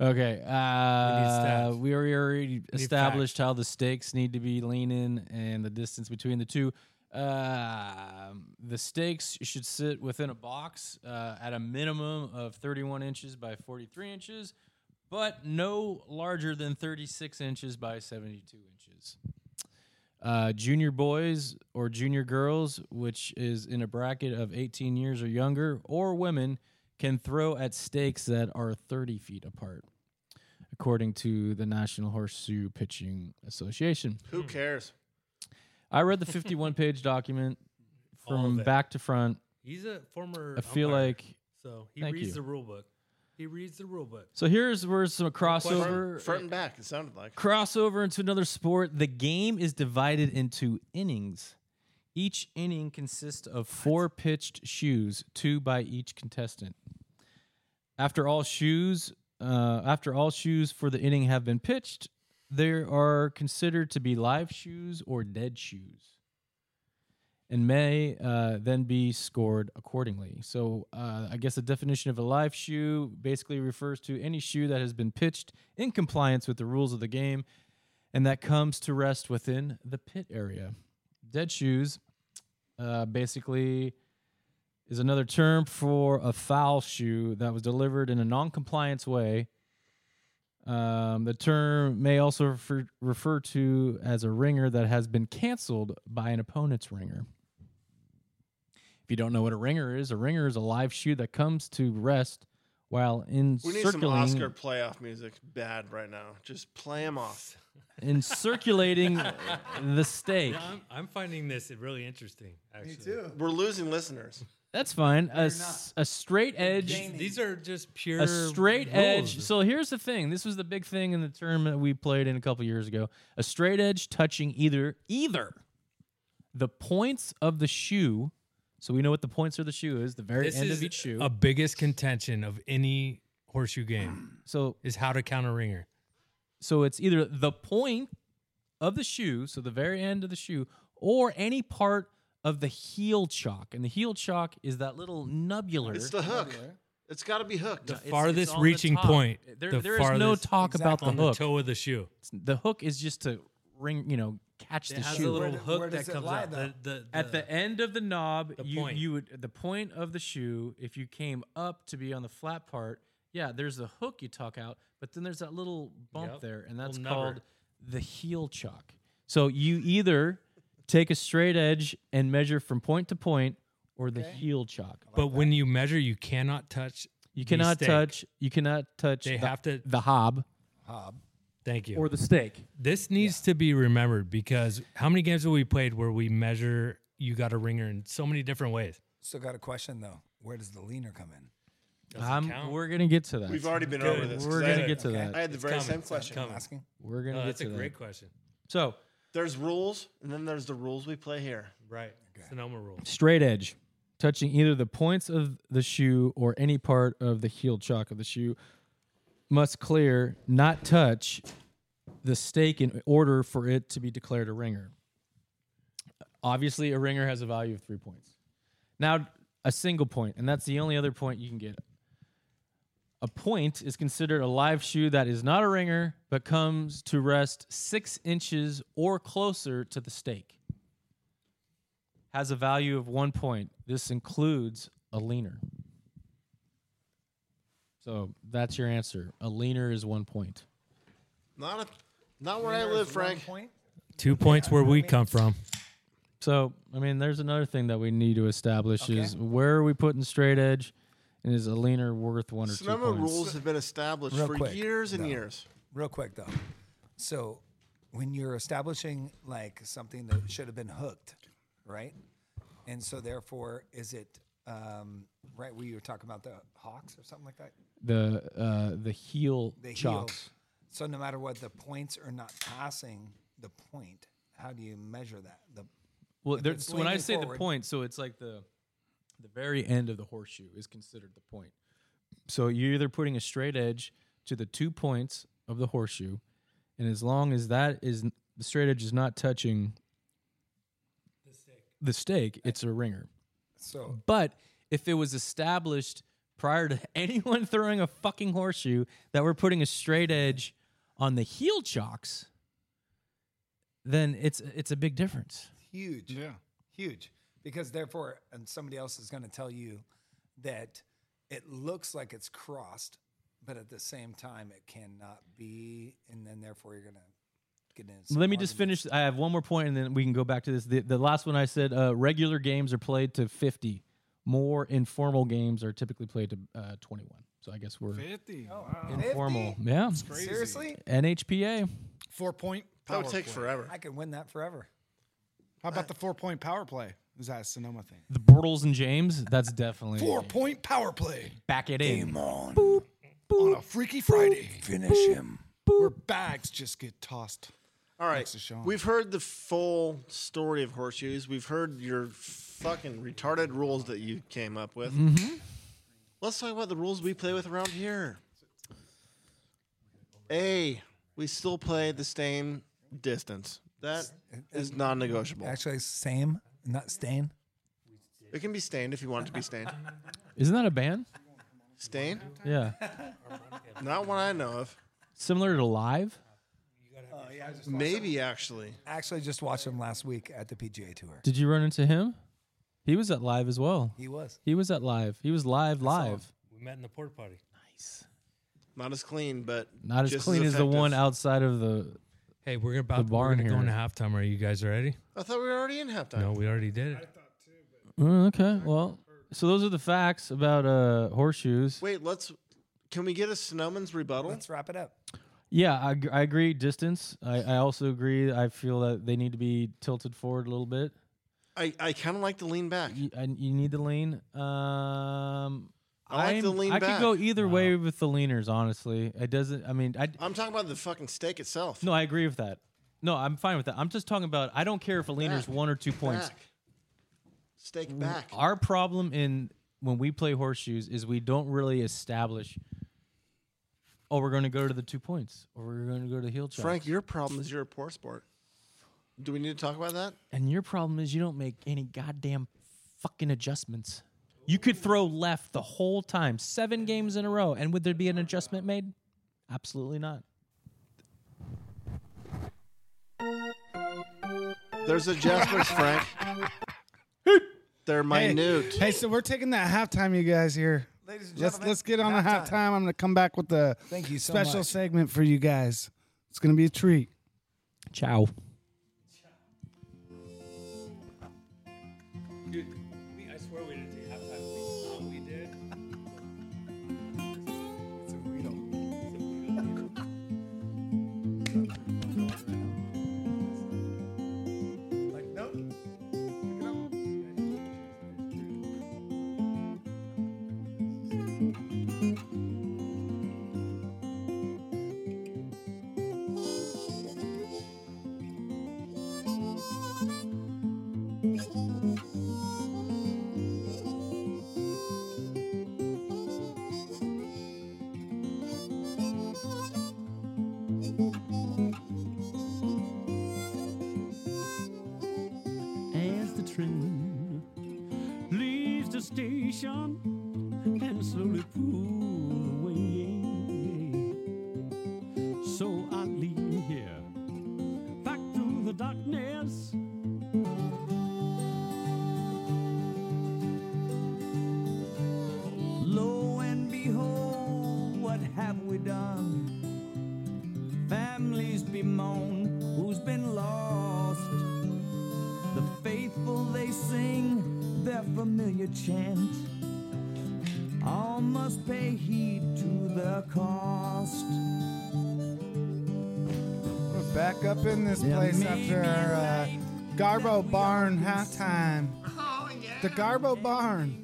D: Okay. Uh,
B: stats.
D: we, already established
B: facts.
D: how the stakes need to be leaning and the distance between the two. Um the stakes should sit within a box uh, at a minimum of 31 inches by 43 inches, but no larger than 36 inches by 72 inches. Uh, junior boys or junior girls, which is in a bracket of 18 years or younger, or women can throw at stakes that are 30 feet apart according to the National Horseshoe Pitching Association.
E: Who cares?
D: I read
B: [laughs]
D: the 51 page document
B: All of
D: from
B: it.
D: back to front.
B: He's a former.
D: I feel
B: umpire,
D: like
B: so. He
D: Thank
B: reads
D: you.
B: the rule book. He reads the rule book.
D: so. Here's where some crossover
E: Front, front and back. It sounded like.
D: crossover into another sport. The game is divided into innings. Each inning consists of four pitched shoes, two by each contestant. After all shoes, uh, after all shoes for the inning have been pitched, there are considered to be live shoes or dead shoes, and may uh, then be scored accordingly. So, uh, I guess the definition of a live shoe basically refers to any shoe that has been pitched in compliance with the rules of the game, and that comes to rest within the pit area. Dead shoes, uh, basically is another term for a foul shoe that was delivered in a non-compliance way. Um, the term may also refer, refer to as a ringer that has been canceled by an opponent's ringer. If you don't know what a ringer is, a ringer is a live shoe that comes to rest while
E: We need
D: encircling,
E: some Oscar playoff music bad right now. Just play them off. [laughs]
D: encirculating the stake.
B: Yeah, I'm, I'm finding this really interesting. Actually.
E: We're losing listeners.
D: That's fine. A, s- a straight edge
B: These- These are just pure
D: a straight edge.
B: rules.
D: So here's the thing. This was the big thing in the tournament we played in a couple years ago. A straight edge touching either either the points of the shoe. So we know what the points of the shoe is. The very
B: this
D: end
B: is
D: of each shoe.
B: a biggest contention of any horseshoe
F: [clears throat]
B: game
D: so
B: is how to count a ringer.
D: so it's either the point of the shoe, so the very end of the shoe, or any part of the heel chalk. And the heel chalk is that little nubular.
E: It's the hook. It's got to be hooked.
D: It's- it's
B: farthest
D: on the
B: reaching
D: top.
B: point.
D: There,
B: The
D: there is no
B: farthest-
D: talk about the
B: on the
D: hook.
B: toe of the shoe.
D: It's- the hook is just to ring, you know, catch
B: It
D: the
B: has
D: shoe.
B: a little
F: Where do-
B: hook
F: where
B: that
F: does it
B: comes
F: lie,
B: out. The, the,
D: At the end of the knob,
B: the
D: you
B: point.
D: you would the point of the shoe. If you came up to be on the flat part, yeah, there's the hook you tuck out, but then there's that little bump
B: Yep,
D: there, and that's
B: little nubber.
D: called the heel chalk. So you either take a straight edge and measure from point to point, or the heel chalk.
B: but when you measure, you cannot touch.
D: You
B: the
D: cannot
B: stake.
D: touch. You cannot touch.
B: They
D: the,
B: have to-
D: the hob
B: Thank you.
D: or the stake.
B: this needs to be remembered because how many games have we played where we measure you got a ringer in so many different ways?
F: Still got a question though. Where does the leaner come in?
D: I'm-
B: count.
D: we're gonna get to that.
E: We've already been over this.
D: We're
E: 'cause I
D: gonna
E: had-
D: get to
F: Okay.
D: that.
E: I had the very
B: coming.
E: same
B: It's
E: question.
B: coming.
F: Asking.
D: We're gonna
B: Oh,
D: get
B: that's
D: to
B: a
D: that.
B: great question.
D: So
E: There's rules, and then there's the rules we play here.
B: Right. Sonoma rule.
D: Straight edge, touching either the points of the shoe or any part of the heel chalk of the shoe, must clear, not touch the stake in order for it to be declared a ringer. Obviously, a ringer has a value of three points. Now, a single point, and that's the only other point you can get. A point is considered a live shoe that is not a ringer, but comes to rest six inches or closer to the stake. Has a value of one point. This includes a leaner. So that's your answer. A leaner is one point.
E: Not a, not where I live, Frank.
F: Point?
B: Two points where we come from.
D: So, I mean, there's another thing that we need to establish is where are we putting straight edge, and is a leaner worth one or
E: Sonoma
D: two points?
E: rules have been established
F: Real
E: for
F: quick,
E: years and
F: though.
E: years.
F: Real quick though, so when you're establishing like something that should have been hooked, right? And so therefore, is it um, right? We were talking about the hawks or something like that.
D: The uh, the heel
F: The
D: chocks.
F: heel. So no matter what, the points are not passing the point. How do you measure that? The
D: Well,
F: If
D: there,
F: it's
D: so when I
F: leaning
D: say the
F: forward-
D: point, so it's like the the very end of the horseshoe is considered the point. So you're either putting a straight edge to the two points of the horseshoe, and as long as that is n- the straight edge is not touching the stake, it's a ringer.
F: so
D: But if it was established prior to [laughs] anyone throwing a fucking horseshoe that we're putting a straight edge on the heel chocks, then it's it's a big difference.
F: huge. Yeah. Huge. Because therefore, and somebody else is going to tell you that it looks like it's crossed, but at the same time, it cannot be. And then therefore, you're going to get in. some
D: Let me just
F: arguments.
D: finish. I have one more point, and then we can go back to this. The, the last one I said: uh, regular games are played to fifty. More informal games are typically played to uh, twenty-one. So I guess we're
C: Fifty. Oh, wow.
D: informal. Yeah,
F: Seriously?
D: NHPA.
K: Four point.
E: That
K: Power
E: would take
K: play.
E: forever.
F: I could win that forever.
K: How about the four point power play? Is that a Sonoma thing?
D: The Bortles and James. That's definitely
K: Four point power play
D: back it in.
F: on.
K: on a Freaky Friday
F: Finish him.
K: where bags just get tossed.
E: All right.
K: to Sean.
E: We've heard the full story of horseshoes. We've heard your fucking retarded rules that you came up with. Let's talk about the rules we play with around here. A, we still play the same distance. That is non negotiable.
F: Actually, same, not stain.
E: It can be stained if you want it to be stained.
D: Isn't that a band?
E: Stained?
D: Yeah,
E: Not one I know of.
D: similar to live.
E: Maybe, actually.
F: Actually, just watched him last week at the PGA Tour.
D: Did you run into him? He was at live as well.
F: He was.
D: He was at live. He was live live.
B: We met in the porta potty.
E: Not as clean, but.
D: Not as
E: just
D: clean as the one
E: effective.
D: outside of the.
B: Hey, we're about
D: barn
B: we're gonna go
D: here.
B: into halftime. Are you guys ready?
E: I thought we were already in halftime.
B: No, we already did it.
D: Oh, okay, well, so those are the facts about uh, horseshoes.
E: Wait, let's. Can we get a Snowman's rebuttal?
F: Let's wrap it up.
D: Yeah, I, ag- I agree. Distance. I, I also agree. I feel that they need to be tilted forward a little bit.
E: I, I kind of like to lean back.
D: You, I, you need the lean. Um,
E: I like to
D: I'm-
E: lean
D: I
E: back.
D: could go either way with the leaners. Honestly, it doesn't. I mean, I
E: I'm talking about the fucking steak itself.
D: no. I agree with that. No, I'm fine with that. I'm just talking about. I don't care if a leaner's
E: Back.
D: one or two points. Mm,
E: Back. Steak back.
D: Our problem in when we play horseshoes is we don't really establish. Oh, we're going to go to the two points, or we're going to go to the heel chop.
E: Frank, your problem is you're a poor sport. Do we need to talk about that?
D: And your problem is you don't make any goddamn fucking adjustments. You could throw left the whole time, seven games in a row, and would there be an adjustment made? Absolutely not.
E: There's
D: [laughs]
E: adjustments, Frank. They're minute.
K: Hey, so we're taking that halftime, you guys here.
F: Ladies and
K: Let's
F: gentlemen,
K: let's get on the
F: halftime.
K: halftime. I'm gonna come back with the
F: Thank you so
K: special
F: much.
K: segment for you guys. It's gonna be a treat.
D: Ciao.
B: Dude, we, I swear we didn't take halftime. We, we did.
F: Like, nope.
L: the station and slowly pull away. So I leave here back through the darkness. Lo and behold, what have we done? Families bemoan who's been lost. The faithful they sing their familiar chant. All must pay heed to the cost.
C: We're back up in this place after our uh, Garbo Barn halftime. The Garbo Barn.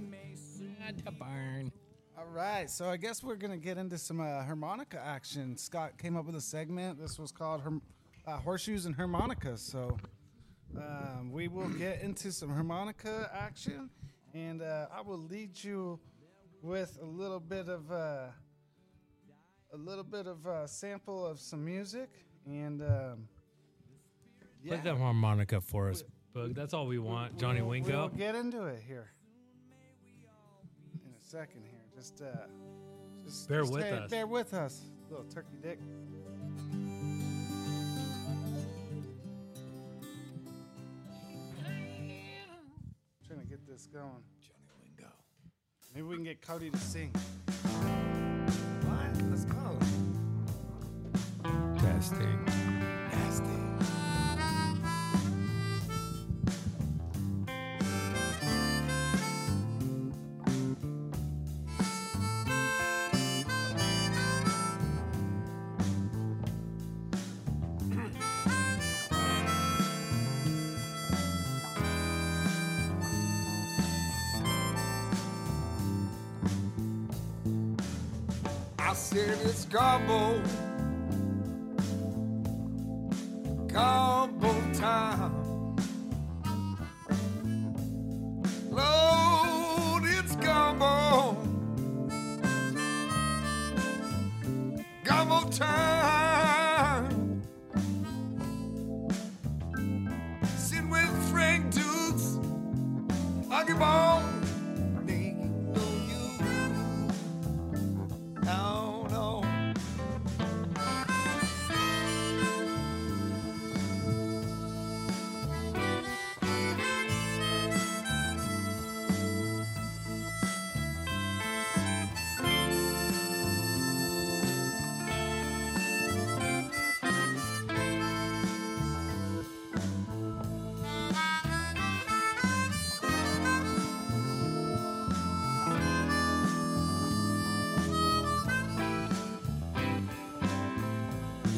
D: The barn.
C: All right, so I guess we're gonna get into some uh, harmonica action. Scott came up with a segment. This was called Harm- uh, "Horseshoes and Harmonicas." So um, we will get into some harmonica action, and uh, I will lead you with a little bit of uh, a little bit of uh, sample of some music, and um,
B: Play that harmonica for us, Boog. That's all we want. Johnny
C: we'll-
B: Wingo.
C: We'll get into it here in a second here. Just, uh, just
B: Bear
C: just
B: with
C: hang-
B: us.
C: Bear with us, little turkey dick. Trying to get this going. Johnny Wingo. Maybe we can get Cody to sing. What? Let's go.
B: Testing.
M: I said it's gobble, gobble time. Lord, it's gobble, gobble time. Sit with Frank Dukes, Augie Ball, they know you. No, no.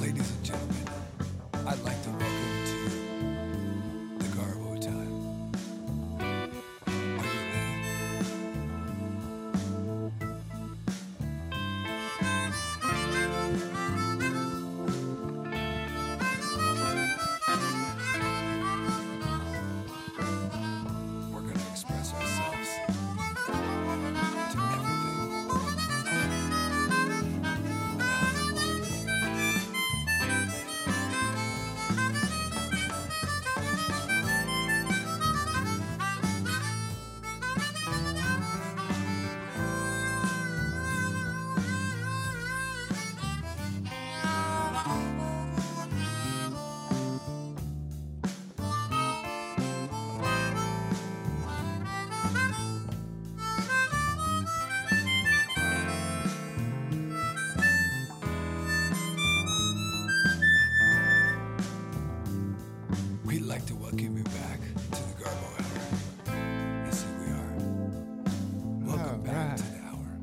N: Ladies and gentlemen, I'd like to welcome to the Garbo time. We're going to express ourselves to We'd like to welcome you back to the Garbo Hour. Yes, here we are. Welcome back to the hour.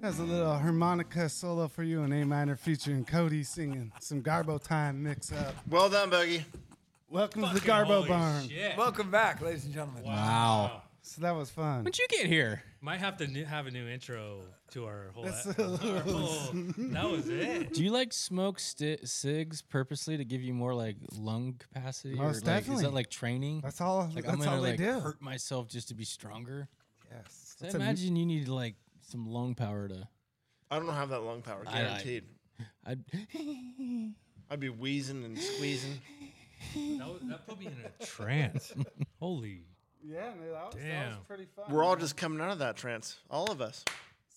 C: That's a little harmonica solo for you in A minor featuring Cody singing some Garbo time mix up.
E: Well done, Boogie.
C: Welcome to the Garbo Barn.
F: Welcome back, ladies and gentlemen.
C: Wow. So that was fun.
B: When'd you get here? Might have to new, have a new intro to our whole. [laughs]
C: That's
B: our
C: a little-
B: whole- that was it.
D: Do you like smoke sti cigs purposely to give you more like lung capacity? or,
C: Most
D: like, Is
C: definitely.
D: that like training?
C: That's all-
D: Like I'm
C: that's
D: gonna
C: all they
D: like
C: do.
D: hurt myself just to be stronger.
C: Yes.
D: So I
C: That's a-
D: imagine you need like some lung power to.
E: I don't have that lung power,
D: I- I-
E: guaranteed.
D: I'd, [gasps]
E: I'd be wheezing and squeezing.
B: [laughs] That, was, that put me in a trance. Holy
C: Yeah, no, that, was, that was
E: Damn.
C: pretty fun.
E: We're all
C: man.
E: just coming out of that trance, all of us.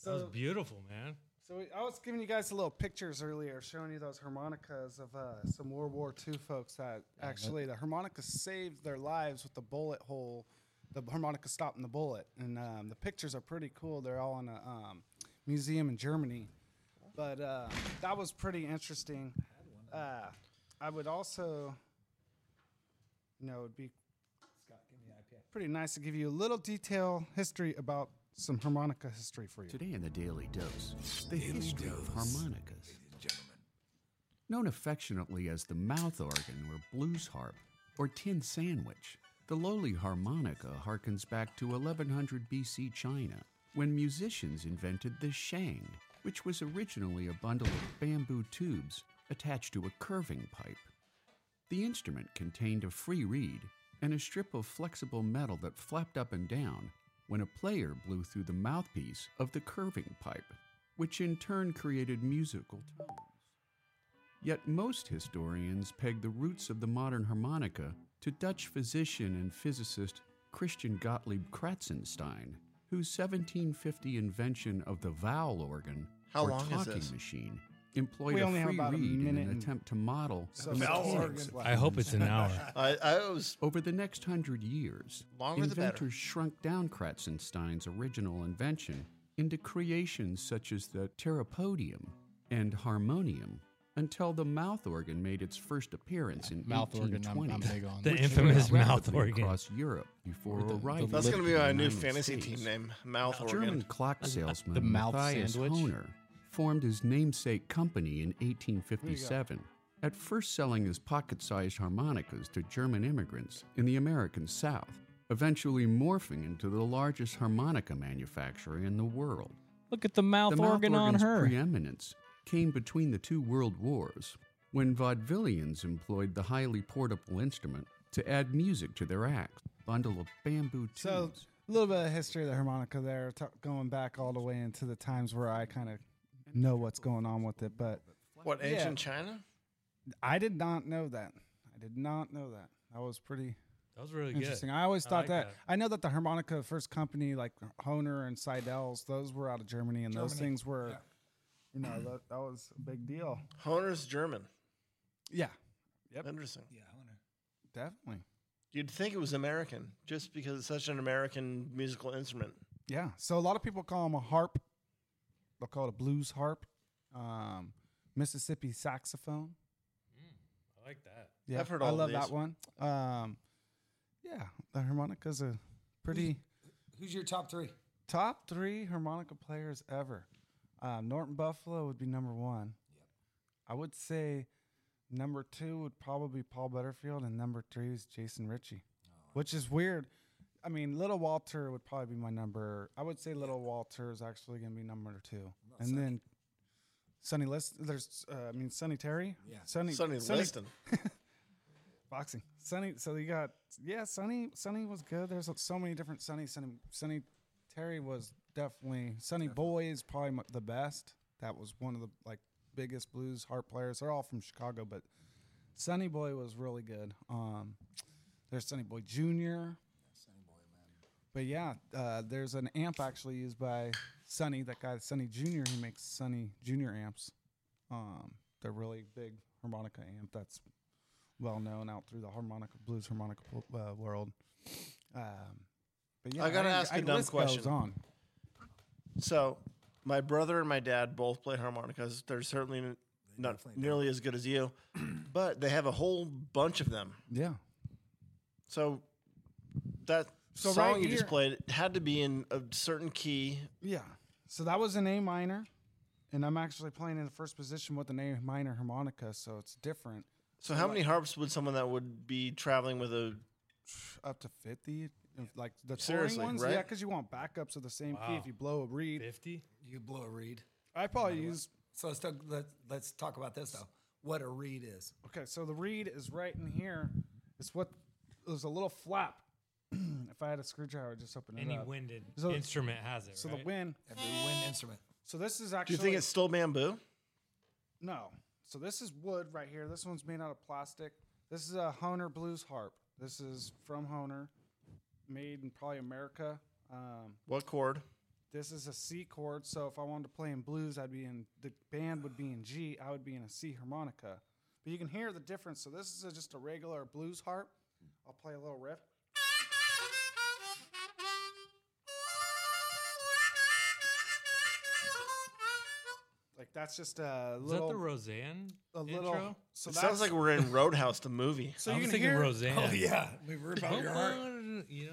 C: That was So-
B: beautiful, man.
C: So we, I was giving you guys a little pictures earlier, showing you those harmonicas of uh, some World War II folks that
O: that-
C: actually the harmonica saved their lives with the bullet hole. The harmonica stopping the bullet, and um, the pictures are pretty cool. They're all in a um, museum in Germany, but uh, that was pretty interesting. Uh, I would also, you know, it'd be pretty nice to give you a little detail history about some harmonica history for you.
F: Today in the Daily Dose, the history of harmonicas. Known affectionately as the mouth organ or blues harp or tin sandwich, the lowly harmonica harkens back to 1100 BC China when musicians invented the shang, which was originally a bundle of bamboo tubes attached to a curving pipe. The instrument contained a free reed and a strip of flexible metal that flapped up and down when a player blew through the mouthpiece of the curving pipe, which in turn created musical tones. Yet most historians peg the roots of the modern harmonica to Dutch physician and physicist Christian Gottlieb Kratzenstein, whose 1750 invention of the vowel organ
E: How
F: or
E: long is
F: talking
E: this?
F: machine employed
E: We
F: a
E: only have
F: free
E: about a
F: reed in
E: minute
F: an
E: and-
F: attempt to model
E: So-
F: the
E: so
F: mechanics
E: organ
F: of
E: left. I hope it's
C: [laughs]
E: an hour.
F: I, I was over the next hundred years.
E: Longer the
F: Oh, inventors
E: better.
F: shrunk down Kratzenstein's original invention into creations such as the pteropodium and harmonium. Until the mouth organ made its first appearance in
D: Mouth organ, I'm-
F: 1820,
D: I'm big on The
F: which
D: infamous
F: spread
D: mouth
F: rapidly
D: organ.
F: across Europe before
D: With the- the
F: arriving.
E: That's gonna be
F: in the
E: my new
F: United
E: fantasy
F: States.
E: team name, Mouth Organ.
D: [laughs]
F: German clock
E: The
F: salesman
D: mouth
F: Matthias
D: sandwich.
F: Honer formed his namesake company in 1857, at first selling his pocket sized harmonicas to German immigrants in the American South, eventually morphing into the largest harmonica manufacturer in the world.
D: Look at the mouth,
F: the mouth
D: organ on
F: organ's
D: her.
F: preeminence came between the two world wars when vaudevillians employed the highly portable instrument to add music to their acts, bundle of bamboo tubes.
C: So a little bit of history of the harmonica there, t- going back all the way into the times where I kind of know what's going on with it. But
E: What,
C: Yeah.
E: ancient China?
C: I did not know that. I did not know that. That was pretty.
B: That was really good.
C: interesting. I always
B: I
C: thought
B: like
C: that,
B: that.
C: I know that the harmonica first company like Honer and Seidel's, those were out of Germany, and those
E: Germany.
C: things were, you know, that, that was a big deal.
E: Honer's German.
C: Yeah,
E: Yep. Interesting.
P: Yeah, Honer.
C: definitely.
E: You'd think it was American just because it's such an American musical instrument.
C: Yeah. So a lot of people call them a harp. They'll call it a blues harp, um, Mississippi saxophone.
B: Mm, I like that.
C: Yeah,
E: I've heard
C: I
E: all of
C: love that
E: these.
C: one. Um, yeah, the harmonica's a pretty
P: Who's your top three?
C: top three harmonica players ever. Um, Norton Buffalo would be number one. I would say number two would probably be Paul Butterfield, and number three is Jason Ritchie, which is weird. I mean, Little Walter would probably be my number. I would say Little Walter is actually going to be number two, and then Sonny List. There's, uh, I mean, Sonny Terry.
E: Yeah.
C: Sonny.
E: Sonny Liston.
C: boxing. Sonny. So you got yeah. Sonny. Sonny was good. There's so many different Sonny. Sonny. Sonny Terry was definitely Sonny Boy is probably m- the best. That was one of the like biggest blues harp players. They're all from Chicago, but Sonny Boy was really good. Um, there's Sonny Boy Junior. But yeah, uh, there's an amp actually used by Sonny, that guy Sonny Jr. who makes Sonny Jr. amps. Um, they're really big harmonica amp that's well known out through the harmonica blues harmonica po- uh, world. Um, but yeah,
E: I gotta
C: didn't-
E: ask a
C: I-
E: dumb
C: list goes
E: question.
C: on.
E: So, my brother and my dad both play harmonicas. They're certainly n- not nearly as good as you, [clears throat] but they have a whole bunch of them.
C: Yeah.
E: So, that
C: So
E: song
C: right
E: you just
C: here-
E: played had to be in a certain key.
C: Yeah. So that was an A minor, and I'm actually playing in the first position with an A minor harmonica, so it's different.
E: So, how
C: like,
E: many harps would someone that would be traveling with a
C: up to fifty? Like the touring
E: Seriously,
C: ones?
E: right?
C: Yeah, because you want backups of the same key
P: Wow.
C: if you blow a reed.
B: Fifty.
P: You blow a reed.
C: I probably use.
P: So let's talk, let, let's talk about this though. What a reed is.
C: Okay, so the reed is right in here. It's what there's a little flap. [clears throat] if I had a screwdriver, I'd just open it
B: Any
C: up.
B: winded
C: So-
B: instrument has it.
C: So
B: right?
C: the wind.
P: Every wind
C: [laughs]
P: instrument.
C: So this is actually.
E: Do you think it's still bamboo?
C: No. So this is wood right here. This one's made out of plastic. This is a Honer blues harp. This is from Honer. made in probably America. Um,
E: What chord?
C: this is a C chord, so if I wanted to play in blues, I'd be in the band would be in G. I would be in a C harmonica. But you can hear the difference. So this is a, just a regular blues harp. I'll play a little riff. Like that's just a
B: Is
C: little
B: that the Roseanne?
C: a little.
B: Intro?
C: So
E: it sounds
C: that's-
E: like we're in Roadhouse, the movie.
C: So you can hear Oh,
B: Roseanne. [laughs]
F: we were
B: about your heart.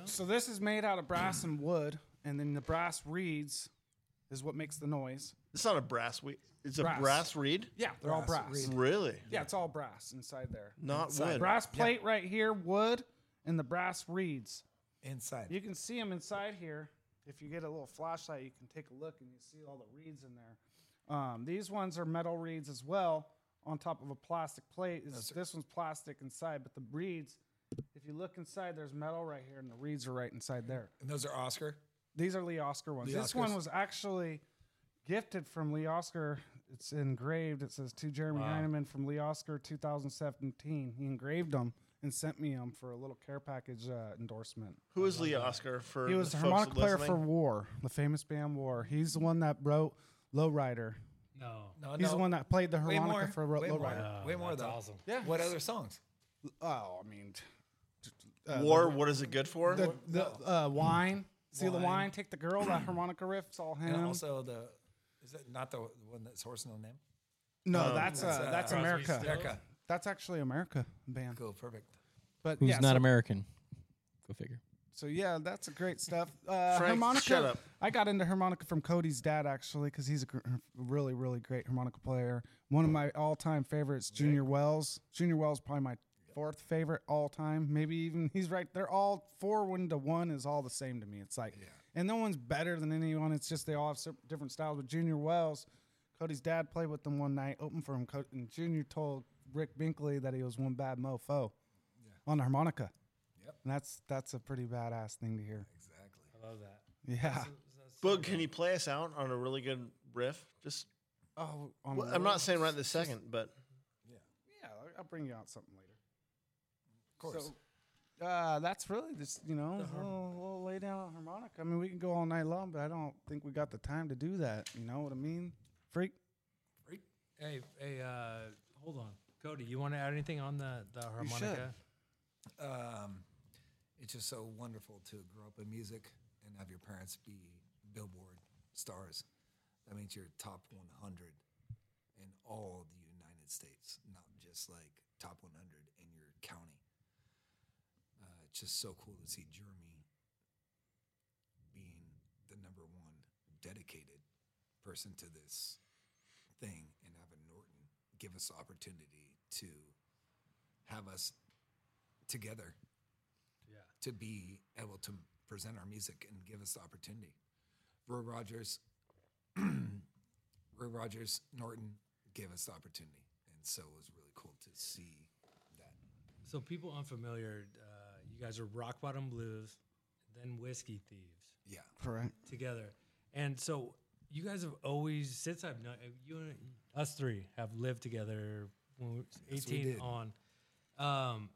C: So this is made out of brass and wood, and then the brass reeds is what makes the noise.
E: It's not a brass weed. It's
C: Brass.
E: a brass reed.
C: Yeah, they're all Brass brass. reed.
E: Really?
C: Yeah, it's all brass inside there.
E: Not
C: Inside.
E: wood.
C: Brass
E: Yeah.
C: plate right here, wood, and the brass reeds
F: inside.
C: You can see them inside here. If you get a little flashlight, you can take a look and you see all the reeds in there. Um, these ones are metal reeds as well, on top of a plastic plate. This, this one's plastic inside, but the reeds. If you look inside, there's metal right here, and the reeds are right inside there.
F: And those are Oscar.
C: These are Lee Oscar ones.
F: Lee
C: this one
F: Oscars.
C: was actually gifted from Lee Oscar. It's engraved. It says to Jeremy
F: Wow.
C: Heineman from Lee Oscar 2017. He engraved them and sent me them for a little care package uh, endorsement.
E: Who is Lee Oscar for?
C: He was
E: the
C: the
E: folks
C: harmonica player
E: listening?
C: for War, the famous band War. He's the one that wrote Lowrider.
B: No.
F: No,
C: He's the
F: no.
C: one that played the
F: Way
C: harmonica
F: more,
C: for Ro-
F: way more,
C: Lowrider.
F: way more
B: that's
F: though.
B: awesome.
C: Yeah.
F: What other songs?
C: Oh, I mean, t- t- uh,
E: War.
C: the-
E: What is it good for?
C: The, the uh, wine. See the
F: Wine.
C: wine. Take the girl. That harmonica riff's all him.
F: And also the is it not the one that's horse no name?
C: No,
F: No.
C: that's
F: That's,
C: uh,
F: uh,
C: that's
F: Crosby,
C: America.
F: Stills. America.
C: That's actually America band.
F: Cool, perfect.
C: But
D: Who's
C: yeah,
D: not
C: so,
D: American? Go figure.
C: So yeah, that's great stuff. Uh,
E: Frank,
C: harmonica.
E: shut up.
C: I got into harmonica from Cody's dad actually because he's a gr- really really great harmonica player. One of my all time favorites, Junior Wells. Junior Wells probably my fourth favorite all time. Maybe even he's right. They're all four one to one is all the same to me. It's like, and no one's better than anyone. It's just they all have cer- different styles. But Junior Wells. Cody's dad played with them one night, opened for him, Co- and Junior told Rick Binkley that he was one bad mofo on the harmonica.
F: Yep.
C: And that's that's a pretty badass thing to hear.
F: Exactly.
B: I love that.
C: Yeah.
E: Boog, can you play us out on a really good riff? Just.
C: Oh, on
E: Well,
C: the
E: I'm
C: road.
E: not saying right this
C: Um,
E: second, but
C: Yeah, I'll- I'll bring you out something later.
F: Of course.
C: So, uh, that's really just you know a little, little lay down harmonica. I mean, we can go all night long, but I don't think we got the time to do that. You know what I mean? Freak.
B: Hey, hey, uh, hold on. Cody, you want to add anything on the, the
F: You should.
B: harmonica?
F: Um, it's just so wonderful to grow up in music and have your parents be Billboard stars. That means you're top 100 in all the United States, not just like top 100 in your county. Uh, it's just so cool to see Jeremy being the number one dedicated person to this thing and having Norton give us the opportunity to have us together
B: Yeah.
F: to be able to present our music and give us the opportunity. Roy Rogers, [clears throat] Roy Rogers, Norton gave us the opportunity, and so it was really cool to see that.
B: So, people unfamiliar, uh, you guys are Rock Bottom Blues, then Whiskey Thieves.
F: Yeah,
C: Correct.
B: together. And so you guys have always since I've known you and us three have lived together when we were
F: Yes, we
B: 18
F: did.
B: on. Um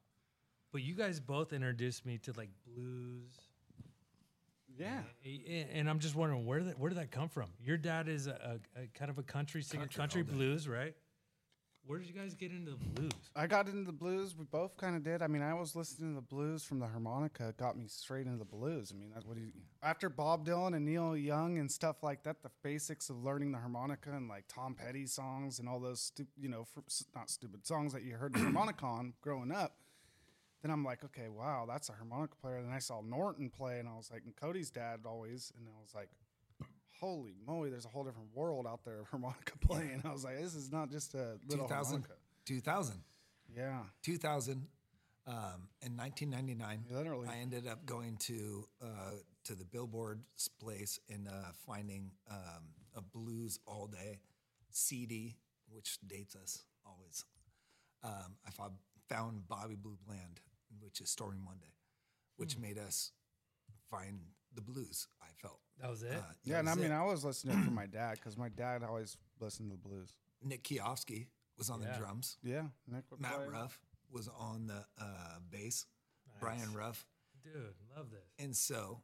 B: but you guys both introduced me to like blues.
C: Yeah.
B: a- a- And I'm just wondering where did that, where did that come from? Your dad is a, a, a kind of a country singer,
F: Country,
B: country,
F: all day.
B: blues, right? Where did you guys get into the blues?
C: I got into the blues. We both kind of did. I mean, I was listening to the blues from the harmonica. It got me straight into the blues. I mean, that's what he, after Bob Dylan and Neil Young and stuff like that. The basics of learning the harmonica and like Tom Petty songs and all those, stu- you know, fr- s- not stupid songs that you heard the harmonica on growing up. Then I'm like, okay, wow, that's a harmonica player. Then I saw Norton play, and I was like, and Cody's dad always, and I was like, holy moly, there's a whole different world out there of harmonica [laughs] playing. I was like, this is not just a little
F: 2000,
C: harmonica.
F: 2000,
C: Yeah.
F: 2000, um, in 1999,
C: Literally.
F: I ended up going to uh, to the Billboard's place and uh, finding um, a blues all day CD, which dates us always. Um, I fou- found Bobby Blue Bland, which is Stormy Monday,
C: Hmm.
F: which made us find the blues. I felt
B: That was it?
F: Uh,
C: Yeah, and I
F: was
C: mean,
F: it.
C: I was listening for
F: [clears throat]
C: my dad because my dad always listened to the blues.
F: Nick Kiofsky was on
B: Yeah.
F: the drums.
C: Yeah, Nick would
F: Matt
C: play.
F: Ruff was on the uh, bass. Brian Ruff.
B: Dude, love this.
F: And so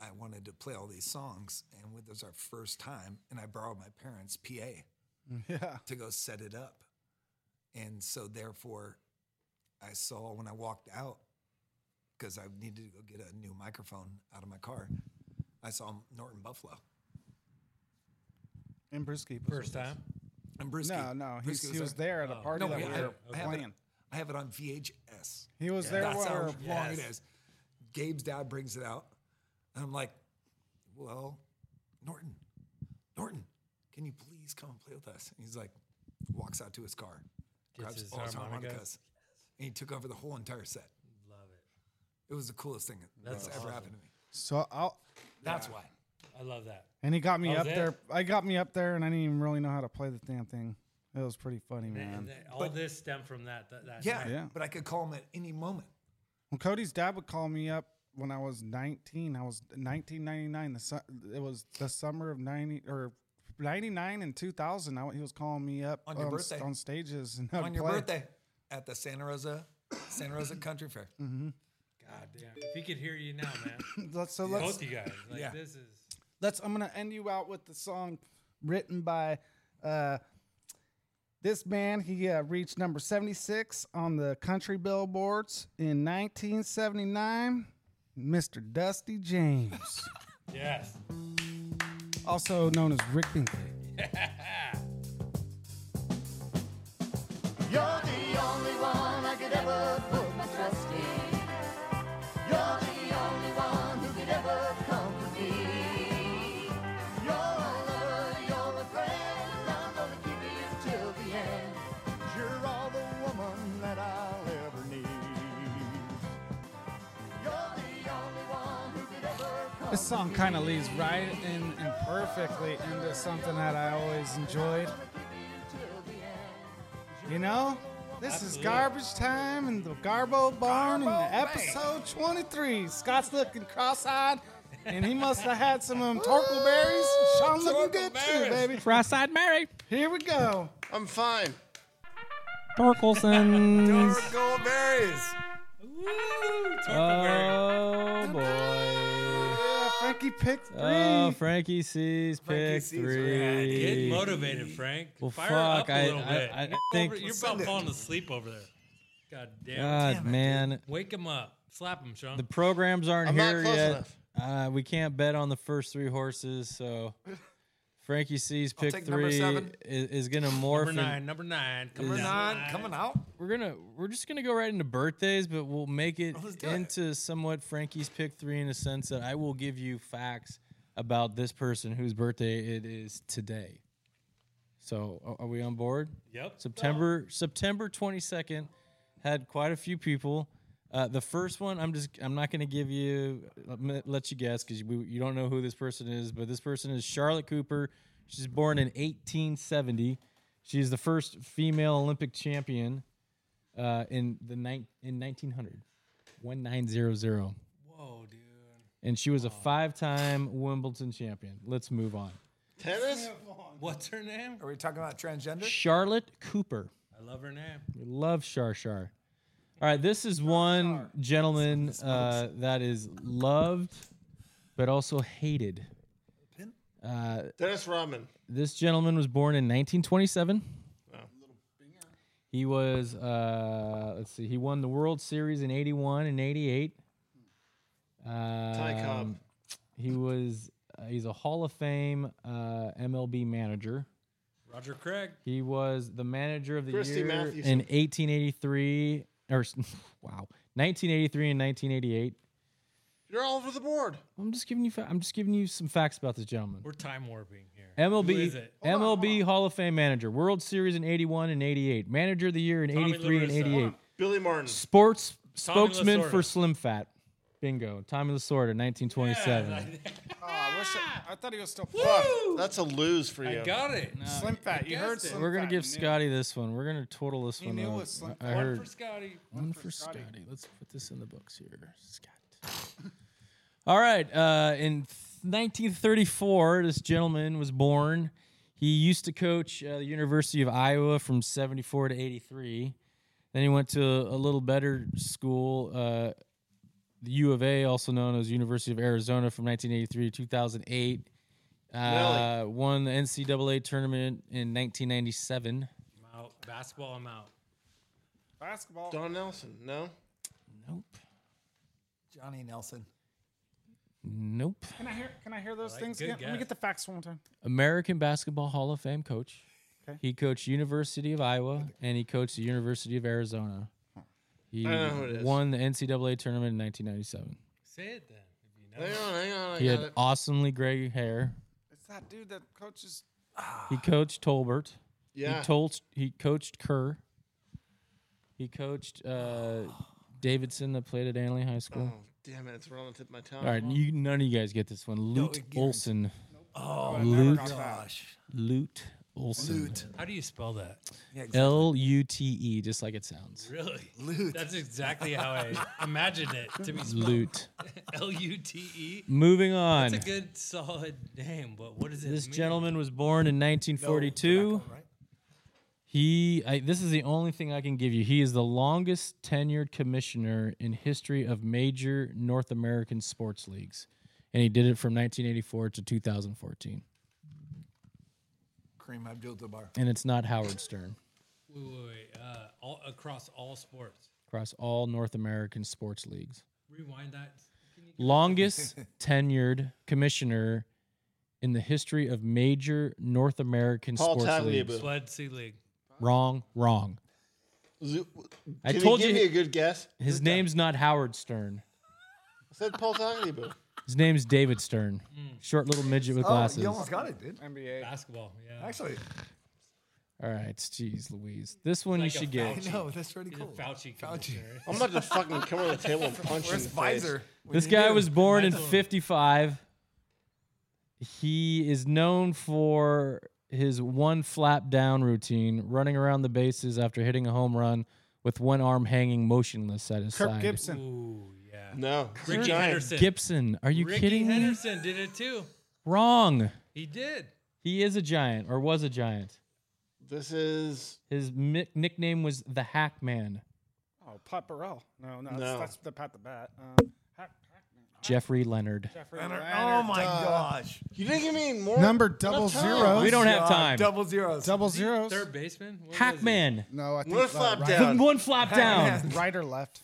F: I wanted to play all these songs, and it was our first time, and I borrowed my parents' PA
C: [laughs] Yeah.
F: to go set it up. And so, therefore, I saw when I walked out, because I needed to go get a new microphone out of my car, I saw Norton Buffalo.
C: And Brisky.
B: First time?
F: And Brisky.
C: No, no. He,
F: Brisky
C: he was
F: there. Oh.
C: there at a party
F: No,
C: that
F: we-
C: we
F: I-
C: were
F: I have it-
C: playing.
F: I have it on VHS.
C: He was there
F: That's
C: when we
F: how
C: were
F: long
C: playing.
F: it is. Gabe's dad brings it out, and I'm like, "Well, Norton, Norton, can you please come and play with us?" And he's like, walks out to his car,
B: Gets
F: grabs
B: his
F: all his
B: harmonica.
F: harmonicas, and he took over the whole entire set.
B: Love it.
F: It was the coolest thing
B: That's
F: that's,
B: awesome.
F: ever happened to me.
C: So I'll.
F: That's
B: Yeah.
F: why.
B: I love that.
C: And he got me
B: Oh,
C: up
B: that-
C: there. I got me up there, and I didn't even really know how to play the damn thing. It was pretty funny,
B: And-
C: man.
B: and that- all this stemmed from that. that, that
F: Um, Yeah,
B: night.
C: Yeah.
F: but I could call him at any moment.
C: When Cody's dad would call me up when I was 19, I was 1999. The su- it was the summer of 90 or 99 and 2000. I, he was calling me up
F: On your
C: um, s-
F: birthday.
C: on stages and I'd
F: on your
C: play.
F: birthday at the Santa Rosa, Santa Rosa Country Fair.
C: Mm-hmm.
B: God damn. If he could hear you now, man.
C: Let's- so
B: Both
C: let's-
B: you guys. Like,
F: Yeah.
B: this is.
C: Let's. I'm gonna end you out with the song written by uh, this man. He uh, reached number 76 on the country billboards in 1979. Mr. Dusty James, [laughs]
B: Yes.
C: also known as Rick Binkley.
Q: You're the only one I could ever put my trust in. You're the only one who could ever come to me. You're a lover, you're a friend, and I'm gonna give you till the end. You're all the woman that I'll ever need. You're the only one who could ever come
C: This song
Q: to me.
C: kind of leads right in and perfectly into something that I always enjoyed. You know, this is
Q: Absolutely.
C: garbage time in the Garbo Barn in episode 23. Scott's looking cross-eyed, and he must have had some um, torkleberries. Sean looking good too, baby.
D: Cross-eyed [laughs] Mary.
C: Here we go.
E: I'm fine.
D: Torkelson's.
F: berries.
D: Oh boy.
C: Uh, Frankie picked three.
D: Oh, Frankie C's pick
B: Frankie C's rad.
D: three.
B: Get motivated, Frank.
D: Well,
B: Fire
D: fuck.
B: up a
D: I,
B: little bit.
D: I, I, I
B: you're
D: think.
B: over- you're about falling asleep over there. God damn. it.
D: God,
B: Damn it,
D: man.
B: dude. Wake him up. Slap him, Sean.
D: The programs aren't
B: I'm not
D: here
B: close
D: yet.
B: enough.
D: Uh, we can't bet on the first three horses,
B: [laughs]
D: so Frankie C's
B: I'll
D: pick
B: take number
D: three
B: seven.
D: is, is gonna morph.
B: number
D: in-
B: nine. Number nine. Coming
D: is-
B: out.
F: out.
D: We're gonna we're just gonna go right into birthdays, but we'll make it
B: let's do it.
D: into somewhat Frankie's pick three in a sense that I will give you facts about this person whose birthday it is today. So a- are we on board?
B: Yep.
D: September September twenty second had quite a few people. Uh, the first one, I'm just I'm not gonna give you let me- let you guess because you, you don't know who this person is, but this person is Charlotte Cooper. She's born in 1870. She's the first female Olympic champion uh, in the nine in 1900, 1900.
B: Whoa, dude.
D: And she was a five-time Wimbledon champion. Let's move on.
C: [laughs]
E: Tennis?
B: What's her name?
F: Are we talking about transgender?
D: Charlotte Cooper.
B: I love her name.
D: We love Shar Shar. All right, this is one gentleman uh, that is loved, but also hated. Uh,
E: Dennis Rodman.
D: this gentleman was born in 1927.
E: Wow.
D: He was, uh, let's see, he won the World Series in 81 and 88.
E: Ty Cobb.
D: Um, He was, uh, he's a Hall of Fame uh, MLB manager.
B: Roger Craig.
D: He was the manager of the
B: Christy
D: year
B: Mathewson.
D: in 1883 or [laughs] s- wow, 1983 and 1988.
E: You're all over the board.
D: I'm just giving you fa- I'm just giving you some facts about this gentleman.
B: We're time warping here.
D: MLB
B: Who is it?
D: MLB Hall of Fame manager, World Series in 81 and 88, manager of the year in
B: Tommy
D: 83 and
B: LaRussa.
D: 88.
E: Billy Martin.
D: Sports
B: Tommy
D: spokesman for
B: Lasorda.
D: Slim Fat. Bingo. Tommy Lasorda, 1927.
C: Oh, I wish I, I thought he was still.
E: That's a lose for
C: I
E: you.
C: got
B: it.
C: Slim Fat. You heard Slim
D: We're gonna
C: Fat,
D: give
C: you knew.
D: Scotty this one. We're gonna total this
C: He
D: one.
C: knew
D: up.
C: it was Slim
D: I
C: Fat.
D: I
C: One
D: heard
C: for Scotty,
D: One,
C: one
D: for
C: for
D: Scotty.
C: Scotty.
D: Let's put this in the books here, Scott. All right. Uh, in 1934, this gentleman was born. He used to coach uh, the University of Iowa from 74 to 83. Then he went to a, little better school, uh, the U of A, also known as University of Arizona, from 1983 to 2008. Uh, Won the NCAA tournament in 1997.
B: I'm out. Basketball, I'm out.
C: Basketball.
E: Don Nelson, no.
F: Johnny Nelson.
D: Nope.
C: Can I hear? Can I hear those
F: Like,
C: things
F: good
C: again? Let me
F: guess.
C: get the facts one more time.
D: American Basketball Hall of Fame coach.
C: Okay.
D: He coached University of Iowa and he coached the University of Arizona. He
E: I know who it is.
D: won the NCAA tournament in 1997.
B: Say it then.
E: Hang on, hang on. I
D: he
E: got
D: had
E: it.
D: awesomely gray hair.
C: It's that dude that coaches.
D: He coached Tolbert.
E: Ah. Yeah.
D: He told he coached Kerr. He coached uh, Davidson that played at Anley High School.
E: Oh, Damn it, it's right on the tip of my tongue.
D: All right, you, none of you guys get this one. Lute Olson.
B: Oh, I never
D: Lute.
B: got that. Gosh.
D: Lute Olson.
B: How do you spell that?
D: L U T E, just like it sounds.
B: Really? Loot. That's exactly how I [laughs] imagined it to
D: [laughs]
B: be spelled.
D: Lute.
B: L U T E.
D: Moving on.
B: That's a good solid name, but what does it
D: This
B: mean?
D: gentleman was born in 1942. He, I, this is the only thing I can give you. He is the longest tenured commissioner in history of major North American sports leagues, and he did it from 1984 to 2014.
F: Kareem Abdul-Jabbar.
D: And it's not Howard Stern.
B: Wait, wait, wait. Uh, all, across all sports.
D: Across all North American sports leagues,
B: Rewind that.
D: longest tenured commissioner in the history of major North American sports leagues.
B: Sled Sea League.
D: Wrong, wrong.
E: Zoo-
D: I
E: Can you
D: told
E: give
D: you
E: me
D: he-
E: a good guess.
D: His name's not Howard Stern.
E: I said Paul Tagliabue.
D: His name's David Stern.
B: Hmm.
D: Short little midget
C: Oh,
D: with glasses.
F: got it, dude.
C: NBA
B: basketball. Yeah.
F: Actually,
D: All right, jeez Louise. This one
B: Like
D: you
B: a
D: should get.
B: Fauci.
F: No, that's pretty
B: He's a
F: cool.
B: Fauci.
D: [laughs]
B: commissioner.
E: I'm about to fucking come over the table and punch you in
F: Where's
E: the face.
F: Visor?
D: This guy was born in
E: Michael.
D: 55. He is known for his one flap down routine, running around the bases after hitting a home run with one arm hanging motionless at his
C: Kirk
D: side.
C: Gibson.
B: Ooh, yeah.
E: No,
B: Ricky
D: Giant.
B: Henderson.
D: Gibson, are you
B: Ricky
D: kidding me?
B: Henderson did it too.
D: Wrong.
B: He did.
D: He is a giant or was a giant.
E: This is
D: His mi- nickname was the Hack Man.
C: Oh, Pat Burrell. No, no,
E: No.
C: That's, that's the Pat the Bat. Um, Pat,
D: Jeffrey Leonard.
C: Jeffrey
F: Leonard.
C: Leonard,
F: Oh my
C: duh.
F: gosh.
E: You didn't give me more.
C: Number double zero.
D: We don't have
F: God,
D: time.
F: Double zeros.
C: Double zeros.
B: Third baseman. What was he?
D: Hackman.
C: No, I think uh,
E: One flap
C: right,
E: down.
D: One flap down.
C: right or left.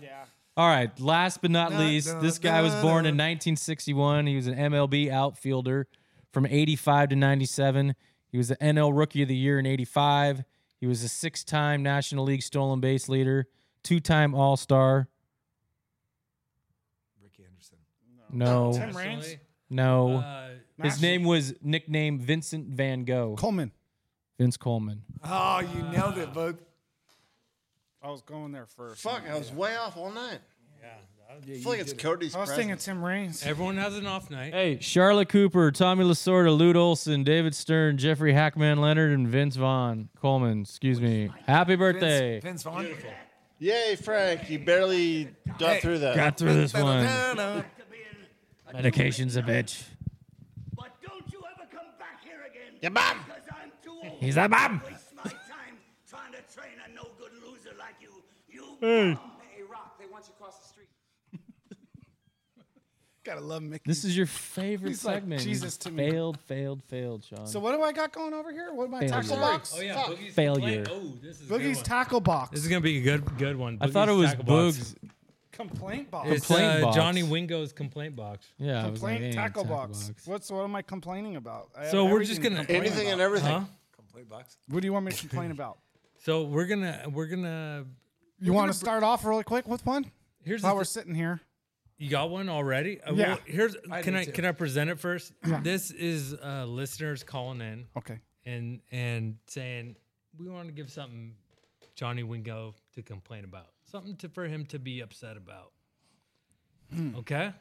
C: yeah.
D: All right. Last but not
F: Dun,
D: least,
F: dun,
D: this guy was
F: dun,
D: born in
F: dun.
D: 1961. He was an MLB outfielder from 85 to 97. He was the NL Rookie of the Year in 85. He was a six time National League stolen base leader, two time All Star.
F: Ricky Anderson.
D: No.
C: Tim Raines.
B: Nationally,
D: No.
B: Uh,
D: His
C: Nash-
D: name was nicknamed Vincent Van Gogh.
C: Coleman.
D: Vince Coleman.
F: Oh, you nailed it, Boog.
C: I was going there first.
E: Fuck, I was way off all night.
B: yeah.
E: I feel like it's Cody's
C: I was
E: present.
C: thinking Tim Raines.
B: Everyone has an off night.
D: Hey, Charlotte Cooper, Tommy Lasorda, Lute Olson, David Stern, Jeffrey Hackman Leonard, and Vince Vaughn Coleman. Excuse me. Happy birthday.
F: Vince, Vince Vaughn.
E: Yay, Frank, you barely got
F: Hey,
E: through that.
D: Got through this
F: [laughs]
D: one.
F: Da-da-da-da.
D: Medication's a bitch.
A: But don't you ever come back here again.
E: Your mom.
A: Because I'm too old.
D: He's a bum.
A: to Waste my time trying to train a no-good loser like you. You
D: Hey.
A: bum. Hey, Rock, they want you across the street.
C: Gotta love Mickey.
D: This is your favorite
C: He's like
D: segment. You
C: Jesus
D: just
C: to me.
D: failed, failed, failed, Sean.
C: So what do I got going over here? What am I
D: Failure.
C: tackle box?
B: Oh yeah,
C: Fuck.
B: Boogie's
D: Failure.
B: complaint. Oh, this is a good
C: Boogie's
B: one.
C: tackle box.
B: This is gonna be a good, good one.
D: I thought it was
B: tackle box.
D: Boog's.
C: complaint box.
B: It's,
D: Complaint
B: uh,
D: box.
B: Johnny Wingo's complaint box.
D: Yeah. I was like,
C: complaint
D: eh,
C: tackle, box. What's what am I complaining about? I have
B: So we're just
C: everything to
B: gonna-
C: complain
E: Anything
C: about.
E: and everything.
B: Huh?
F: Complete box.
C: What do you want me to complain about?
B: So we're gonna, we're gonna.
C: You want to start off really quick with one?
B: Here's
C: While
B: the
C: we're
B: thi-
C: sitting here.
B: you got one already. Uh,
C: Yeah.
B: well, here's
F: I
B: can
F: do
B: I
F: too.
B: can I present it first? This is uh, listeners calling in
C: Okay.
B: and and saying we want to give something Johnny Wingo to complain about, something to, for him to be upset about.
D: Hmm.
B: Okay.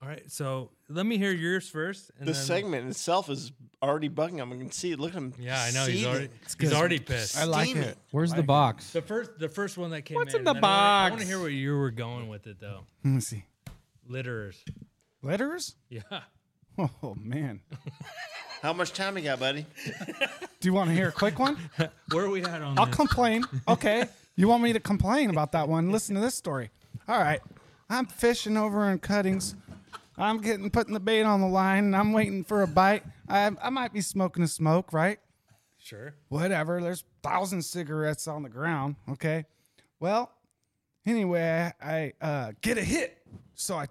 B: All right. So let me hear yours first. And
E: This
B: then-
E: segment itself is already bugging him. I can see it. Look at him.
B: Yeah, I know he's
E: seething.
B: already he's already pissed.
C: like it.
D: Where's the box?
B: The first, the first one that came.
D: What's in
B: and
D: the
B: then I wanna- I want
D: box?
B: to hear where you were going with it, though.
C: Let me see.
B: Litterers. [laughs]
C: Letters?
B: Yeah.
C: Oh man.
E: How much time you got, buddy?
C: Do you want to hear a quick one?
B: Where are we at on
C: I'll
B: this?
C: complain. Okay. You want me to complain about that one? Listen to this story. All right. I'm fishing over in cuttings. I'm getting putting the bait on the line and I'm waiting for a bite. I, I might be smoking a smoke, right?
B: Sure.
C: Whatever. There's thousand cigarettes on the ground. Okay. Well, anyway, I uh, get a hit. So I,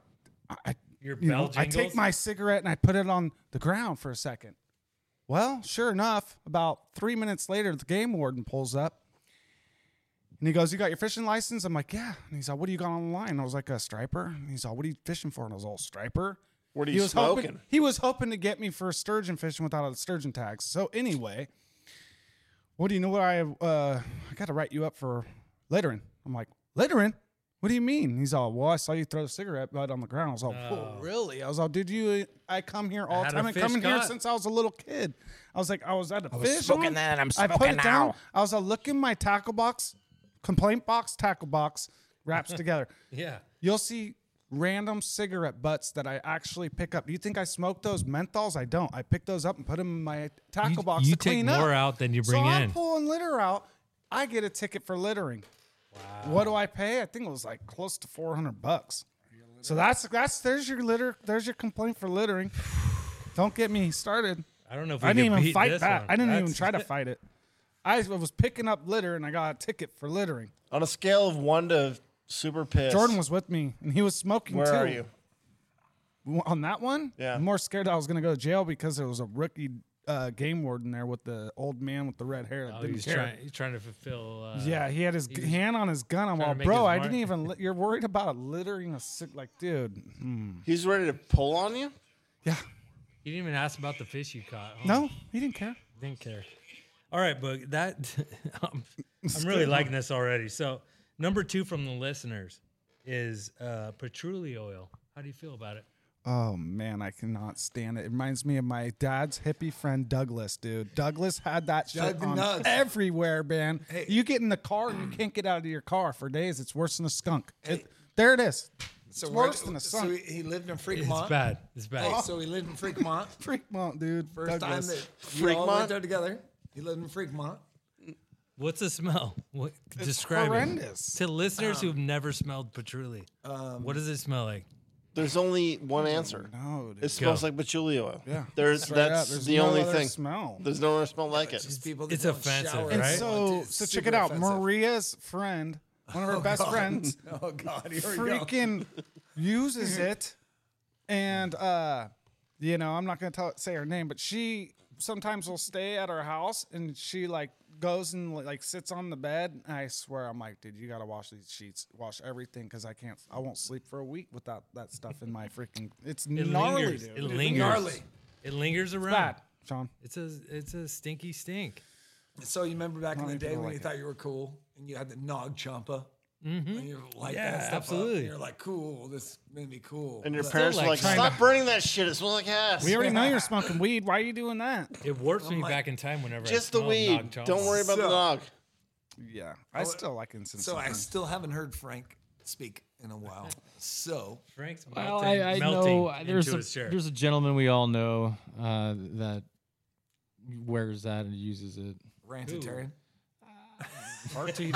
C: I,
B: Your
C: you know,
B: bell
C: I take
B: jingles?
C: my cigarette and I put it on the ground for a second. Well, sure enough, about three minutes later, the game warden pulls up and he goes, You got your fishing license? I'm like, Yeah. And he's like, What do you got on the line? I was like, A striper. And he's like, What are you fishing for? And I was all striper.
E: What are
C: He
E: you
C: was hoping-
E: smoking?
C: he was hoping to get me for sturgeon fishing without a sturgeon tags. So anyway, what do you know what I uh I gotta write you up for lettering. I'm like, lettering? What do you mean? He's all, well, I saw you throw a cigarette butt on the ground. I was all, "Whoa,
K: Oh.
C: really? I was all, dude, you uh, I come here all
K: I had
C: the
K: a
C: time. I
K: fish
C: come in here
K: caught."
C: since I was a little kid. I was like, I was at a
K: I was
C: fish.
K: smoking
C: on.
K: then, and I'm
C: I put
K: smoking
C: it down.
K: now.
C: I was all, look in my tackle box, complaint box, tackle box,
K: [laughs]
C: wraps together.
B: Yeah.
C: You'll see random cigarette butts that I actually pick up. Do you think I smoke those menthols? I don't. I pick those up and put them in my tackle
B: You-
C: box
B: you
C: to
B: take
C: clean
B: more
C: up.
B: out than you
C: So
B: bring
C: I'm
B: in.
C: pulling litter out. I get a ticket for littering. Wow. What do I pay? I think it was like close to 400 bucks. So that's that's there's your litter. There's your complaint for littering. [sighs] Don't get me started.
B: I don't know if
C: I
B: we can
C: didn't even
B: beat
C: fight
B: this
C: that.
B: one.
C: I didn't even
B: That's- [laughs]
C: try to fight it. I was picking up litter and I got a ticket for littering.
E: On a scale of one to super pissed,
C: Jordan was with me and he was smoking
E: Where
C: too.
E: are you?
C: W- On that one,
E: Yeah.
C: I'm more scared that I was going to go to jail because there was a rookie uh, game warden there with the old man with the red hair. That
B: Oh,
C: didn't
B: he's
C: care.
B: trying, he's trying to fulfill. Uh,
C: yeah, he had his g-
B: was
C: hand on his gun. I'm
B: trying to
C: all,
B: make his
C: bro, I
B: mark."
C: didn't
B: [laughs]
C: even. Li- you're worried about littering a sick, like, dude. hmm."
E: He's ready to pull on you.
B: He didn't even ask about the fish you caught. huh?
C: No, he didn't care.
B: Didn't care. All right, but that [laughs]
C: [laughs]
B: I'm,
C: It's
B: I'm really
C: good, huh?
B: liking this already. So number two from the listeners is uh, patchouli oil. How do you feel about it?
C: Oh man, I cannot stand it. It reminds me of my dad's hippie friend Douglas, dude. Douglas had that shit
F: Doug
C: on
F: Nugs.
C: everywhere, man. You get in the car and you can't get out of your car for days. It's worse than a skunk. It- there it is.
F: So
C: it's
F: where-
C: worse than a
F: so
C: skunk.
F: he- he lived in Fremont.
B: bad. It's bad.
F: Hey, so he lived in Fremont.
C: [laughs] Fremont, dude.
F: First
C: Douglas.
F: time that we all
C: Fremont?
F: went there together. He lived in Fremont.
B: What's the smell? What, describe
F: horrendous.
B: it to listeners
F: Um,
B: who've never smelled patchouli.
C: um,
B: what does it smell like?
E: There's only one answer.
C: No,
E: it smells
B: Go.
E: like patchouli oil.
B: Yeah.
E: there's
B: Straight
E: that's
B: up, there's
E: the
B: no
E: only
B: other
E: thing.
C: smell.
E: There's no other smell like it.
F: people
B: It's offensive,
C: And
B: right?
C: so, so check it out. Maria's friend, one of
F: [laughs]
C: her
F: Oh,
C: best
F: God.
C: friends,
F: [laughs] Oh, God, here we go.
C: freaking
F: [laughs]
C: uses it, and uh, you know, I'm not gonna tell say her name, but she sometimes will stay at her house, and she like goes and like sits on the bed. And I swear, I'm like, dude, you gotta wash these sheets, wash everything, because I can't, I won't sleep for a week without that stuff in my freaking. It's
B: It
C: gnarly,
B: lingers.
C: dude.
B: It
C: It's
B: lingers.
C: gnarly.
B: It lingers around.
C: bad, Sean.
B: It's a it's a stinky stink.
F: So you remember back in
B: Not
F: the
B: many
F: day
B: people like
F: when you
B: it.
F: thought you were cool and you had the nog champa?
B: Mhm.
F: And you like
B: Yeah,
F: that stuff. Up,
B: absolutely.
F: and you're like, cool, this made me cool.
E: And your
F: But-
E: parents were like, "Stop burning that shit. It smells like ass."
C: We already know
D: [laughs]
C: you're smoking weed. Why are you doing that?
B: It warps me back in time whenever I
E: Just the
B: smell
E: weed.
B: Nog Chomp.
E: Don't worry about the
F: So-
E: dog.
C: Yeah, I
F: Oh,
C: still like incense.
F: So I
C: sometimes.
F: still haven't heard Frank speak in a while. So
B: Frank's
D: Well, I, I know uh, there's a, there's a gentleman we all know uh, that wears that and uses it.
F: Rantitarian.
B: [laughs]
C: RT.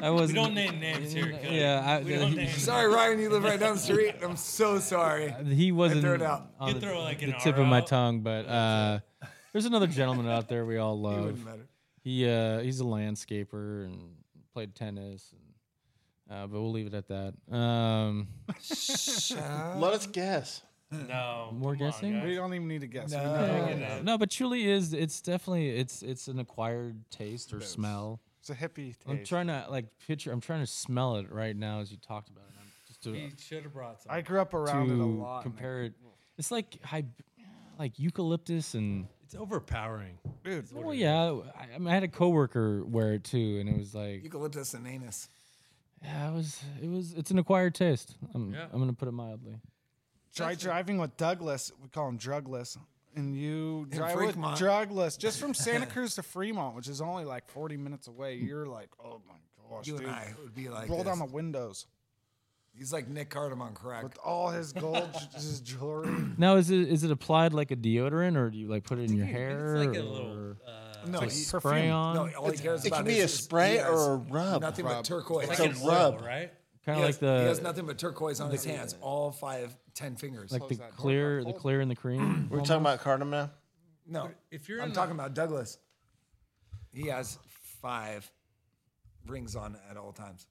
D: I wasn't-
B: We don't name names here. Cody.
D: Yeah, I-
B: we don't name
D: he-
B: names.
F: sorry, Ryan, you live right down the street. I'm so sorry.
D: He wasn't
F: I threw it out.
D: on the,
B: like,
D: the
B: an
D: tip
B: R
D: of my
B: out.
D: tongue, but uh, there's another gentleman out there we
C: [laughs]
D: all love.
F: wouldn't matter.
D: He uh, he's a landscaper and played tennis, and, uh, but we'll leave it at that. Um,
B: Oh,
E: Let us guess.
B: No.
D: More
B: come on,
D: guessing? Uh,
B: guys.
C: We don't even need to guess. We
F: No.
C: know.
B: Yeah, get out.
D: no, but truly is it's definitely it's it's an acquired taste or
C: It is.
D: smell.
C: It's a hippie
D: I'm
C: taste.
D: trying to like picture. I'm trying to smell it right now as you talked about it. I'm just to,
B: He should have brought some.
C: I grew up around it a
D: to
C: lot. and I-
D: Compare it. It's like hy- like eucalyptus and.
B: It's overpowering.
C: Dude.
D: Well, yeah. I, I, mean, I had a coworker wear it too, and it was like,
F: Eucalyptus and anus.
D: yeah, it was, it was, it's an acquired taste. I'm,
B: Yeah.
D: I'm gonna put it mildly.
C: Try driving with Douglas. We call him Drugless. And you drive with
F: Fremont.
C: Drugless just
F: [laughs]
C: from Santa Cruz to Fremont, which is only like 40 minutes away. You're like, oh my gosh.
F: Mm. You
C: dude.
F: and I would be like
C: Roll down the
F: this.
C: windows
F: He's like Nick Cardamom on crack.
C: with all his gold, [laughs] j- his jewelry.
D: Now, is it is it applied like a deodorant, or do you like put it in your hair?
B: it's like a
D: or-
B: little,
D: it's
F: No,
D: like
F: you-
D: spray on.
F: No, all he
E: It's-
F: cares
E: it
F: about
E: can be
F: is
E: a
F: his-
E: spray
F: he has
E: or a rub.
F: Nothing
E: Rub.
F: but turquoise.
E: It's
B: It's
E: a
B: like an oil,
E: rub.
B: right?
D: Kind
F: He
D: of
F: has-
D: like the
F: he has nothing but turquoise on
D: the-
F: his hands, all five, ten fingers.
D: Like the clear, the clear and the cream.
F: We're talking
E: about cardamom now.
F: No,
B: if you're,
F: I'm
B: in
F: talking about Douglas. He has five rings on at all times.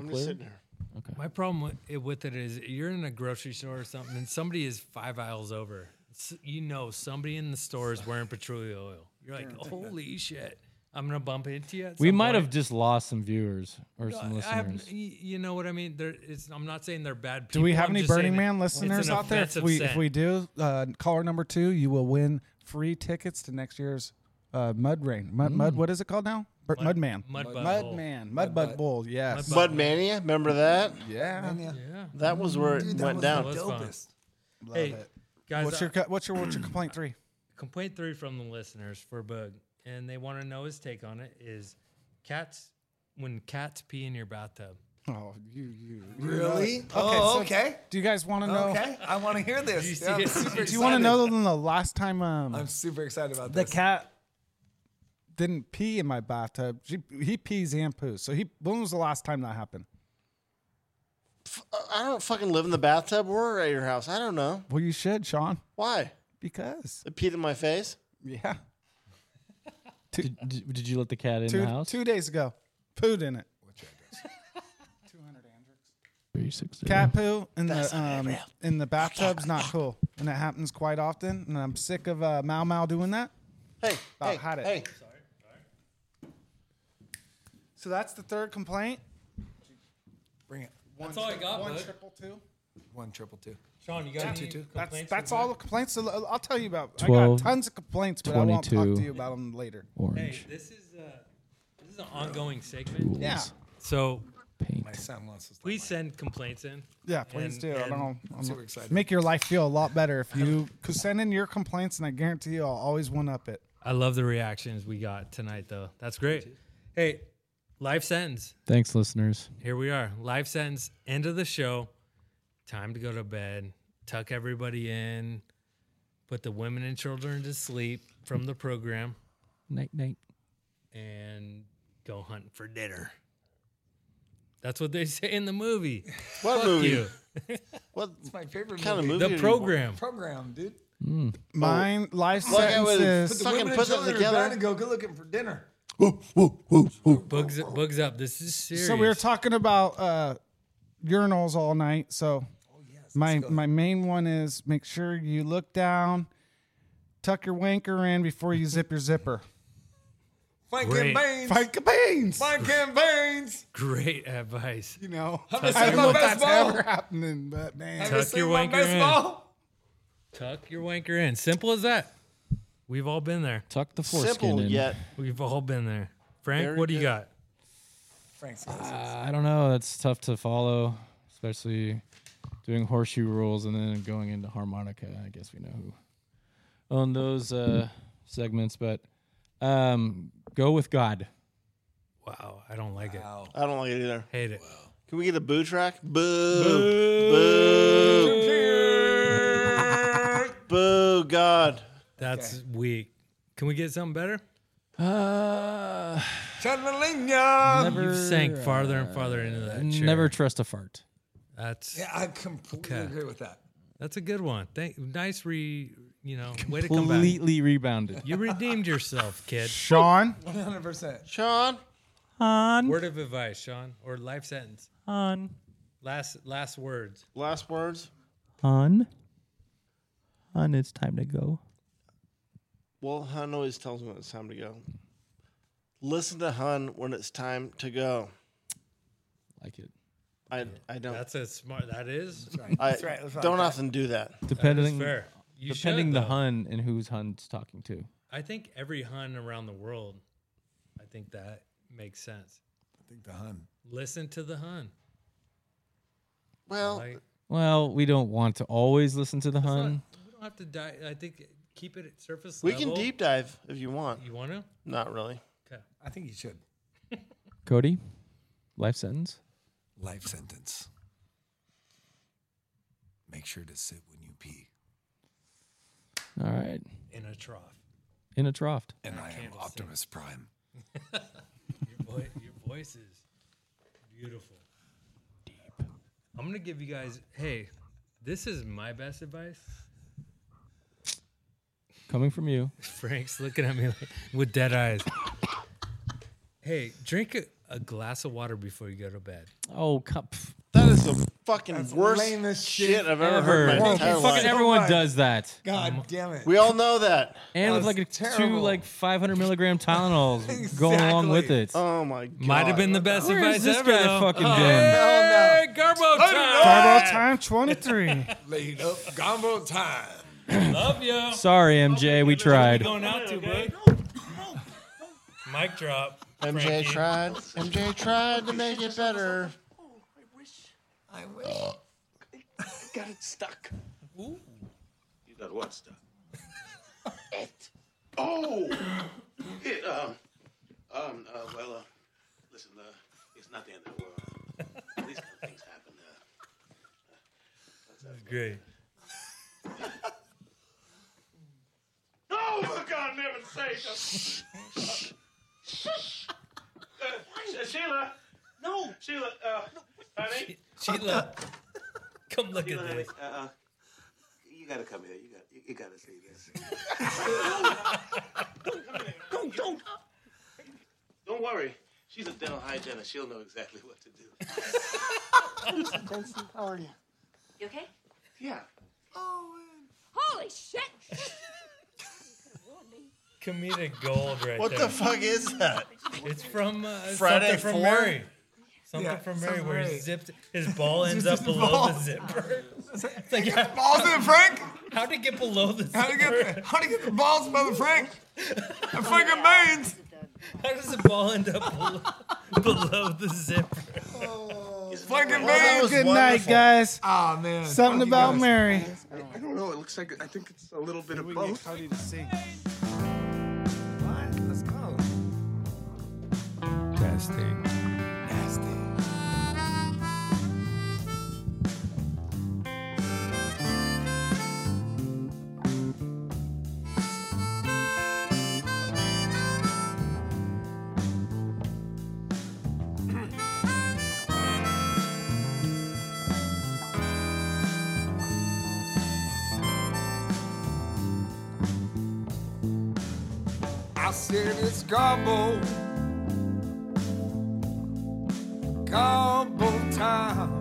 D: Okay.
B: My problem with it, with it is you're in a grocery store or something, and somebody is five aisles over. S you know somebody in the store is wearing petroleum oil. You're like, holy shit! I'm gonna bump into you. at
D: We
B: some
D: might
B: point."
D: have just lost some viewers or
B: No,
D: some
B: I have-
D: listeners.
B: y- you know what I mean? There, it's, I'm not saying they're bad people.
C: Do we have
B: I'm
C: any
B: just saying
C: Burning
B: it-
C: Man
B: it's an
C: listeners out there? If
B: offensive
C: we, if
B: scent.
C: we do, uh, caller number two, you will win free tickets to next year's uh, Mud Rain. Mud, mud, what is it called now? Bur- mud, Man.
E: Mud Bud Bowl.
C: Man.
E: Mud
C: Mud Bud
E: Bud.
C: Bowl, yes.
E: Mud Mania, remember that?
C: Yeah.
E: That was where it
C: Dude, that
E: went
C: was
E: down.
C: the
B: dopest.
C: Love
B: hey,
C: it.
B: guys,
C: What's
B: I-
C: your co- what's your what's your complaint three?
B: complaint three from the listeners for Boog, and they want to know his take on it is cats when cats pee in your bathtub.
C: Oh, you, you.
F: Really?
C: Okay,
F: Oh,
C: so
F: okay.
C: Do you guys want to know?
F: Okay, I want to hear this.
C: Do you,
F: Yeah, I'm super
C: want to
F: excited.
C: know than the last time?
F: [laughs]
C: Um,
F: I'm super excited about
C: the
F: this.
C: cat didn't pee in my bathtub. She, he pees and poos. So he. When was the last time that happened?
E: I don't fucking live in the bathtub or at your house. I don't know.
C: Well, you should, Sean.
E: Why?
C: Because
E: it peed in my face.
C: Yeah.
D: Did, did, did you let the cat in
C: two
D: the house?
C: two days ago, pooed in it.
D: Three six zero.
C: Cat poo in
D: Mm. That's
C: the
D: not
C: um,
D: real.
C: in the bathtub's not cool, and it happens quite often. And I'm sick of uh, Mau Mau doing that.
E: Hey,
C: About
E: hey,
C: had it.
E: hey.
C: So that's the third complaint.
F: Bring it.
B: That's all I got,
C: One
B: bud.
C: triple two.
F: One triple two.
B: Sean, you got
F: Two,
B: any
F: two, two.
B: uh, complaints?
C: That's,
B: for
C: that's
B: Boog?
C: all the complaints. So uh, I'll I'll tell you about. I
D: 12,
C: got tons of complaints, but I won't talk to
D: 22,
C: you about them later.
D: orange.
B: Hey, this is uh, this is an ongoing segment.
C: Yeah.
B: So
F: my son wants us.
B: Please send complaints in.
C: Yeah, please
B: And-
C: do. I
B: and-
C: don't know.
F: I'm super excited.
C: Make your life feel a lot better if
B: [laughs]
C: you could send in your complaints, and I guarantee you, I'll always one up it.
B: I love the reactions we got tonight, though. That's great. Hey, life sentence.
D: Thanks, listeners.
B: Here we are. Life sentence. End of the show. Time to go to bed. Tuck everybody in. Put the women and children to sleep from the program,
D: Night night.
B: and go hunt for dinner. That's what they [laughs] say in the movie.
E: What
B: Fuck
E: movie?
B: You.
E: What
F: It's my favorite
E: kind
F: movie.
E: of movie?
B: The program.
F: Program, dude.
C: Mine, life
F: Look, I
E: would-
C: sentences.
E: Fucking
F: Women and
E: put them
F: children are
E: together.
F: bound to go good looking for dinner.
B: Bugs, bugs up. This is serious.
C: So we were talking about uh, urinals all night. So my my main one is make sure you look down, tuck your wanker in before you zip your zipper.
F: Frank
B: Great.
F: and Baines.
C: Frank and Beans.
F: Frank and Baines.
B: Great advice.
C: [laughs] You know,
F: I'm gonna
C: I
F: say
C: don't
F: my
C: know if
F: best
C: that's
F: ball.
C: ever happening, but man,
F: Have you
B: Tuck your
F: seen my
B: wanker
F: best
B: in.
F: ball?
B: Tuck your wanker in. Simple as that. We've all been there.
D: Tuck the foreskin
E: Simple
D: in.
E: yet.
B: We've all been there. Frank,
E: Very
B: what do you
E: good.
B: got?
F: Frank's
D: Uh, I don't know. That's tough to follow, especially doing horseshoe rules and then going into harmonica. I guess we know who owned those uh, segments, but um, go with God.
B: Wow, I don't like
E: I don't like it either.
B: it. Hate it.
E: Can we get a boo track? Boo. Boo. Boo. God.
B: That's weak. Can we get something better?
D: Uh,
F: Chandelier.
B: you sank farther and farther into that chair.
D: uh, Never trust a fart.
B: That's
F: Yeah, I completely
B: Okay.
F: agree with that. [laughs]
B: that's a good one. Thank. Nice re. You know, way to come back.
D: Completely rebounded.
B: You redeemed
D: [laughs]
B: yourself, kid.
C: Sean.
F: 100%.
E: Sean.
D: On.
B: Word of advice, Sean, or life sentence.
D: On.
B: Last last words.
E: Last words.
D: On. On. It's time to go.
E: Well, Hun always tells me when it's time to go. Listen to Hun when it's time to go.
D: Like it.
E: I, I don't.
B: That's a smart. That is.
E: I
F: That's right, that's right.
E: don't often do that.
D: Depending,
B: fair. You should,
D: depending the
B: though.
D: hun and who's hun's talking to.
B: I think every Hun around the world. I think that makes sense.
F: I think the Hun.
B: Listen to the Hun.
E: Well,
B: Like,
D: Well, we don't want to always listen to the
B: It's not-
D: hun.
B: we don't have to die. I think keep it at surface
E: we
B: level.
E: can deep dive if you want.
B: You want to?
E: Not really.
F: I think you should.
D: Cody, life sentence.
F: Life sentence. Make sure to sit when you pee.
D: All right.
B: In a trough.
D: In a trough.
F: And I am Optimus Prime.
B: Your, voi- your voice is beautiful. I'm gonna give you guys. Hey, this is my best advice.
D: Coming from you.
B: Frank's looking at me like, with dead eyes. Hey, drink a, a glass of water before you go to bed.
D: Oh, cup.
E: That is the fucking worst shit, I've ever heard. in My entire
D: Fucking
E: life.
D: everyone does that.
F: God damn it.
E: We all know that.
D: And with
E: That
D: like a
E: was terrible.
D: two like 500
E: [laughs]
D: milligram Tylenols going along with it.
E: Oh my god.
B: Might have been the best
D: Where
B: advice
D: is this
B: ever.
D: guy
B: though.
D: fucking
B: Oh,
D: been?
B: Hey, Garbo time.
C: Garbo time 23.
N: Laid up, gumbo time.
B: Love you.
D: Sorry, MJ. We tried.
B: Going out to, bud. Mic drop.
E: MJ
B: Frankie.
E: tried. MJ tried to make it better.
N: I wish.
A: Got it stuck. Ooh. You got what stuck? it. Oh. It. Um. Um. Uh, well. Uh, listen. Uh, it's not the end of the world. At least when things happen. uh.
B: Great.
A: Oh my God! Never say that. Uh, Sheila. No. Sheila. Uh, honey.
B: Sheila, [laughs] come look
A: Sheila,
B: at
A: honey.
B: this.
A: Uh, uh, you gotta come here. You got. You, you gotta see [laughs] this. don't, don't. Don't worry. She's a dental hygienist. She'll know exactly what to do. Jason, how are you?
R: You okay?
A: Yeah.
R: Oh, Holy shit! You could've ruined me.
B: Comedic gold right
E: What
B: there.
E: the fuck is that?
B: It's from uh,
E: Friday
B: something from
E: Four?
B: Mary. Something
E: Yeah,
B: from Mary
E: something
B: where he
E: Mary.
B: zipped his
E: [laughs]
B: ball ends
E: Just
B: up
E: his
B: below
E: ball.
B: the zipper. [laughs] It's like,
N: Balls in the Frank?
B: How'd he get below the zipper?
N: How to get
F: [laughs]
N: the, how to get the balls above the Frank? The freaking veins.
B: How does the ball end up below, [laughs] below the zipper?
N: Fucking
C: that
N: veins.
C: was Good night, wonderful. guys.
N: Ah man.
C: Something
N: Fuck you
C: about
N: guys.
C: Mary.
A: I, I don't know. It looks like I think it's a little bit of
C: can
A: both.
C: Cody to sing.
N: Let's go.
B: Testing.
N: Nasty. I said it's gobble, gobble time.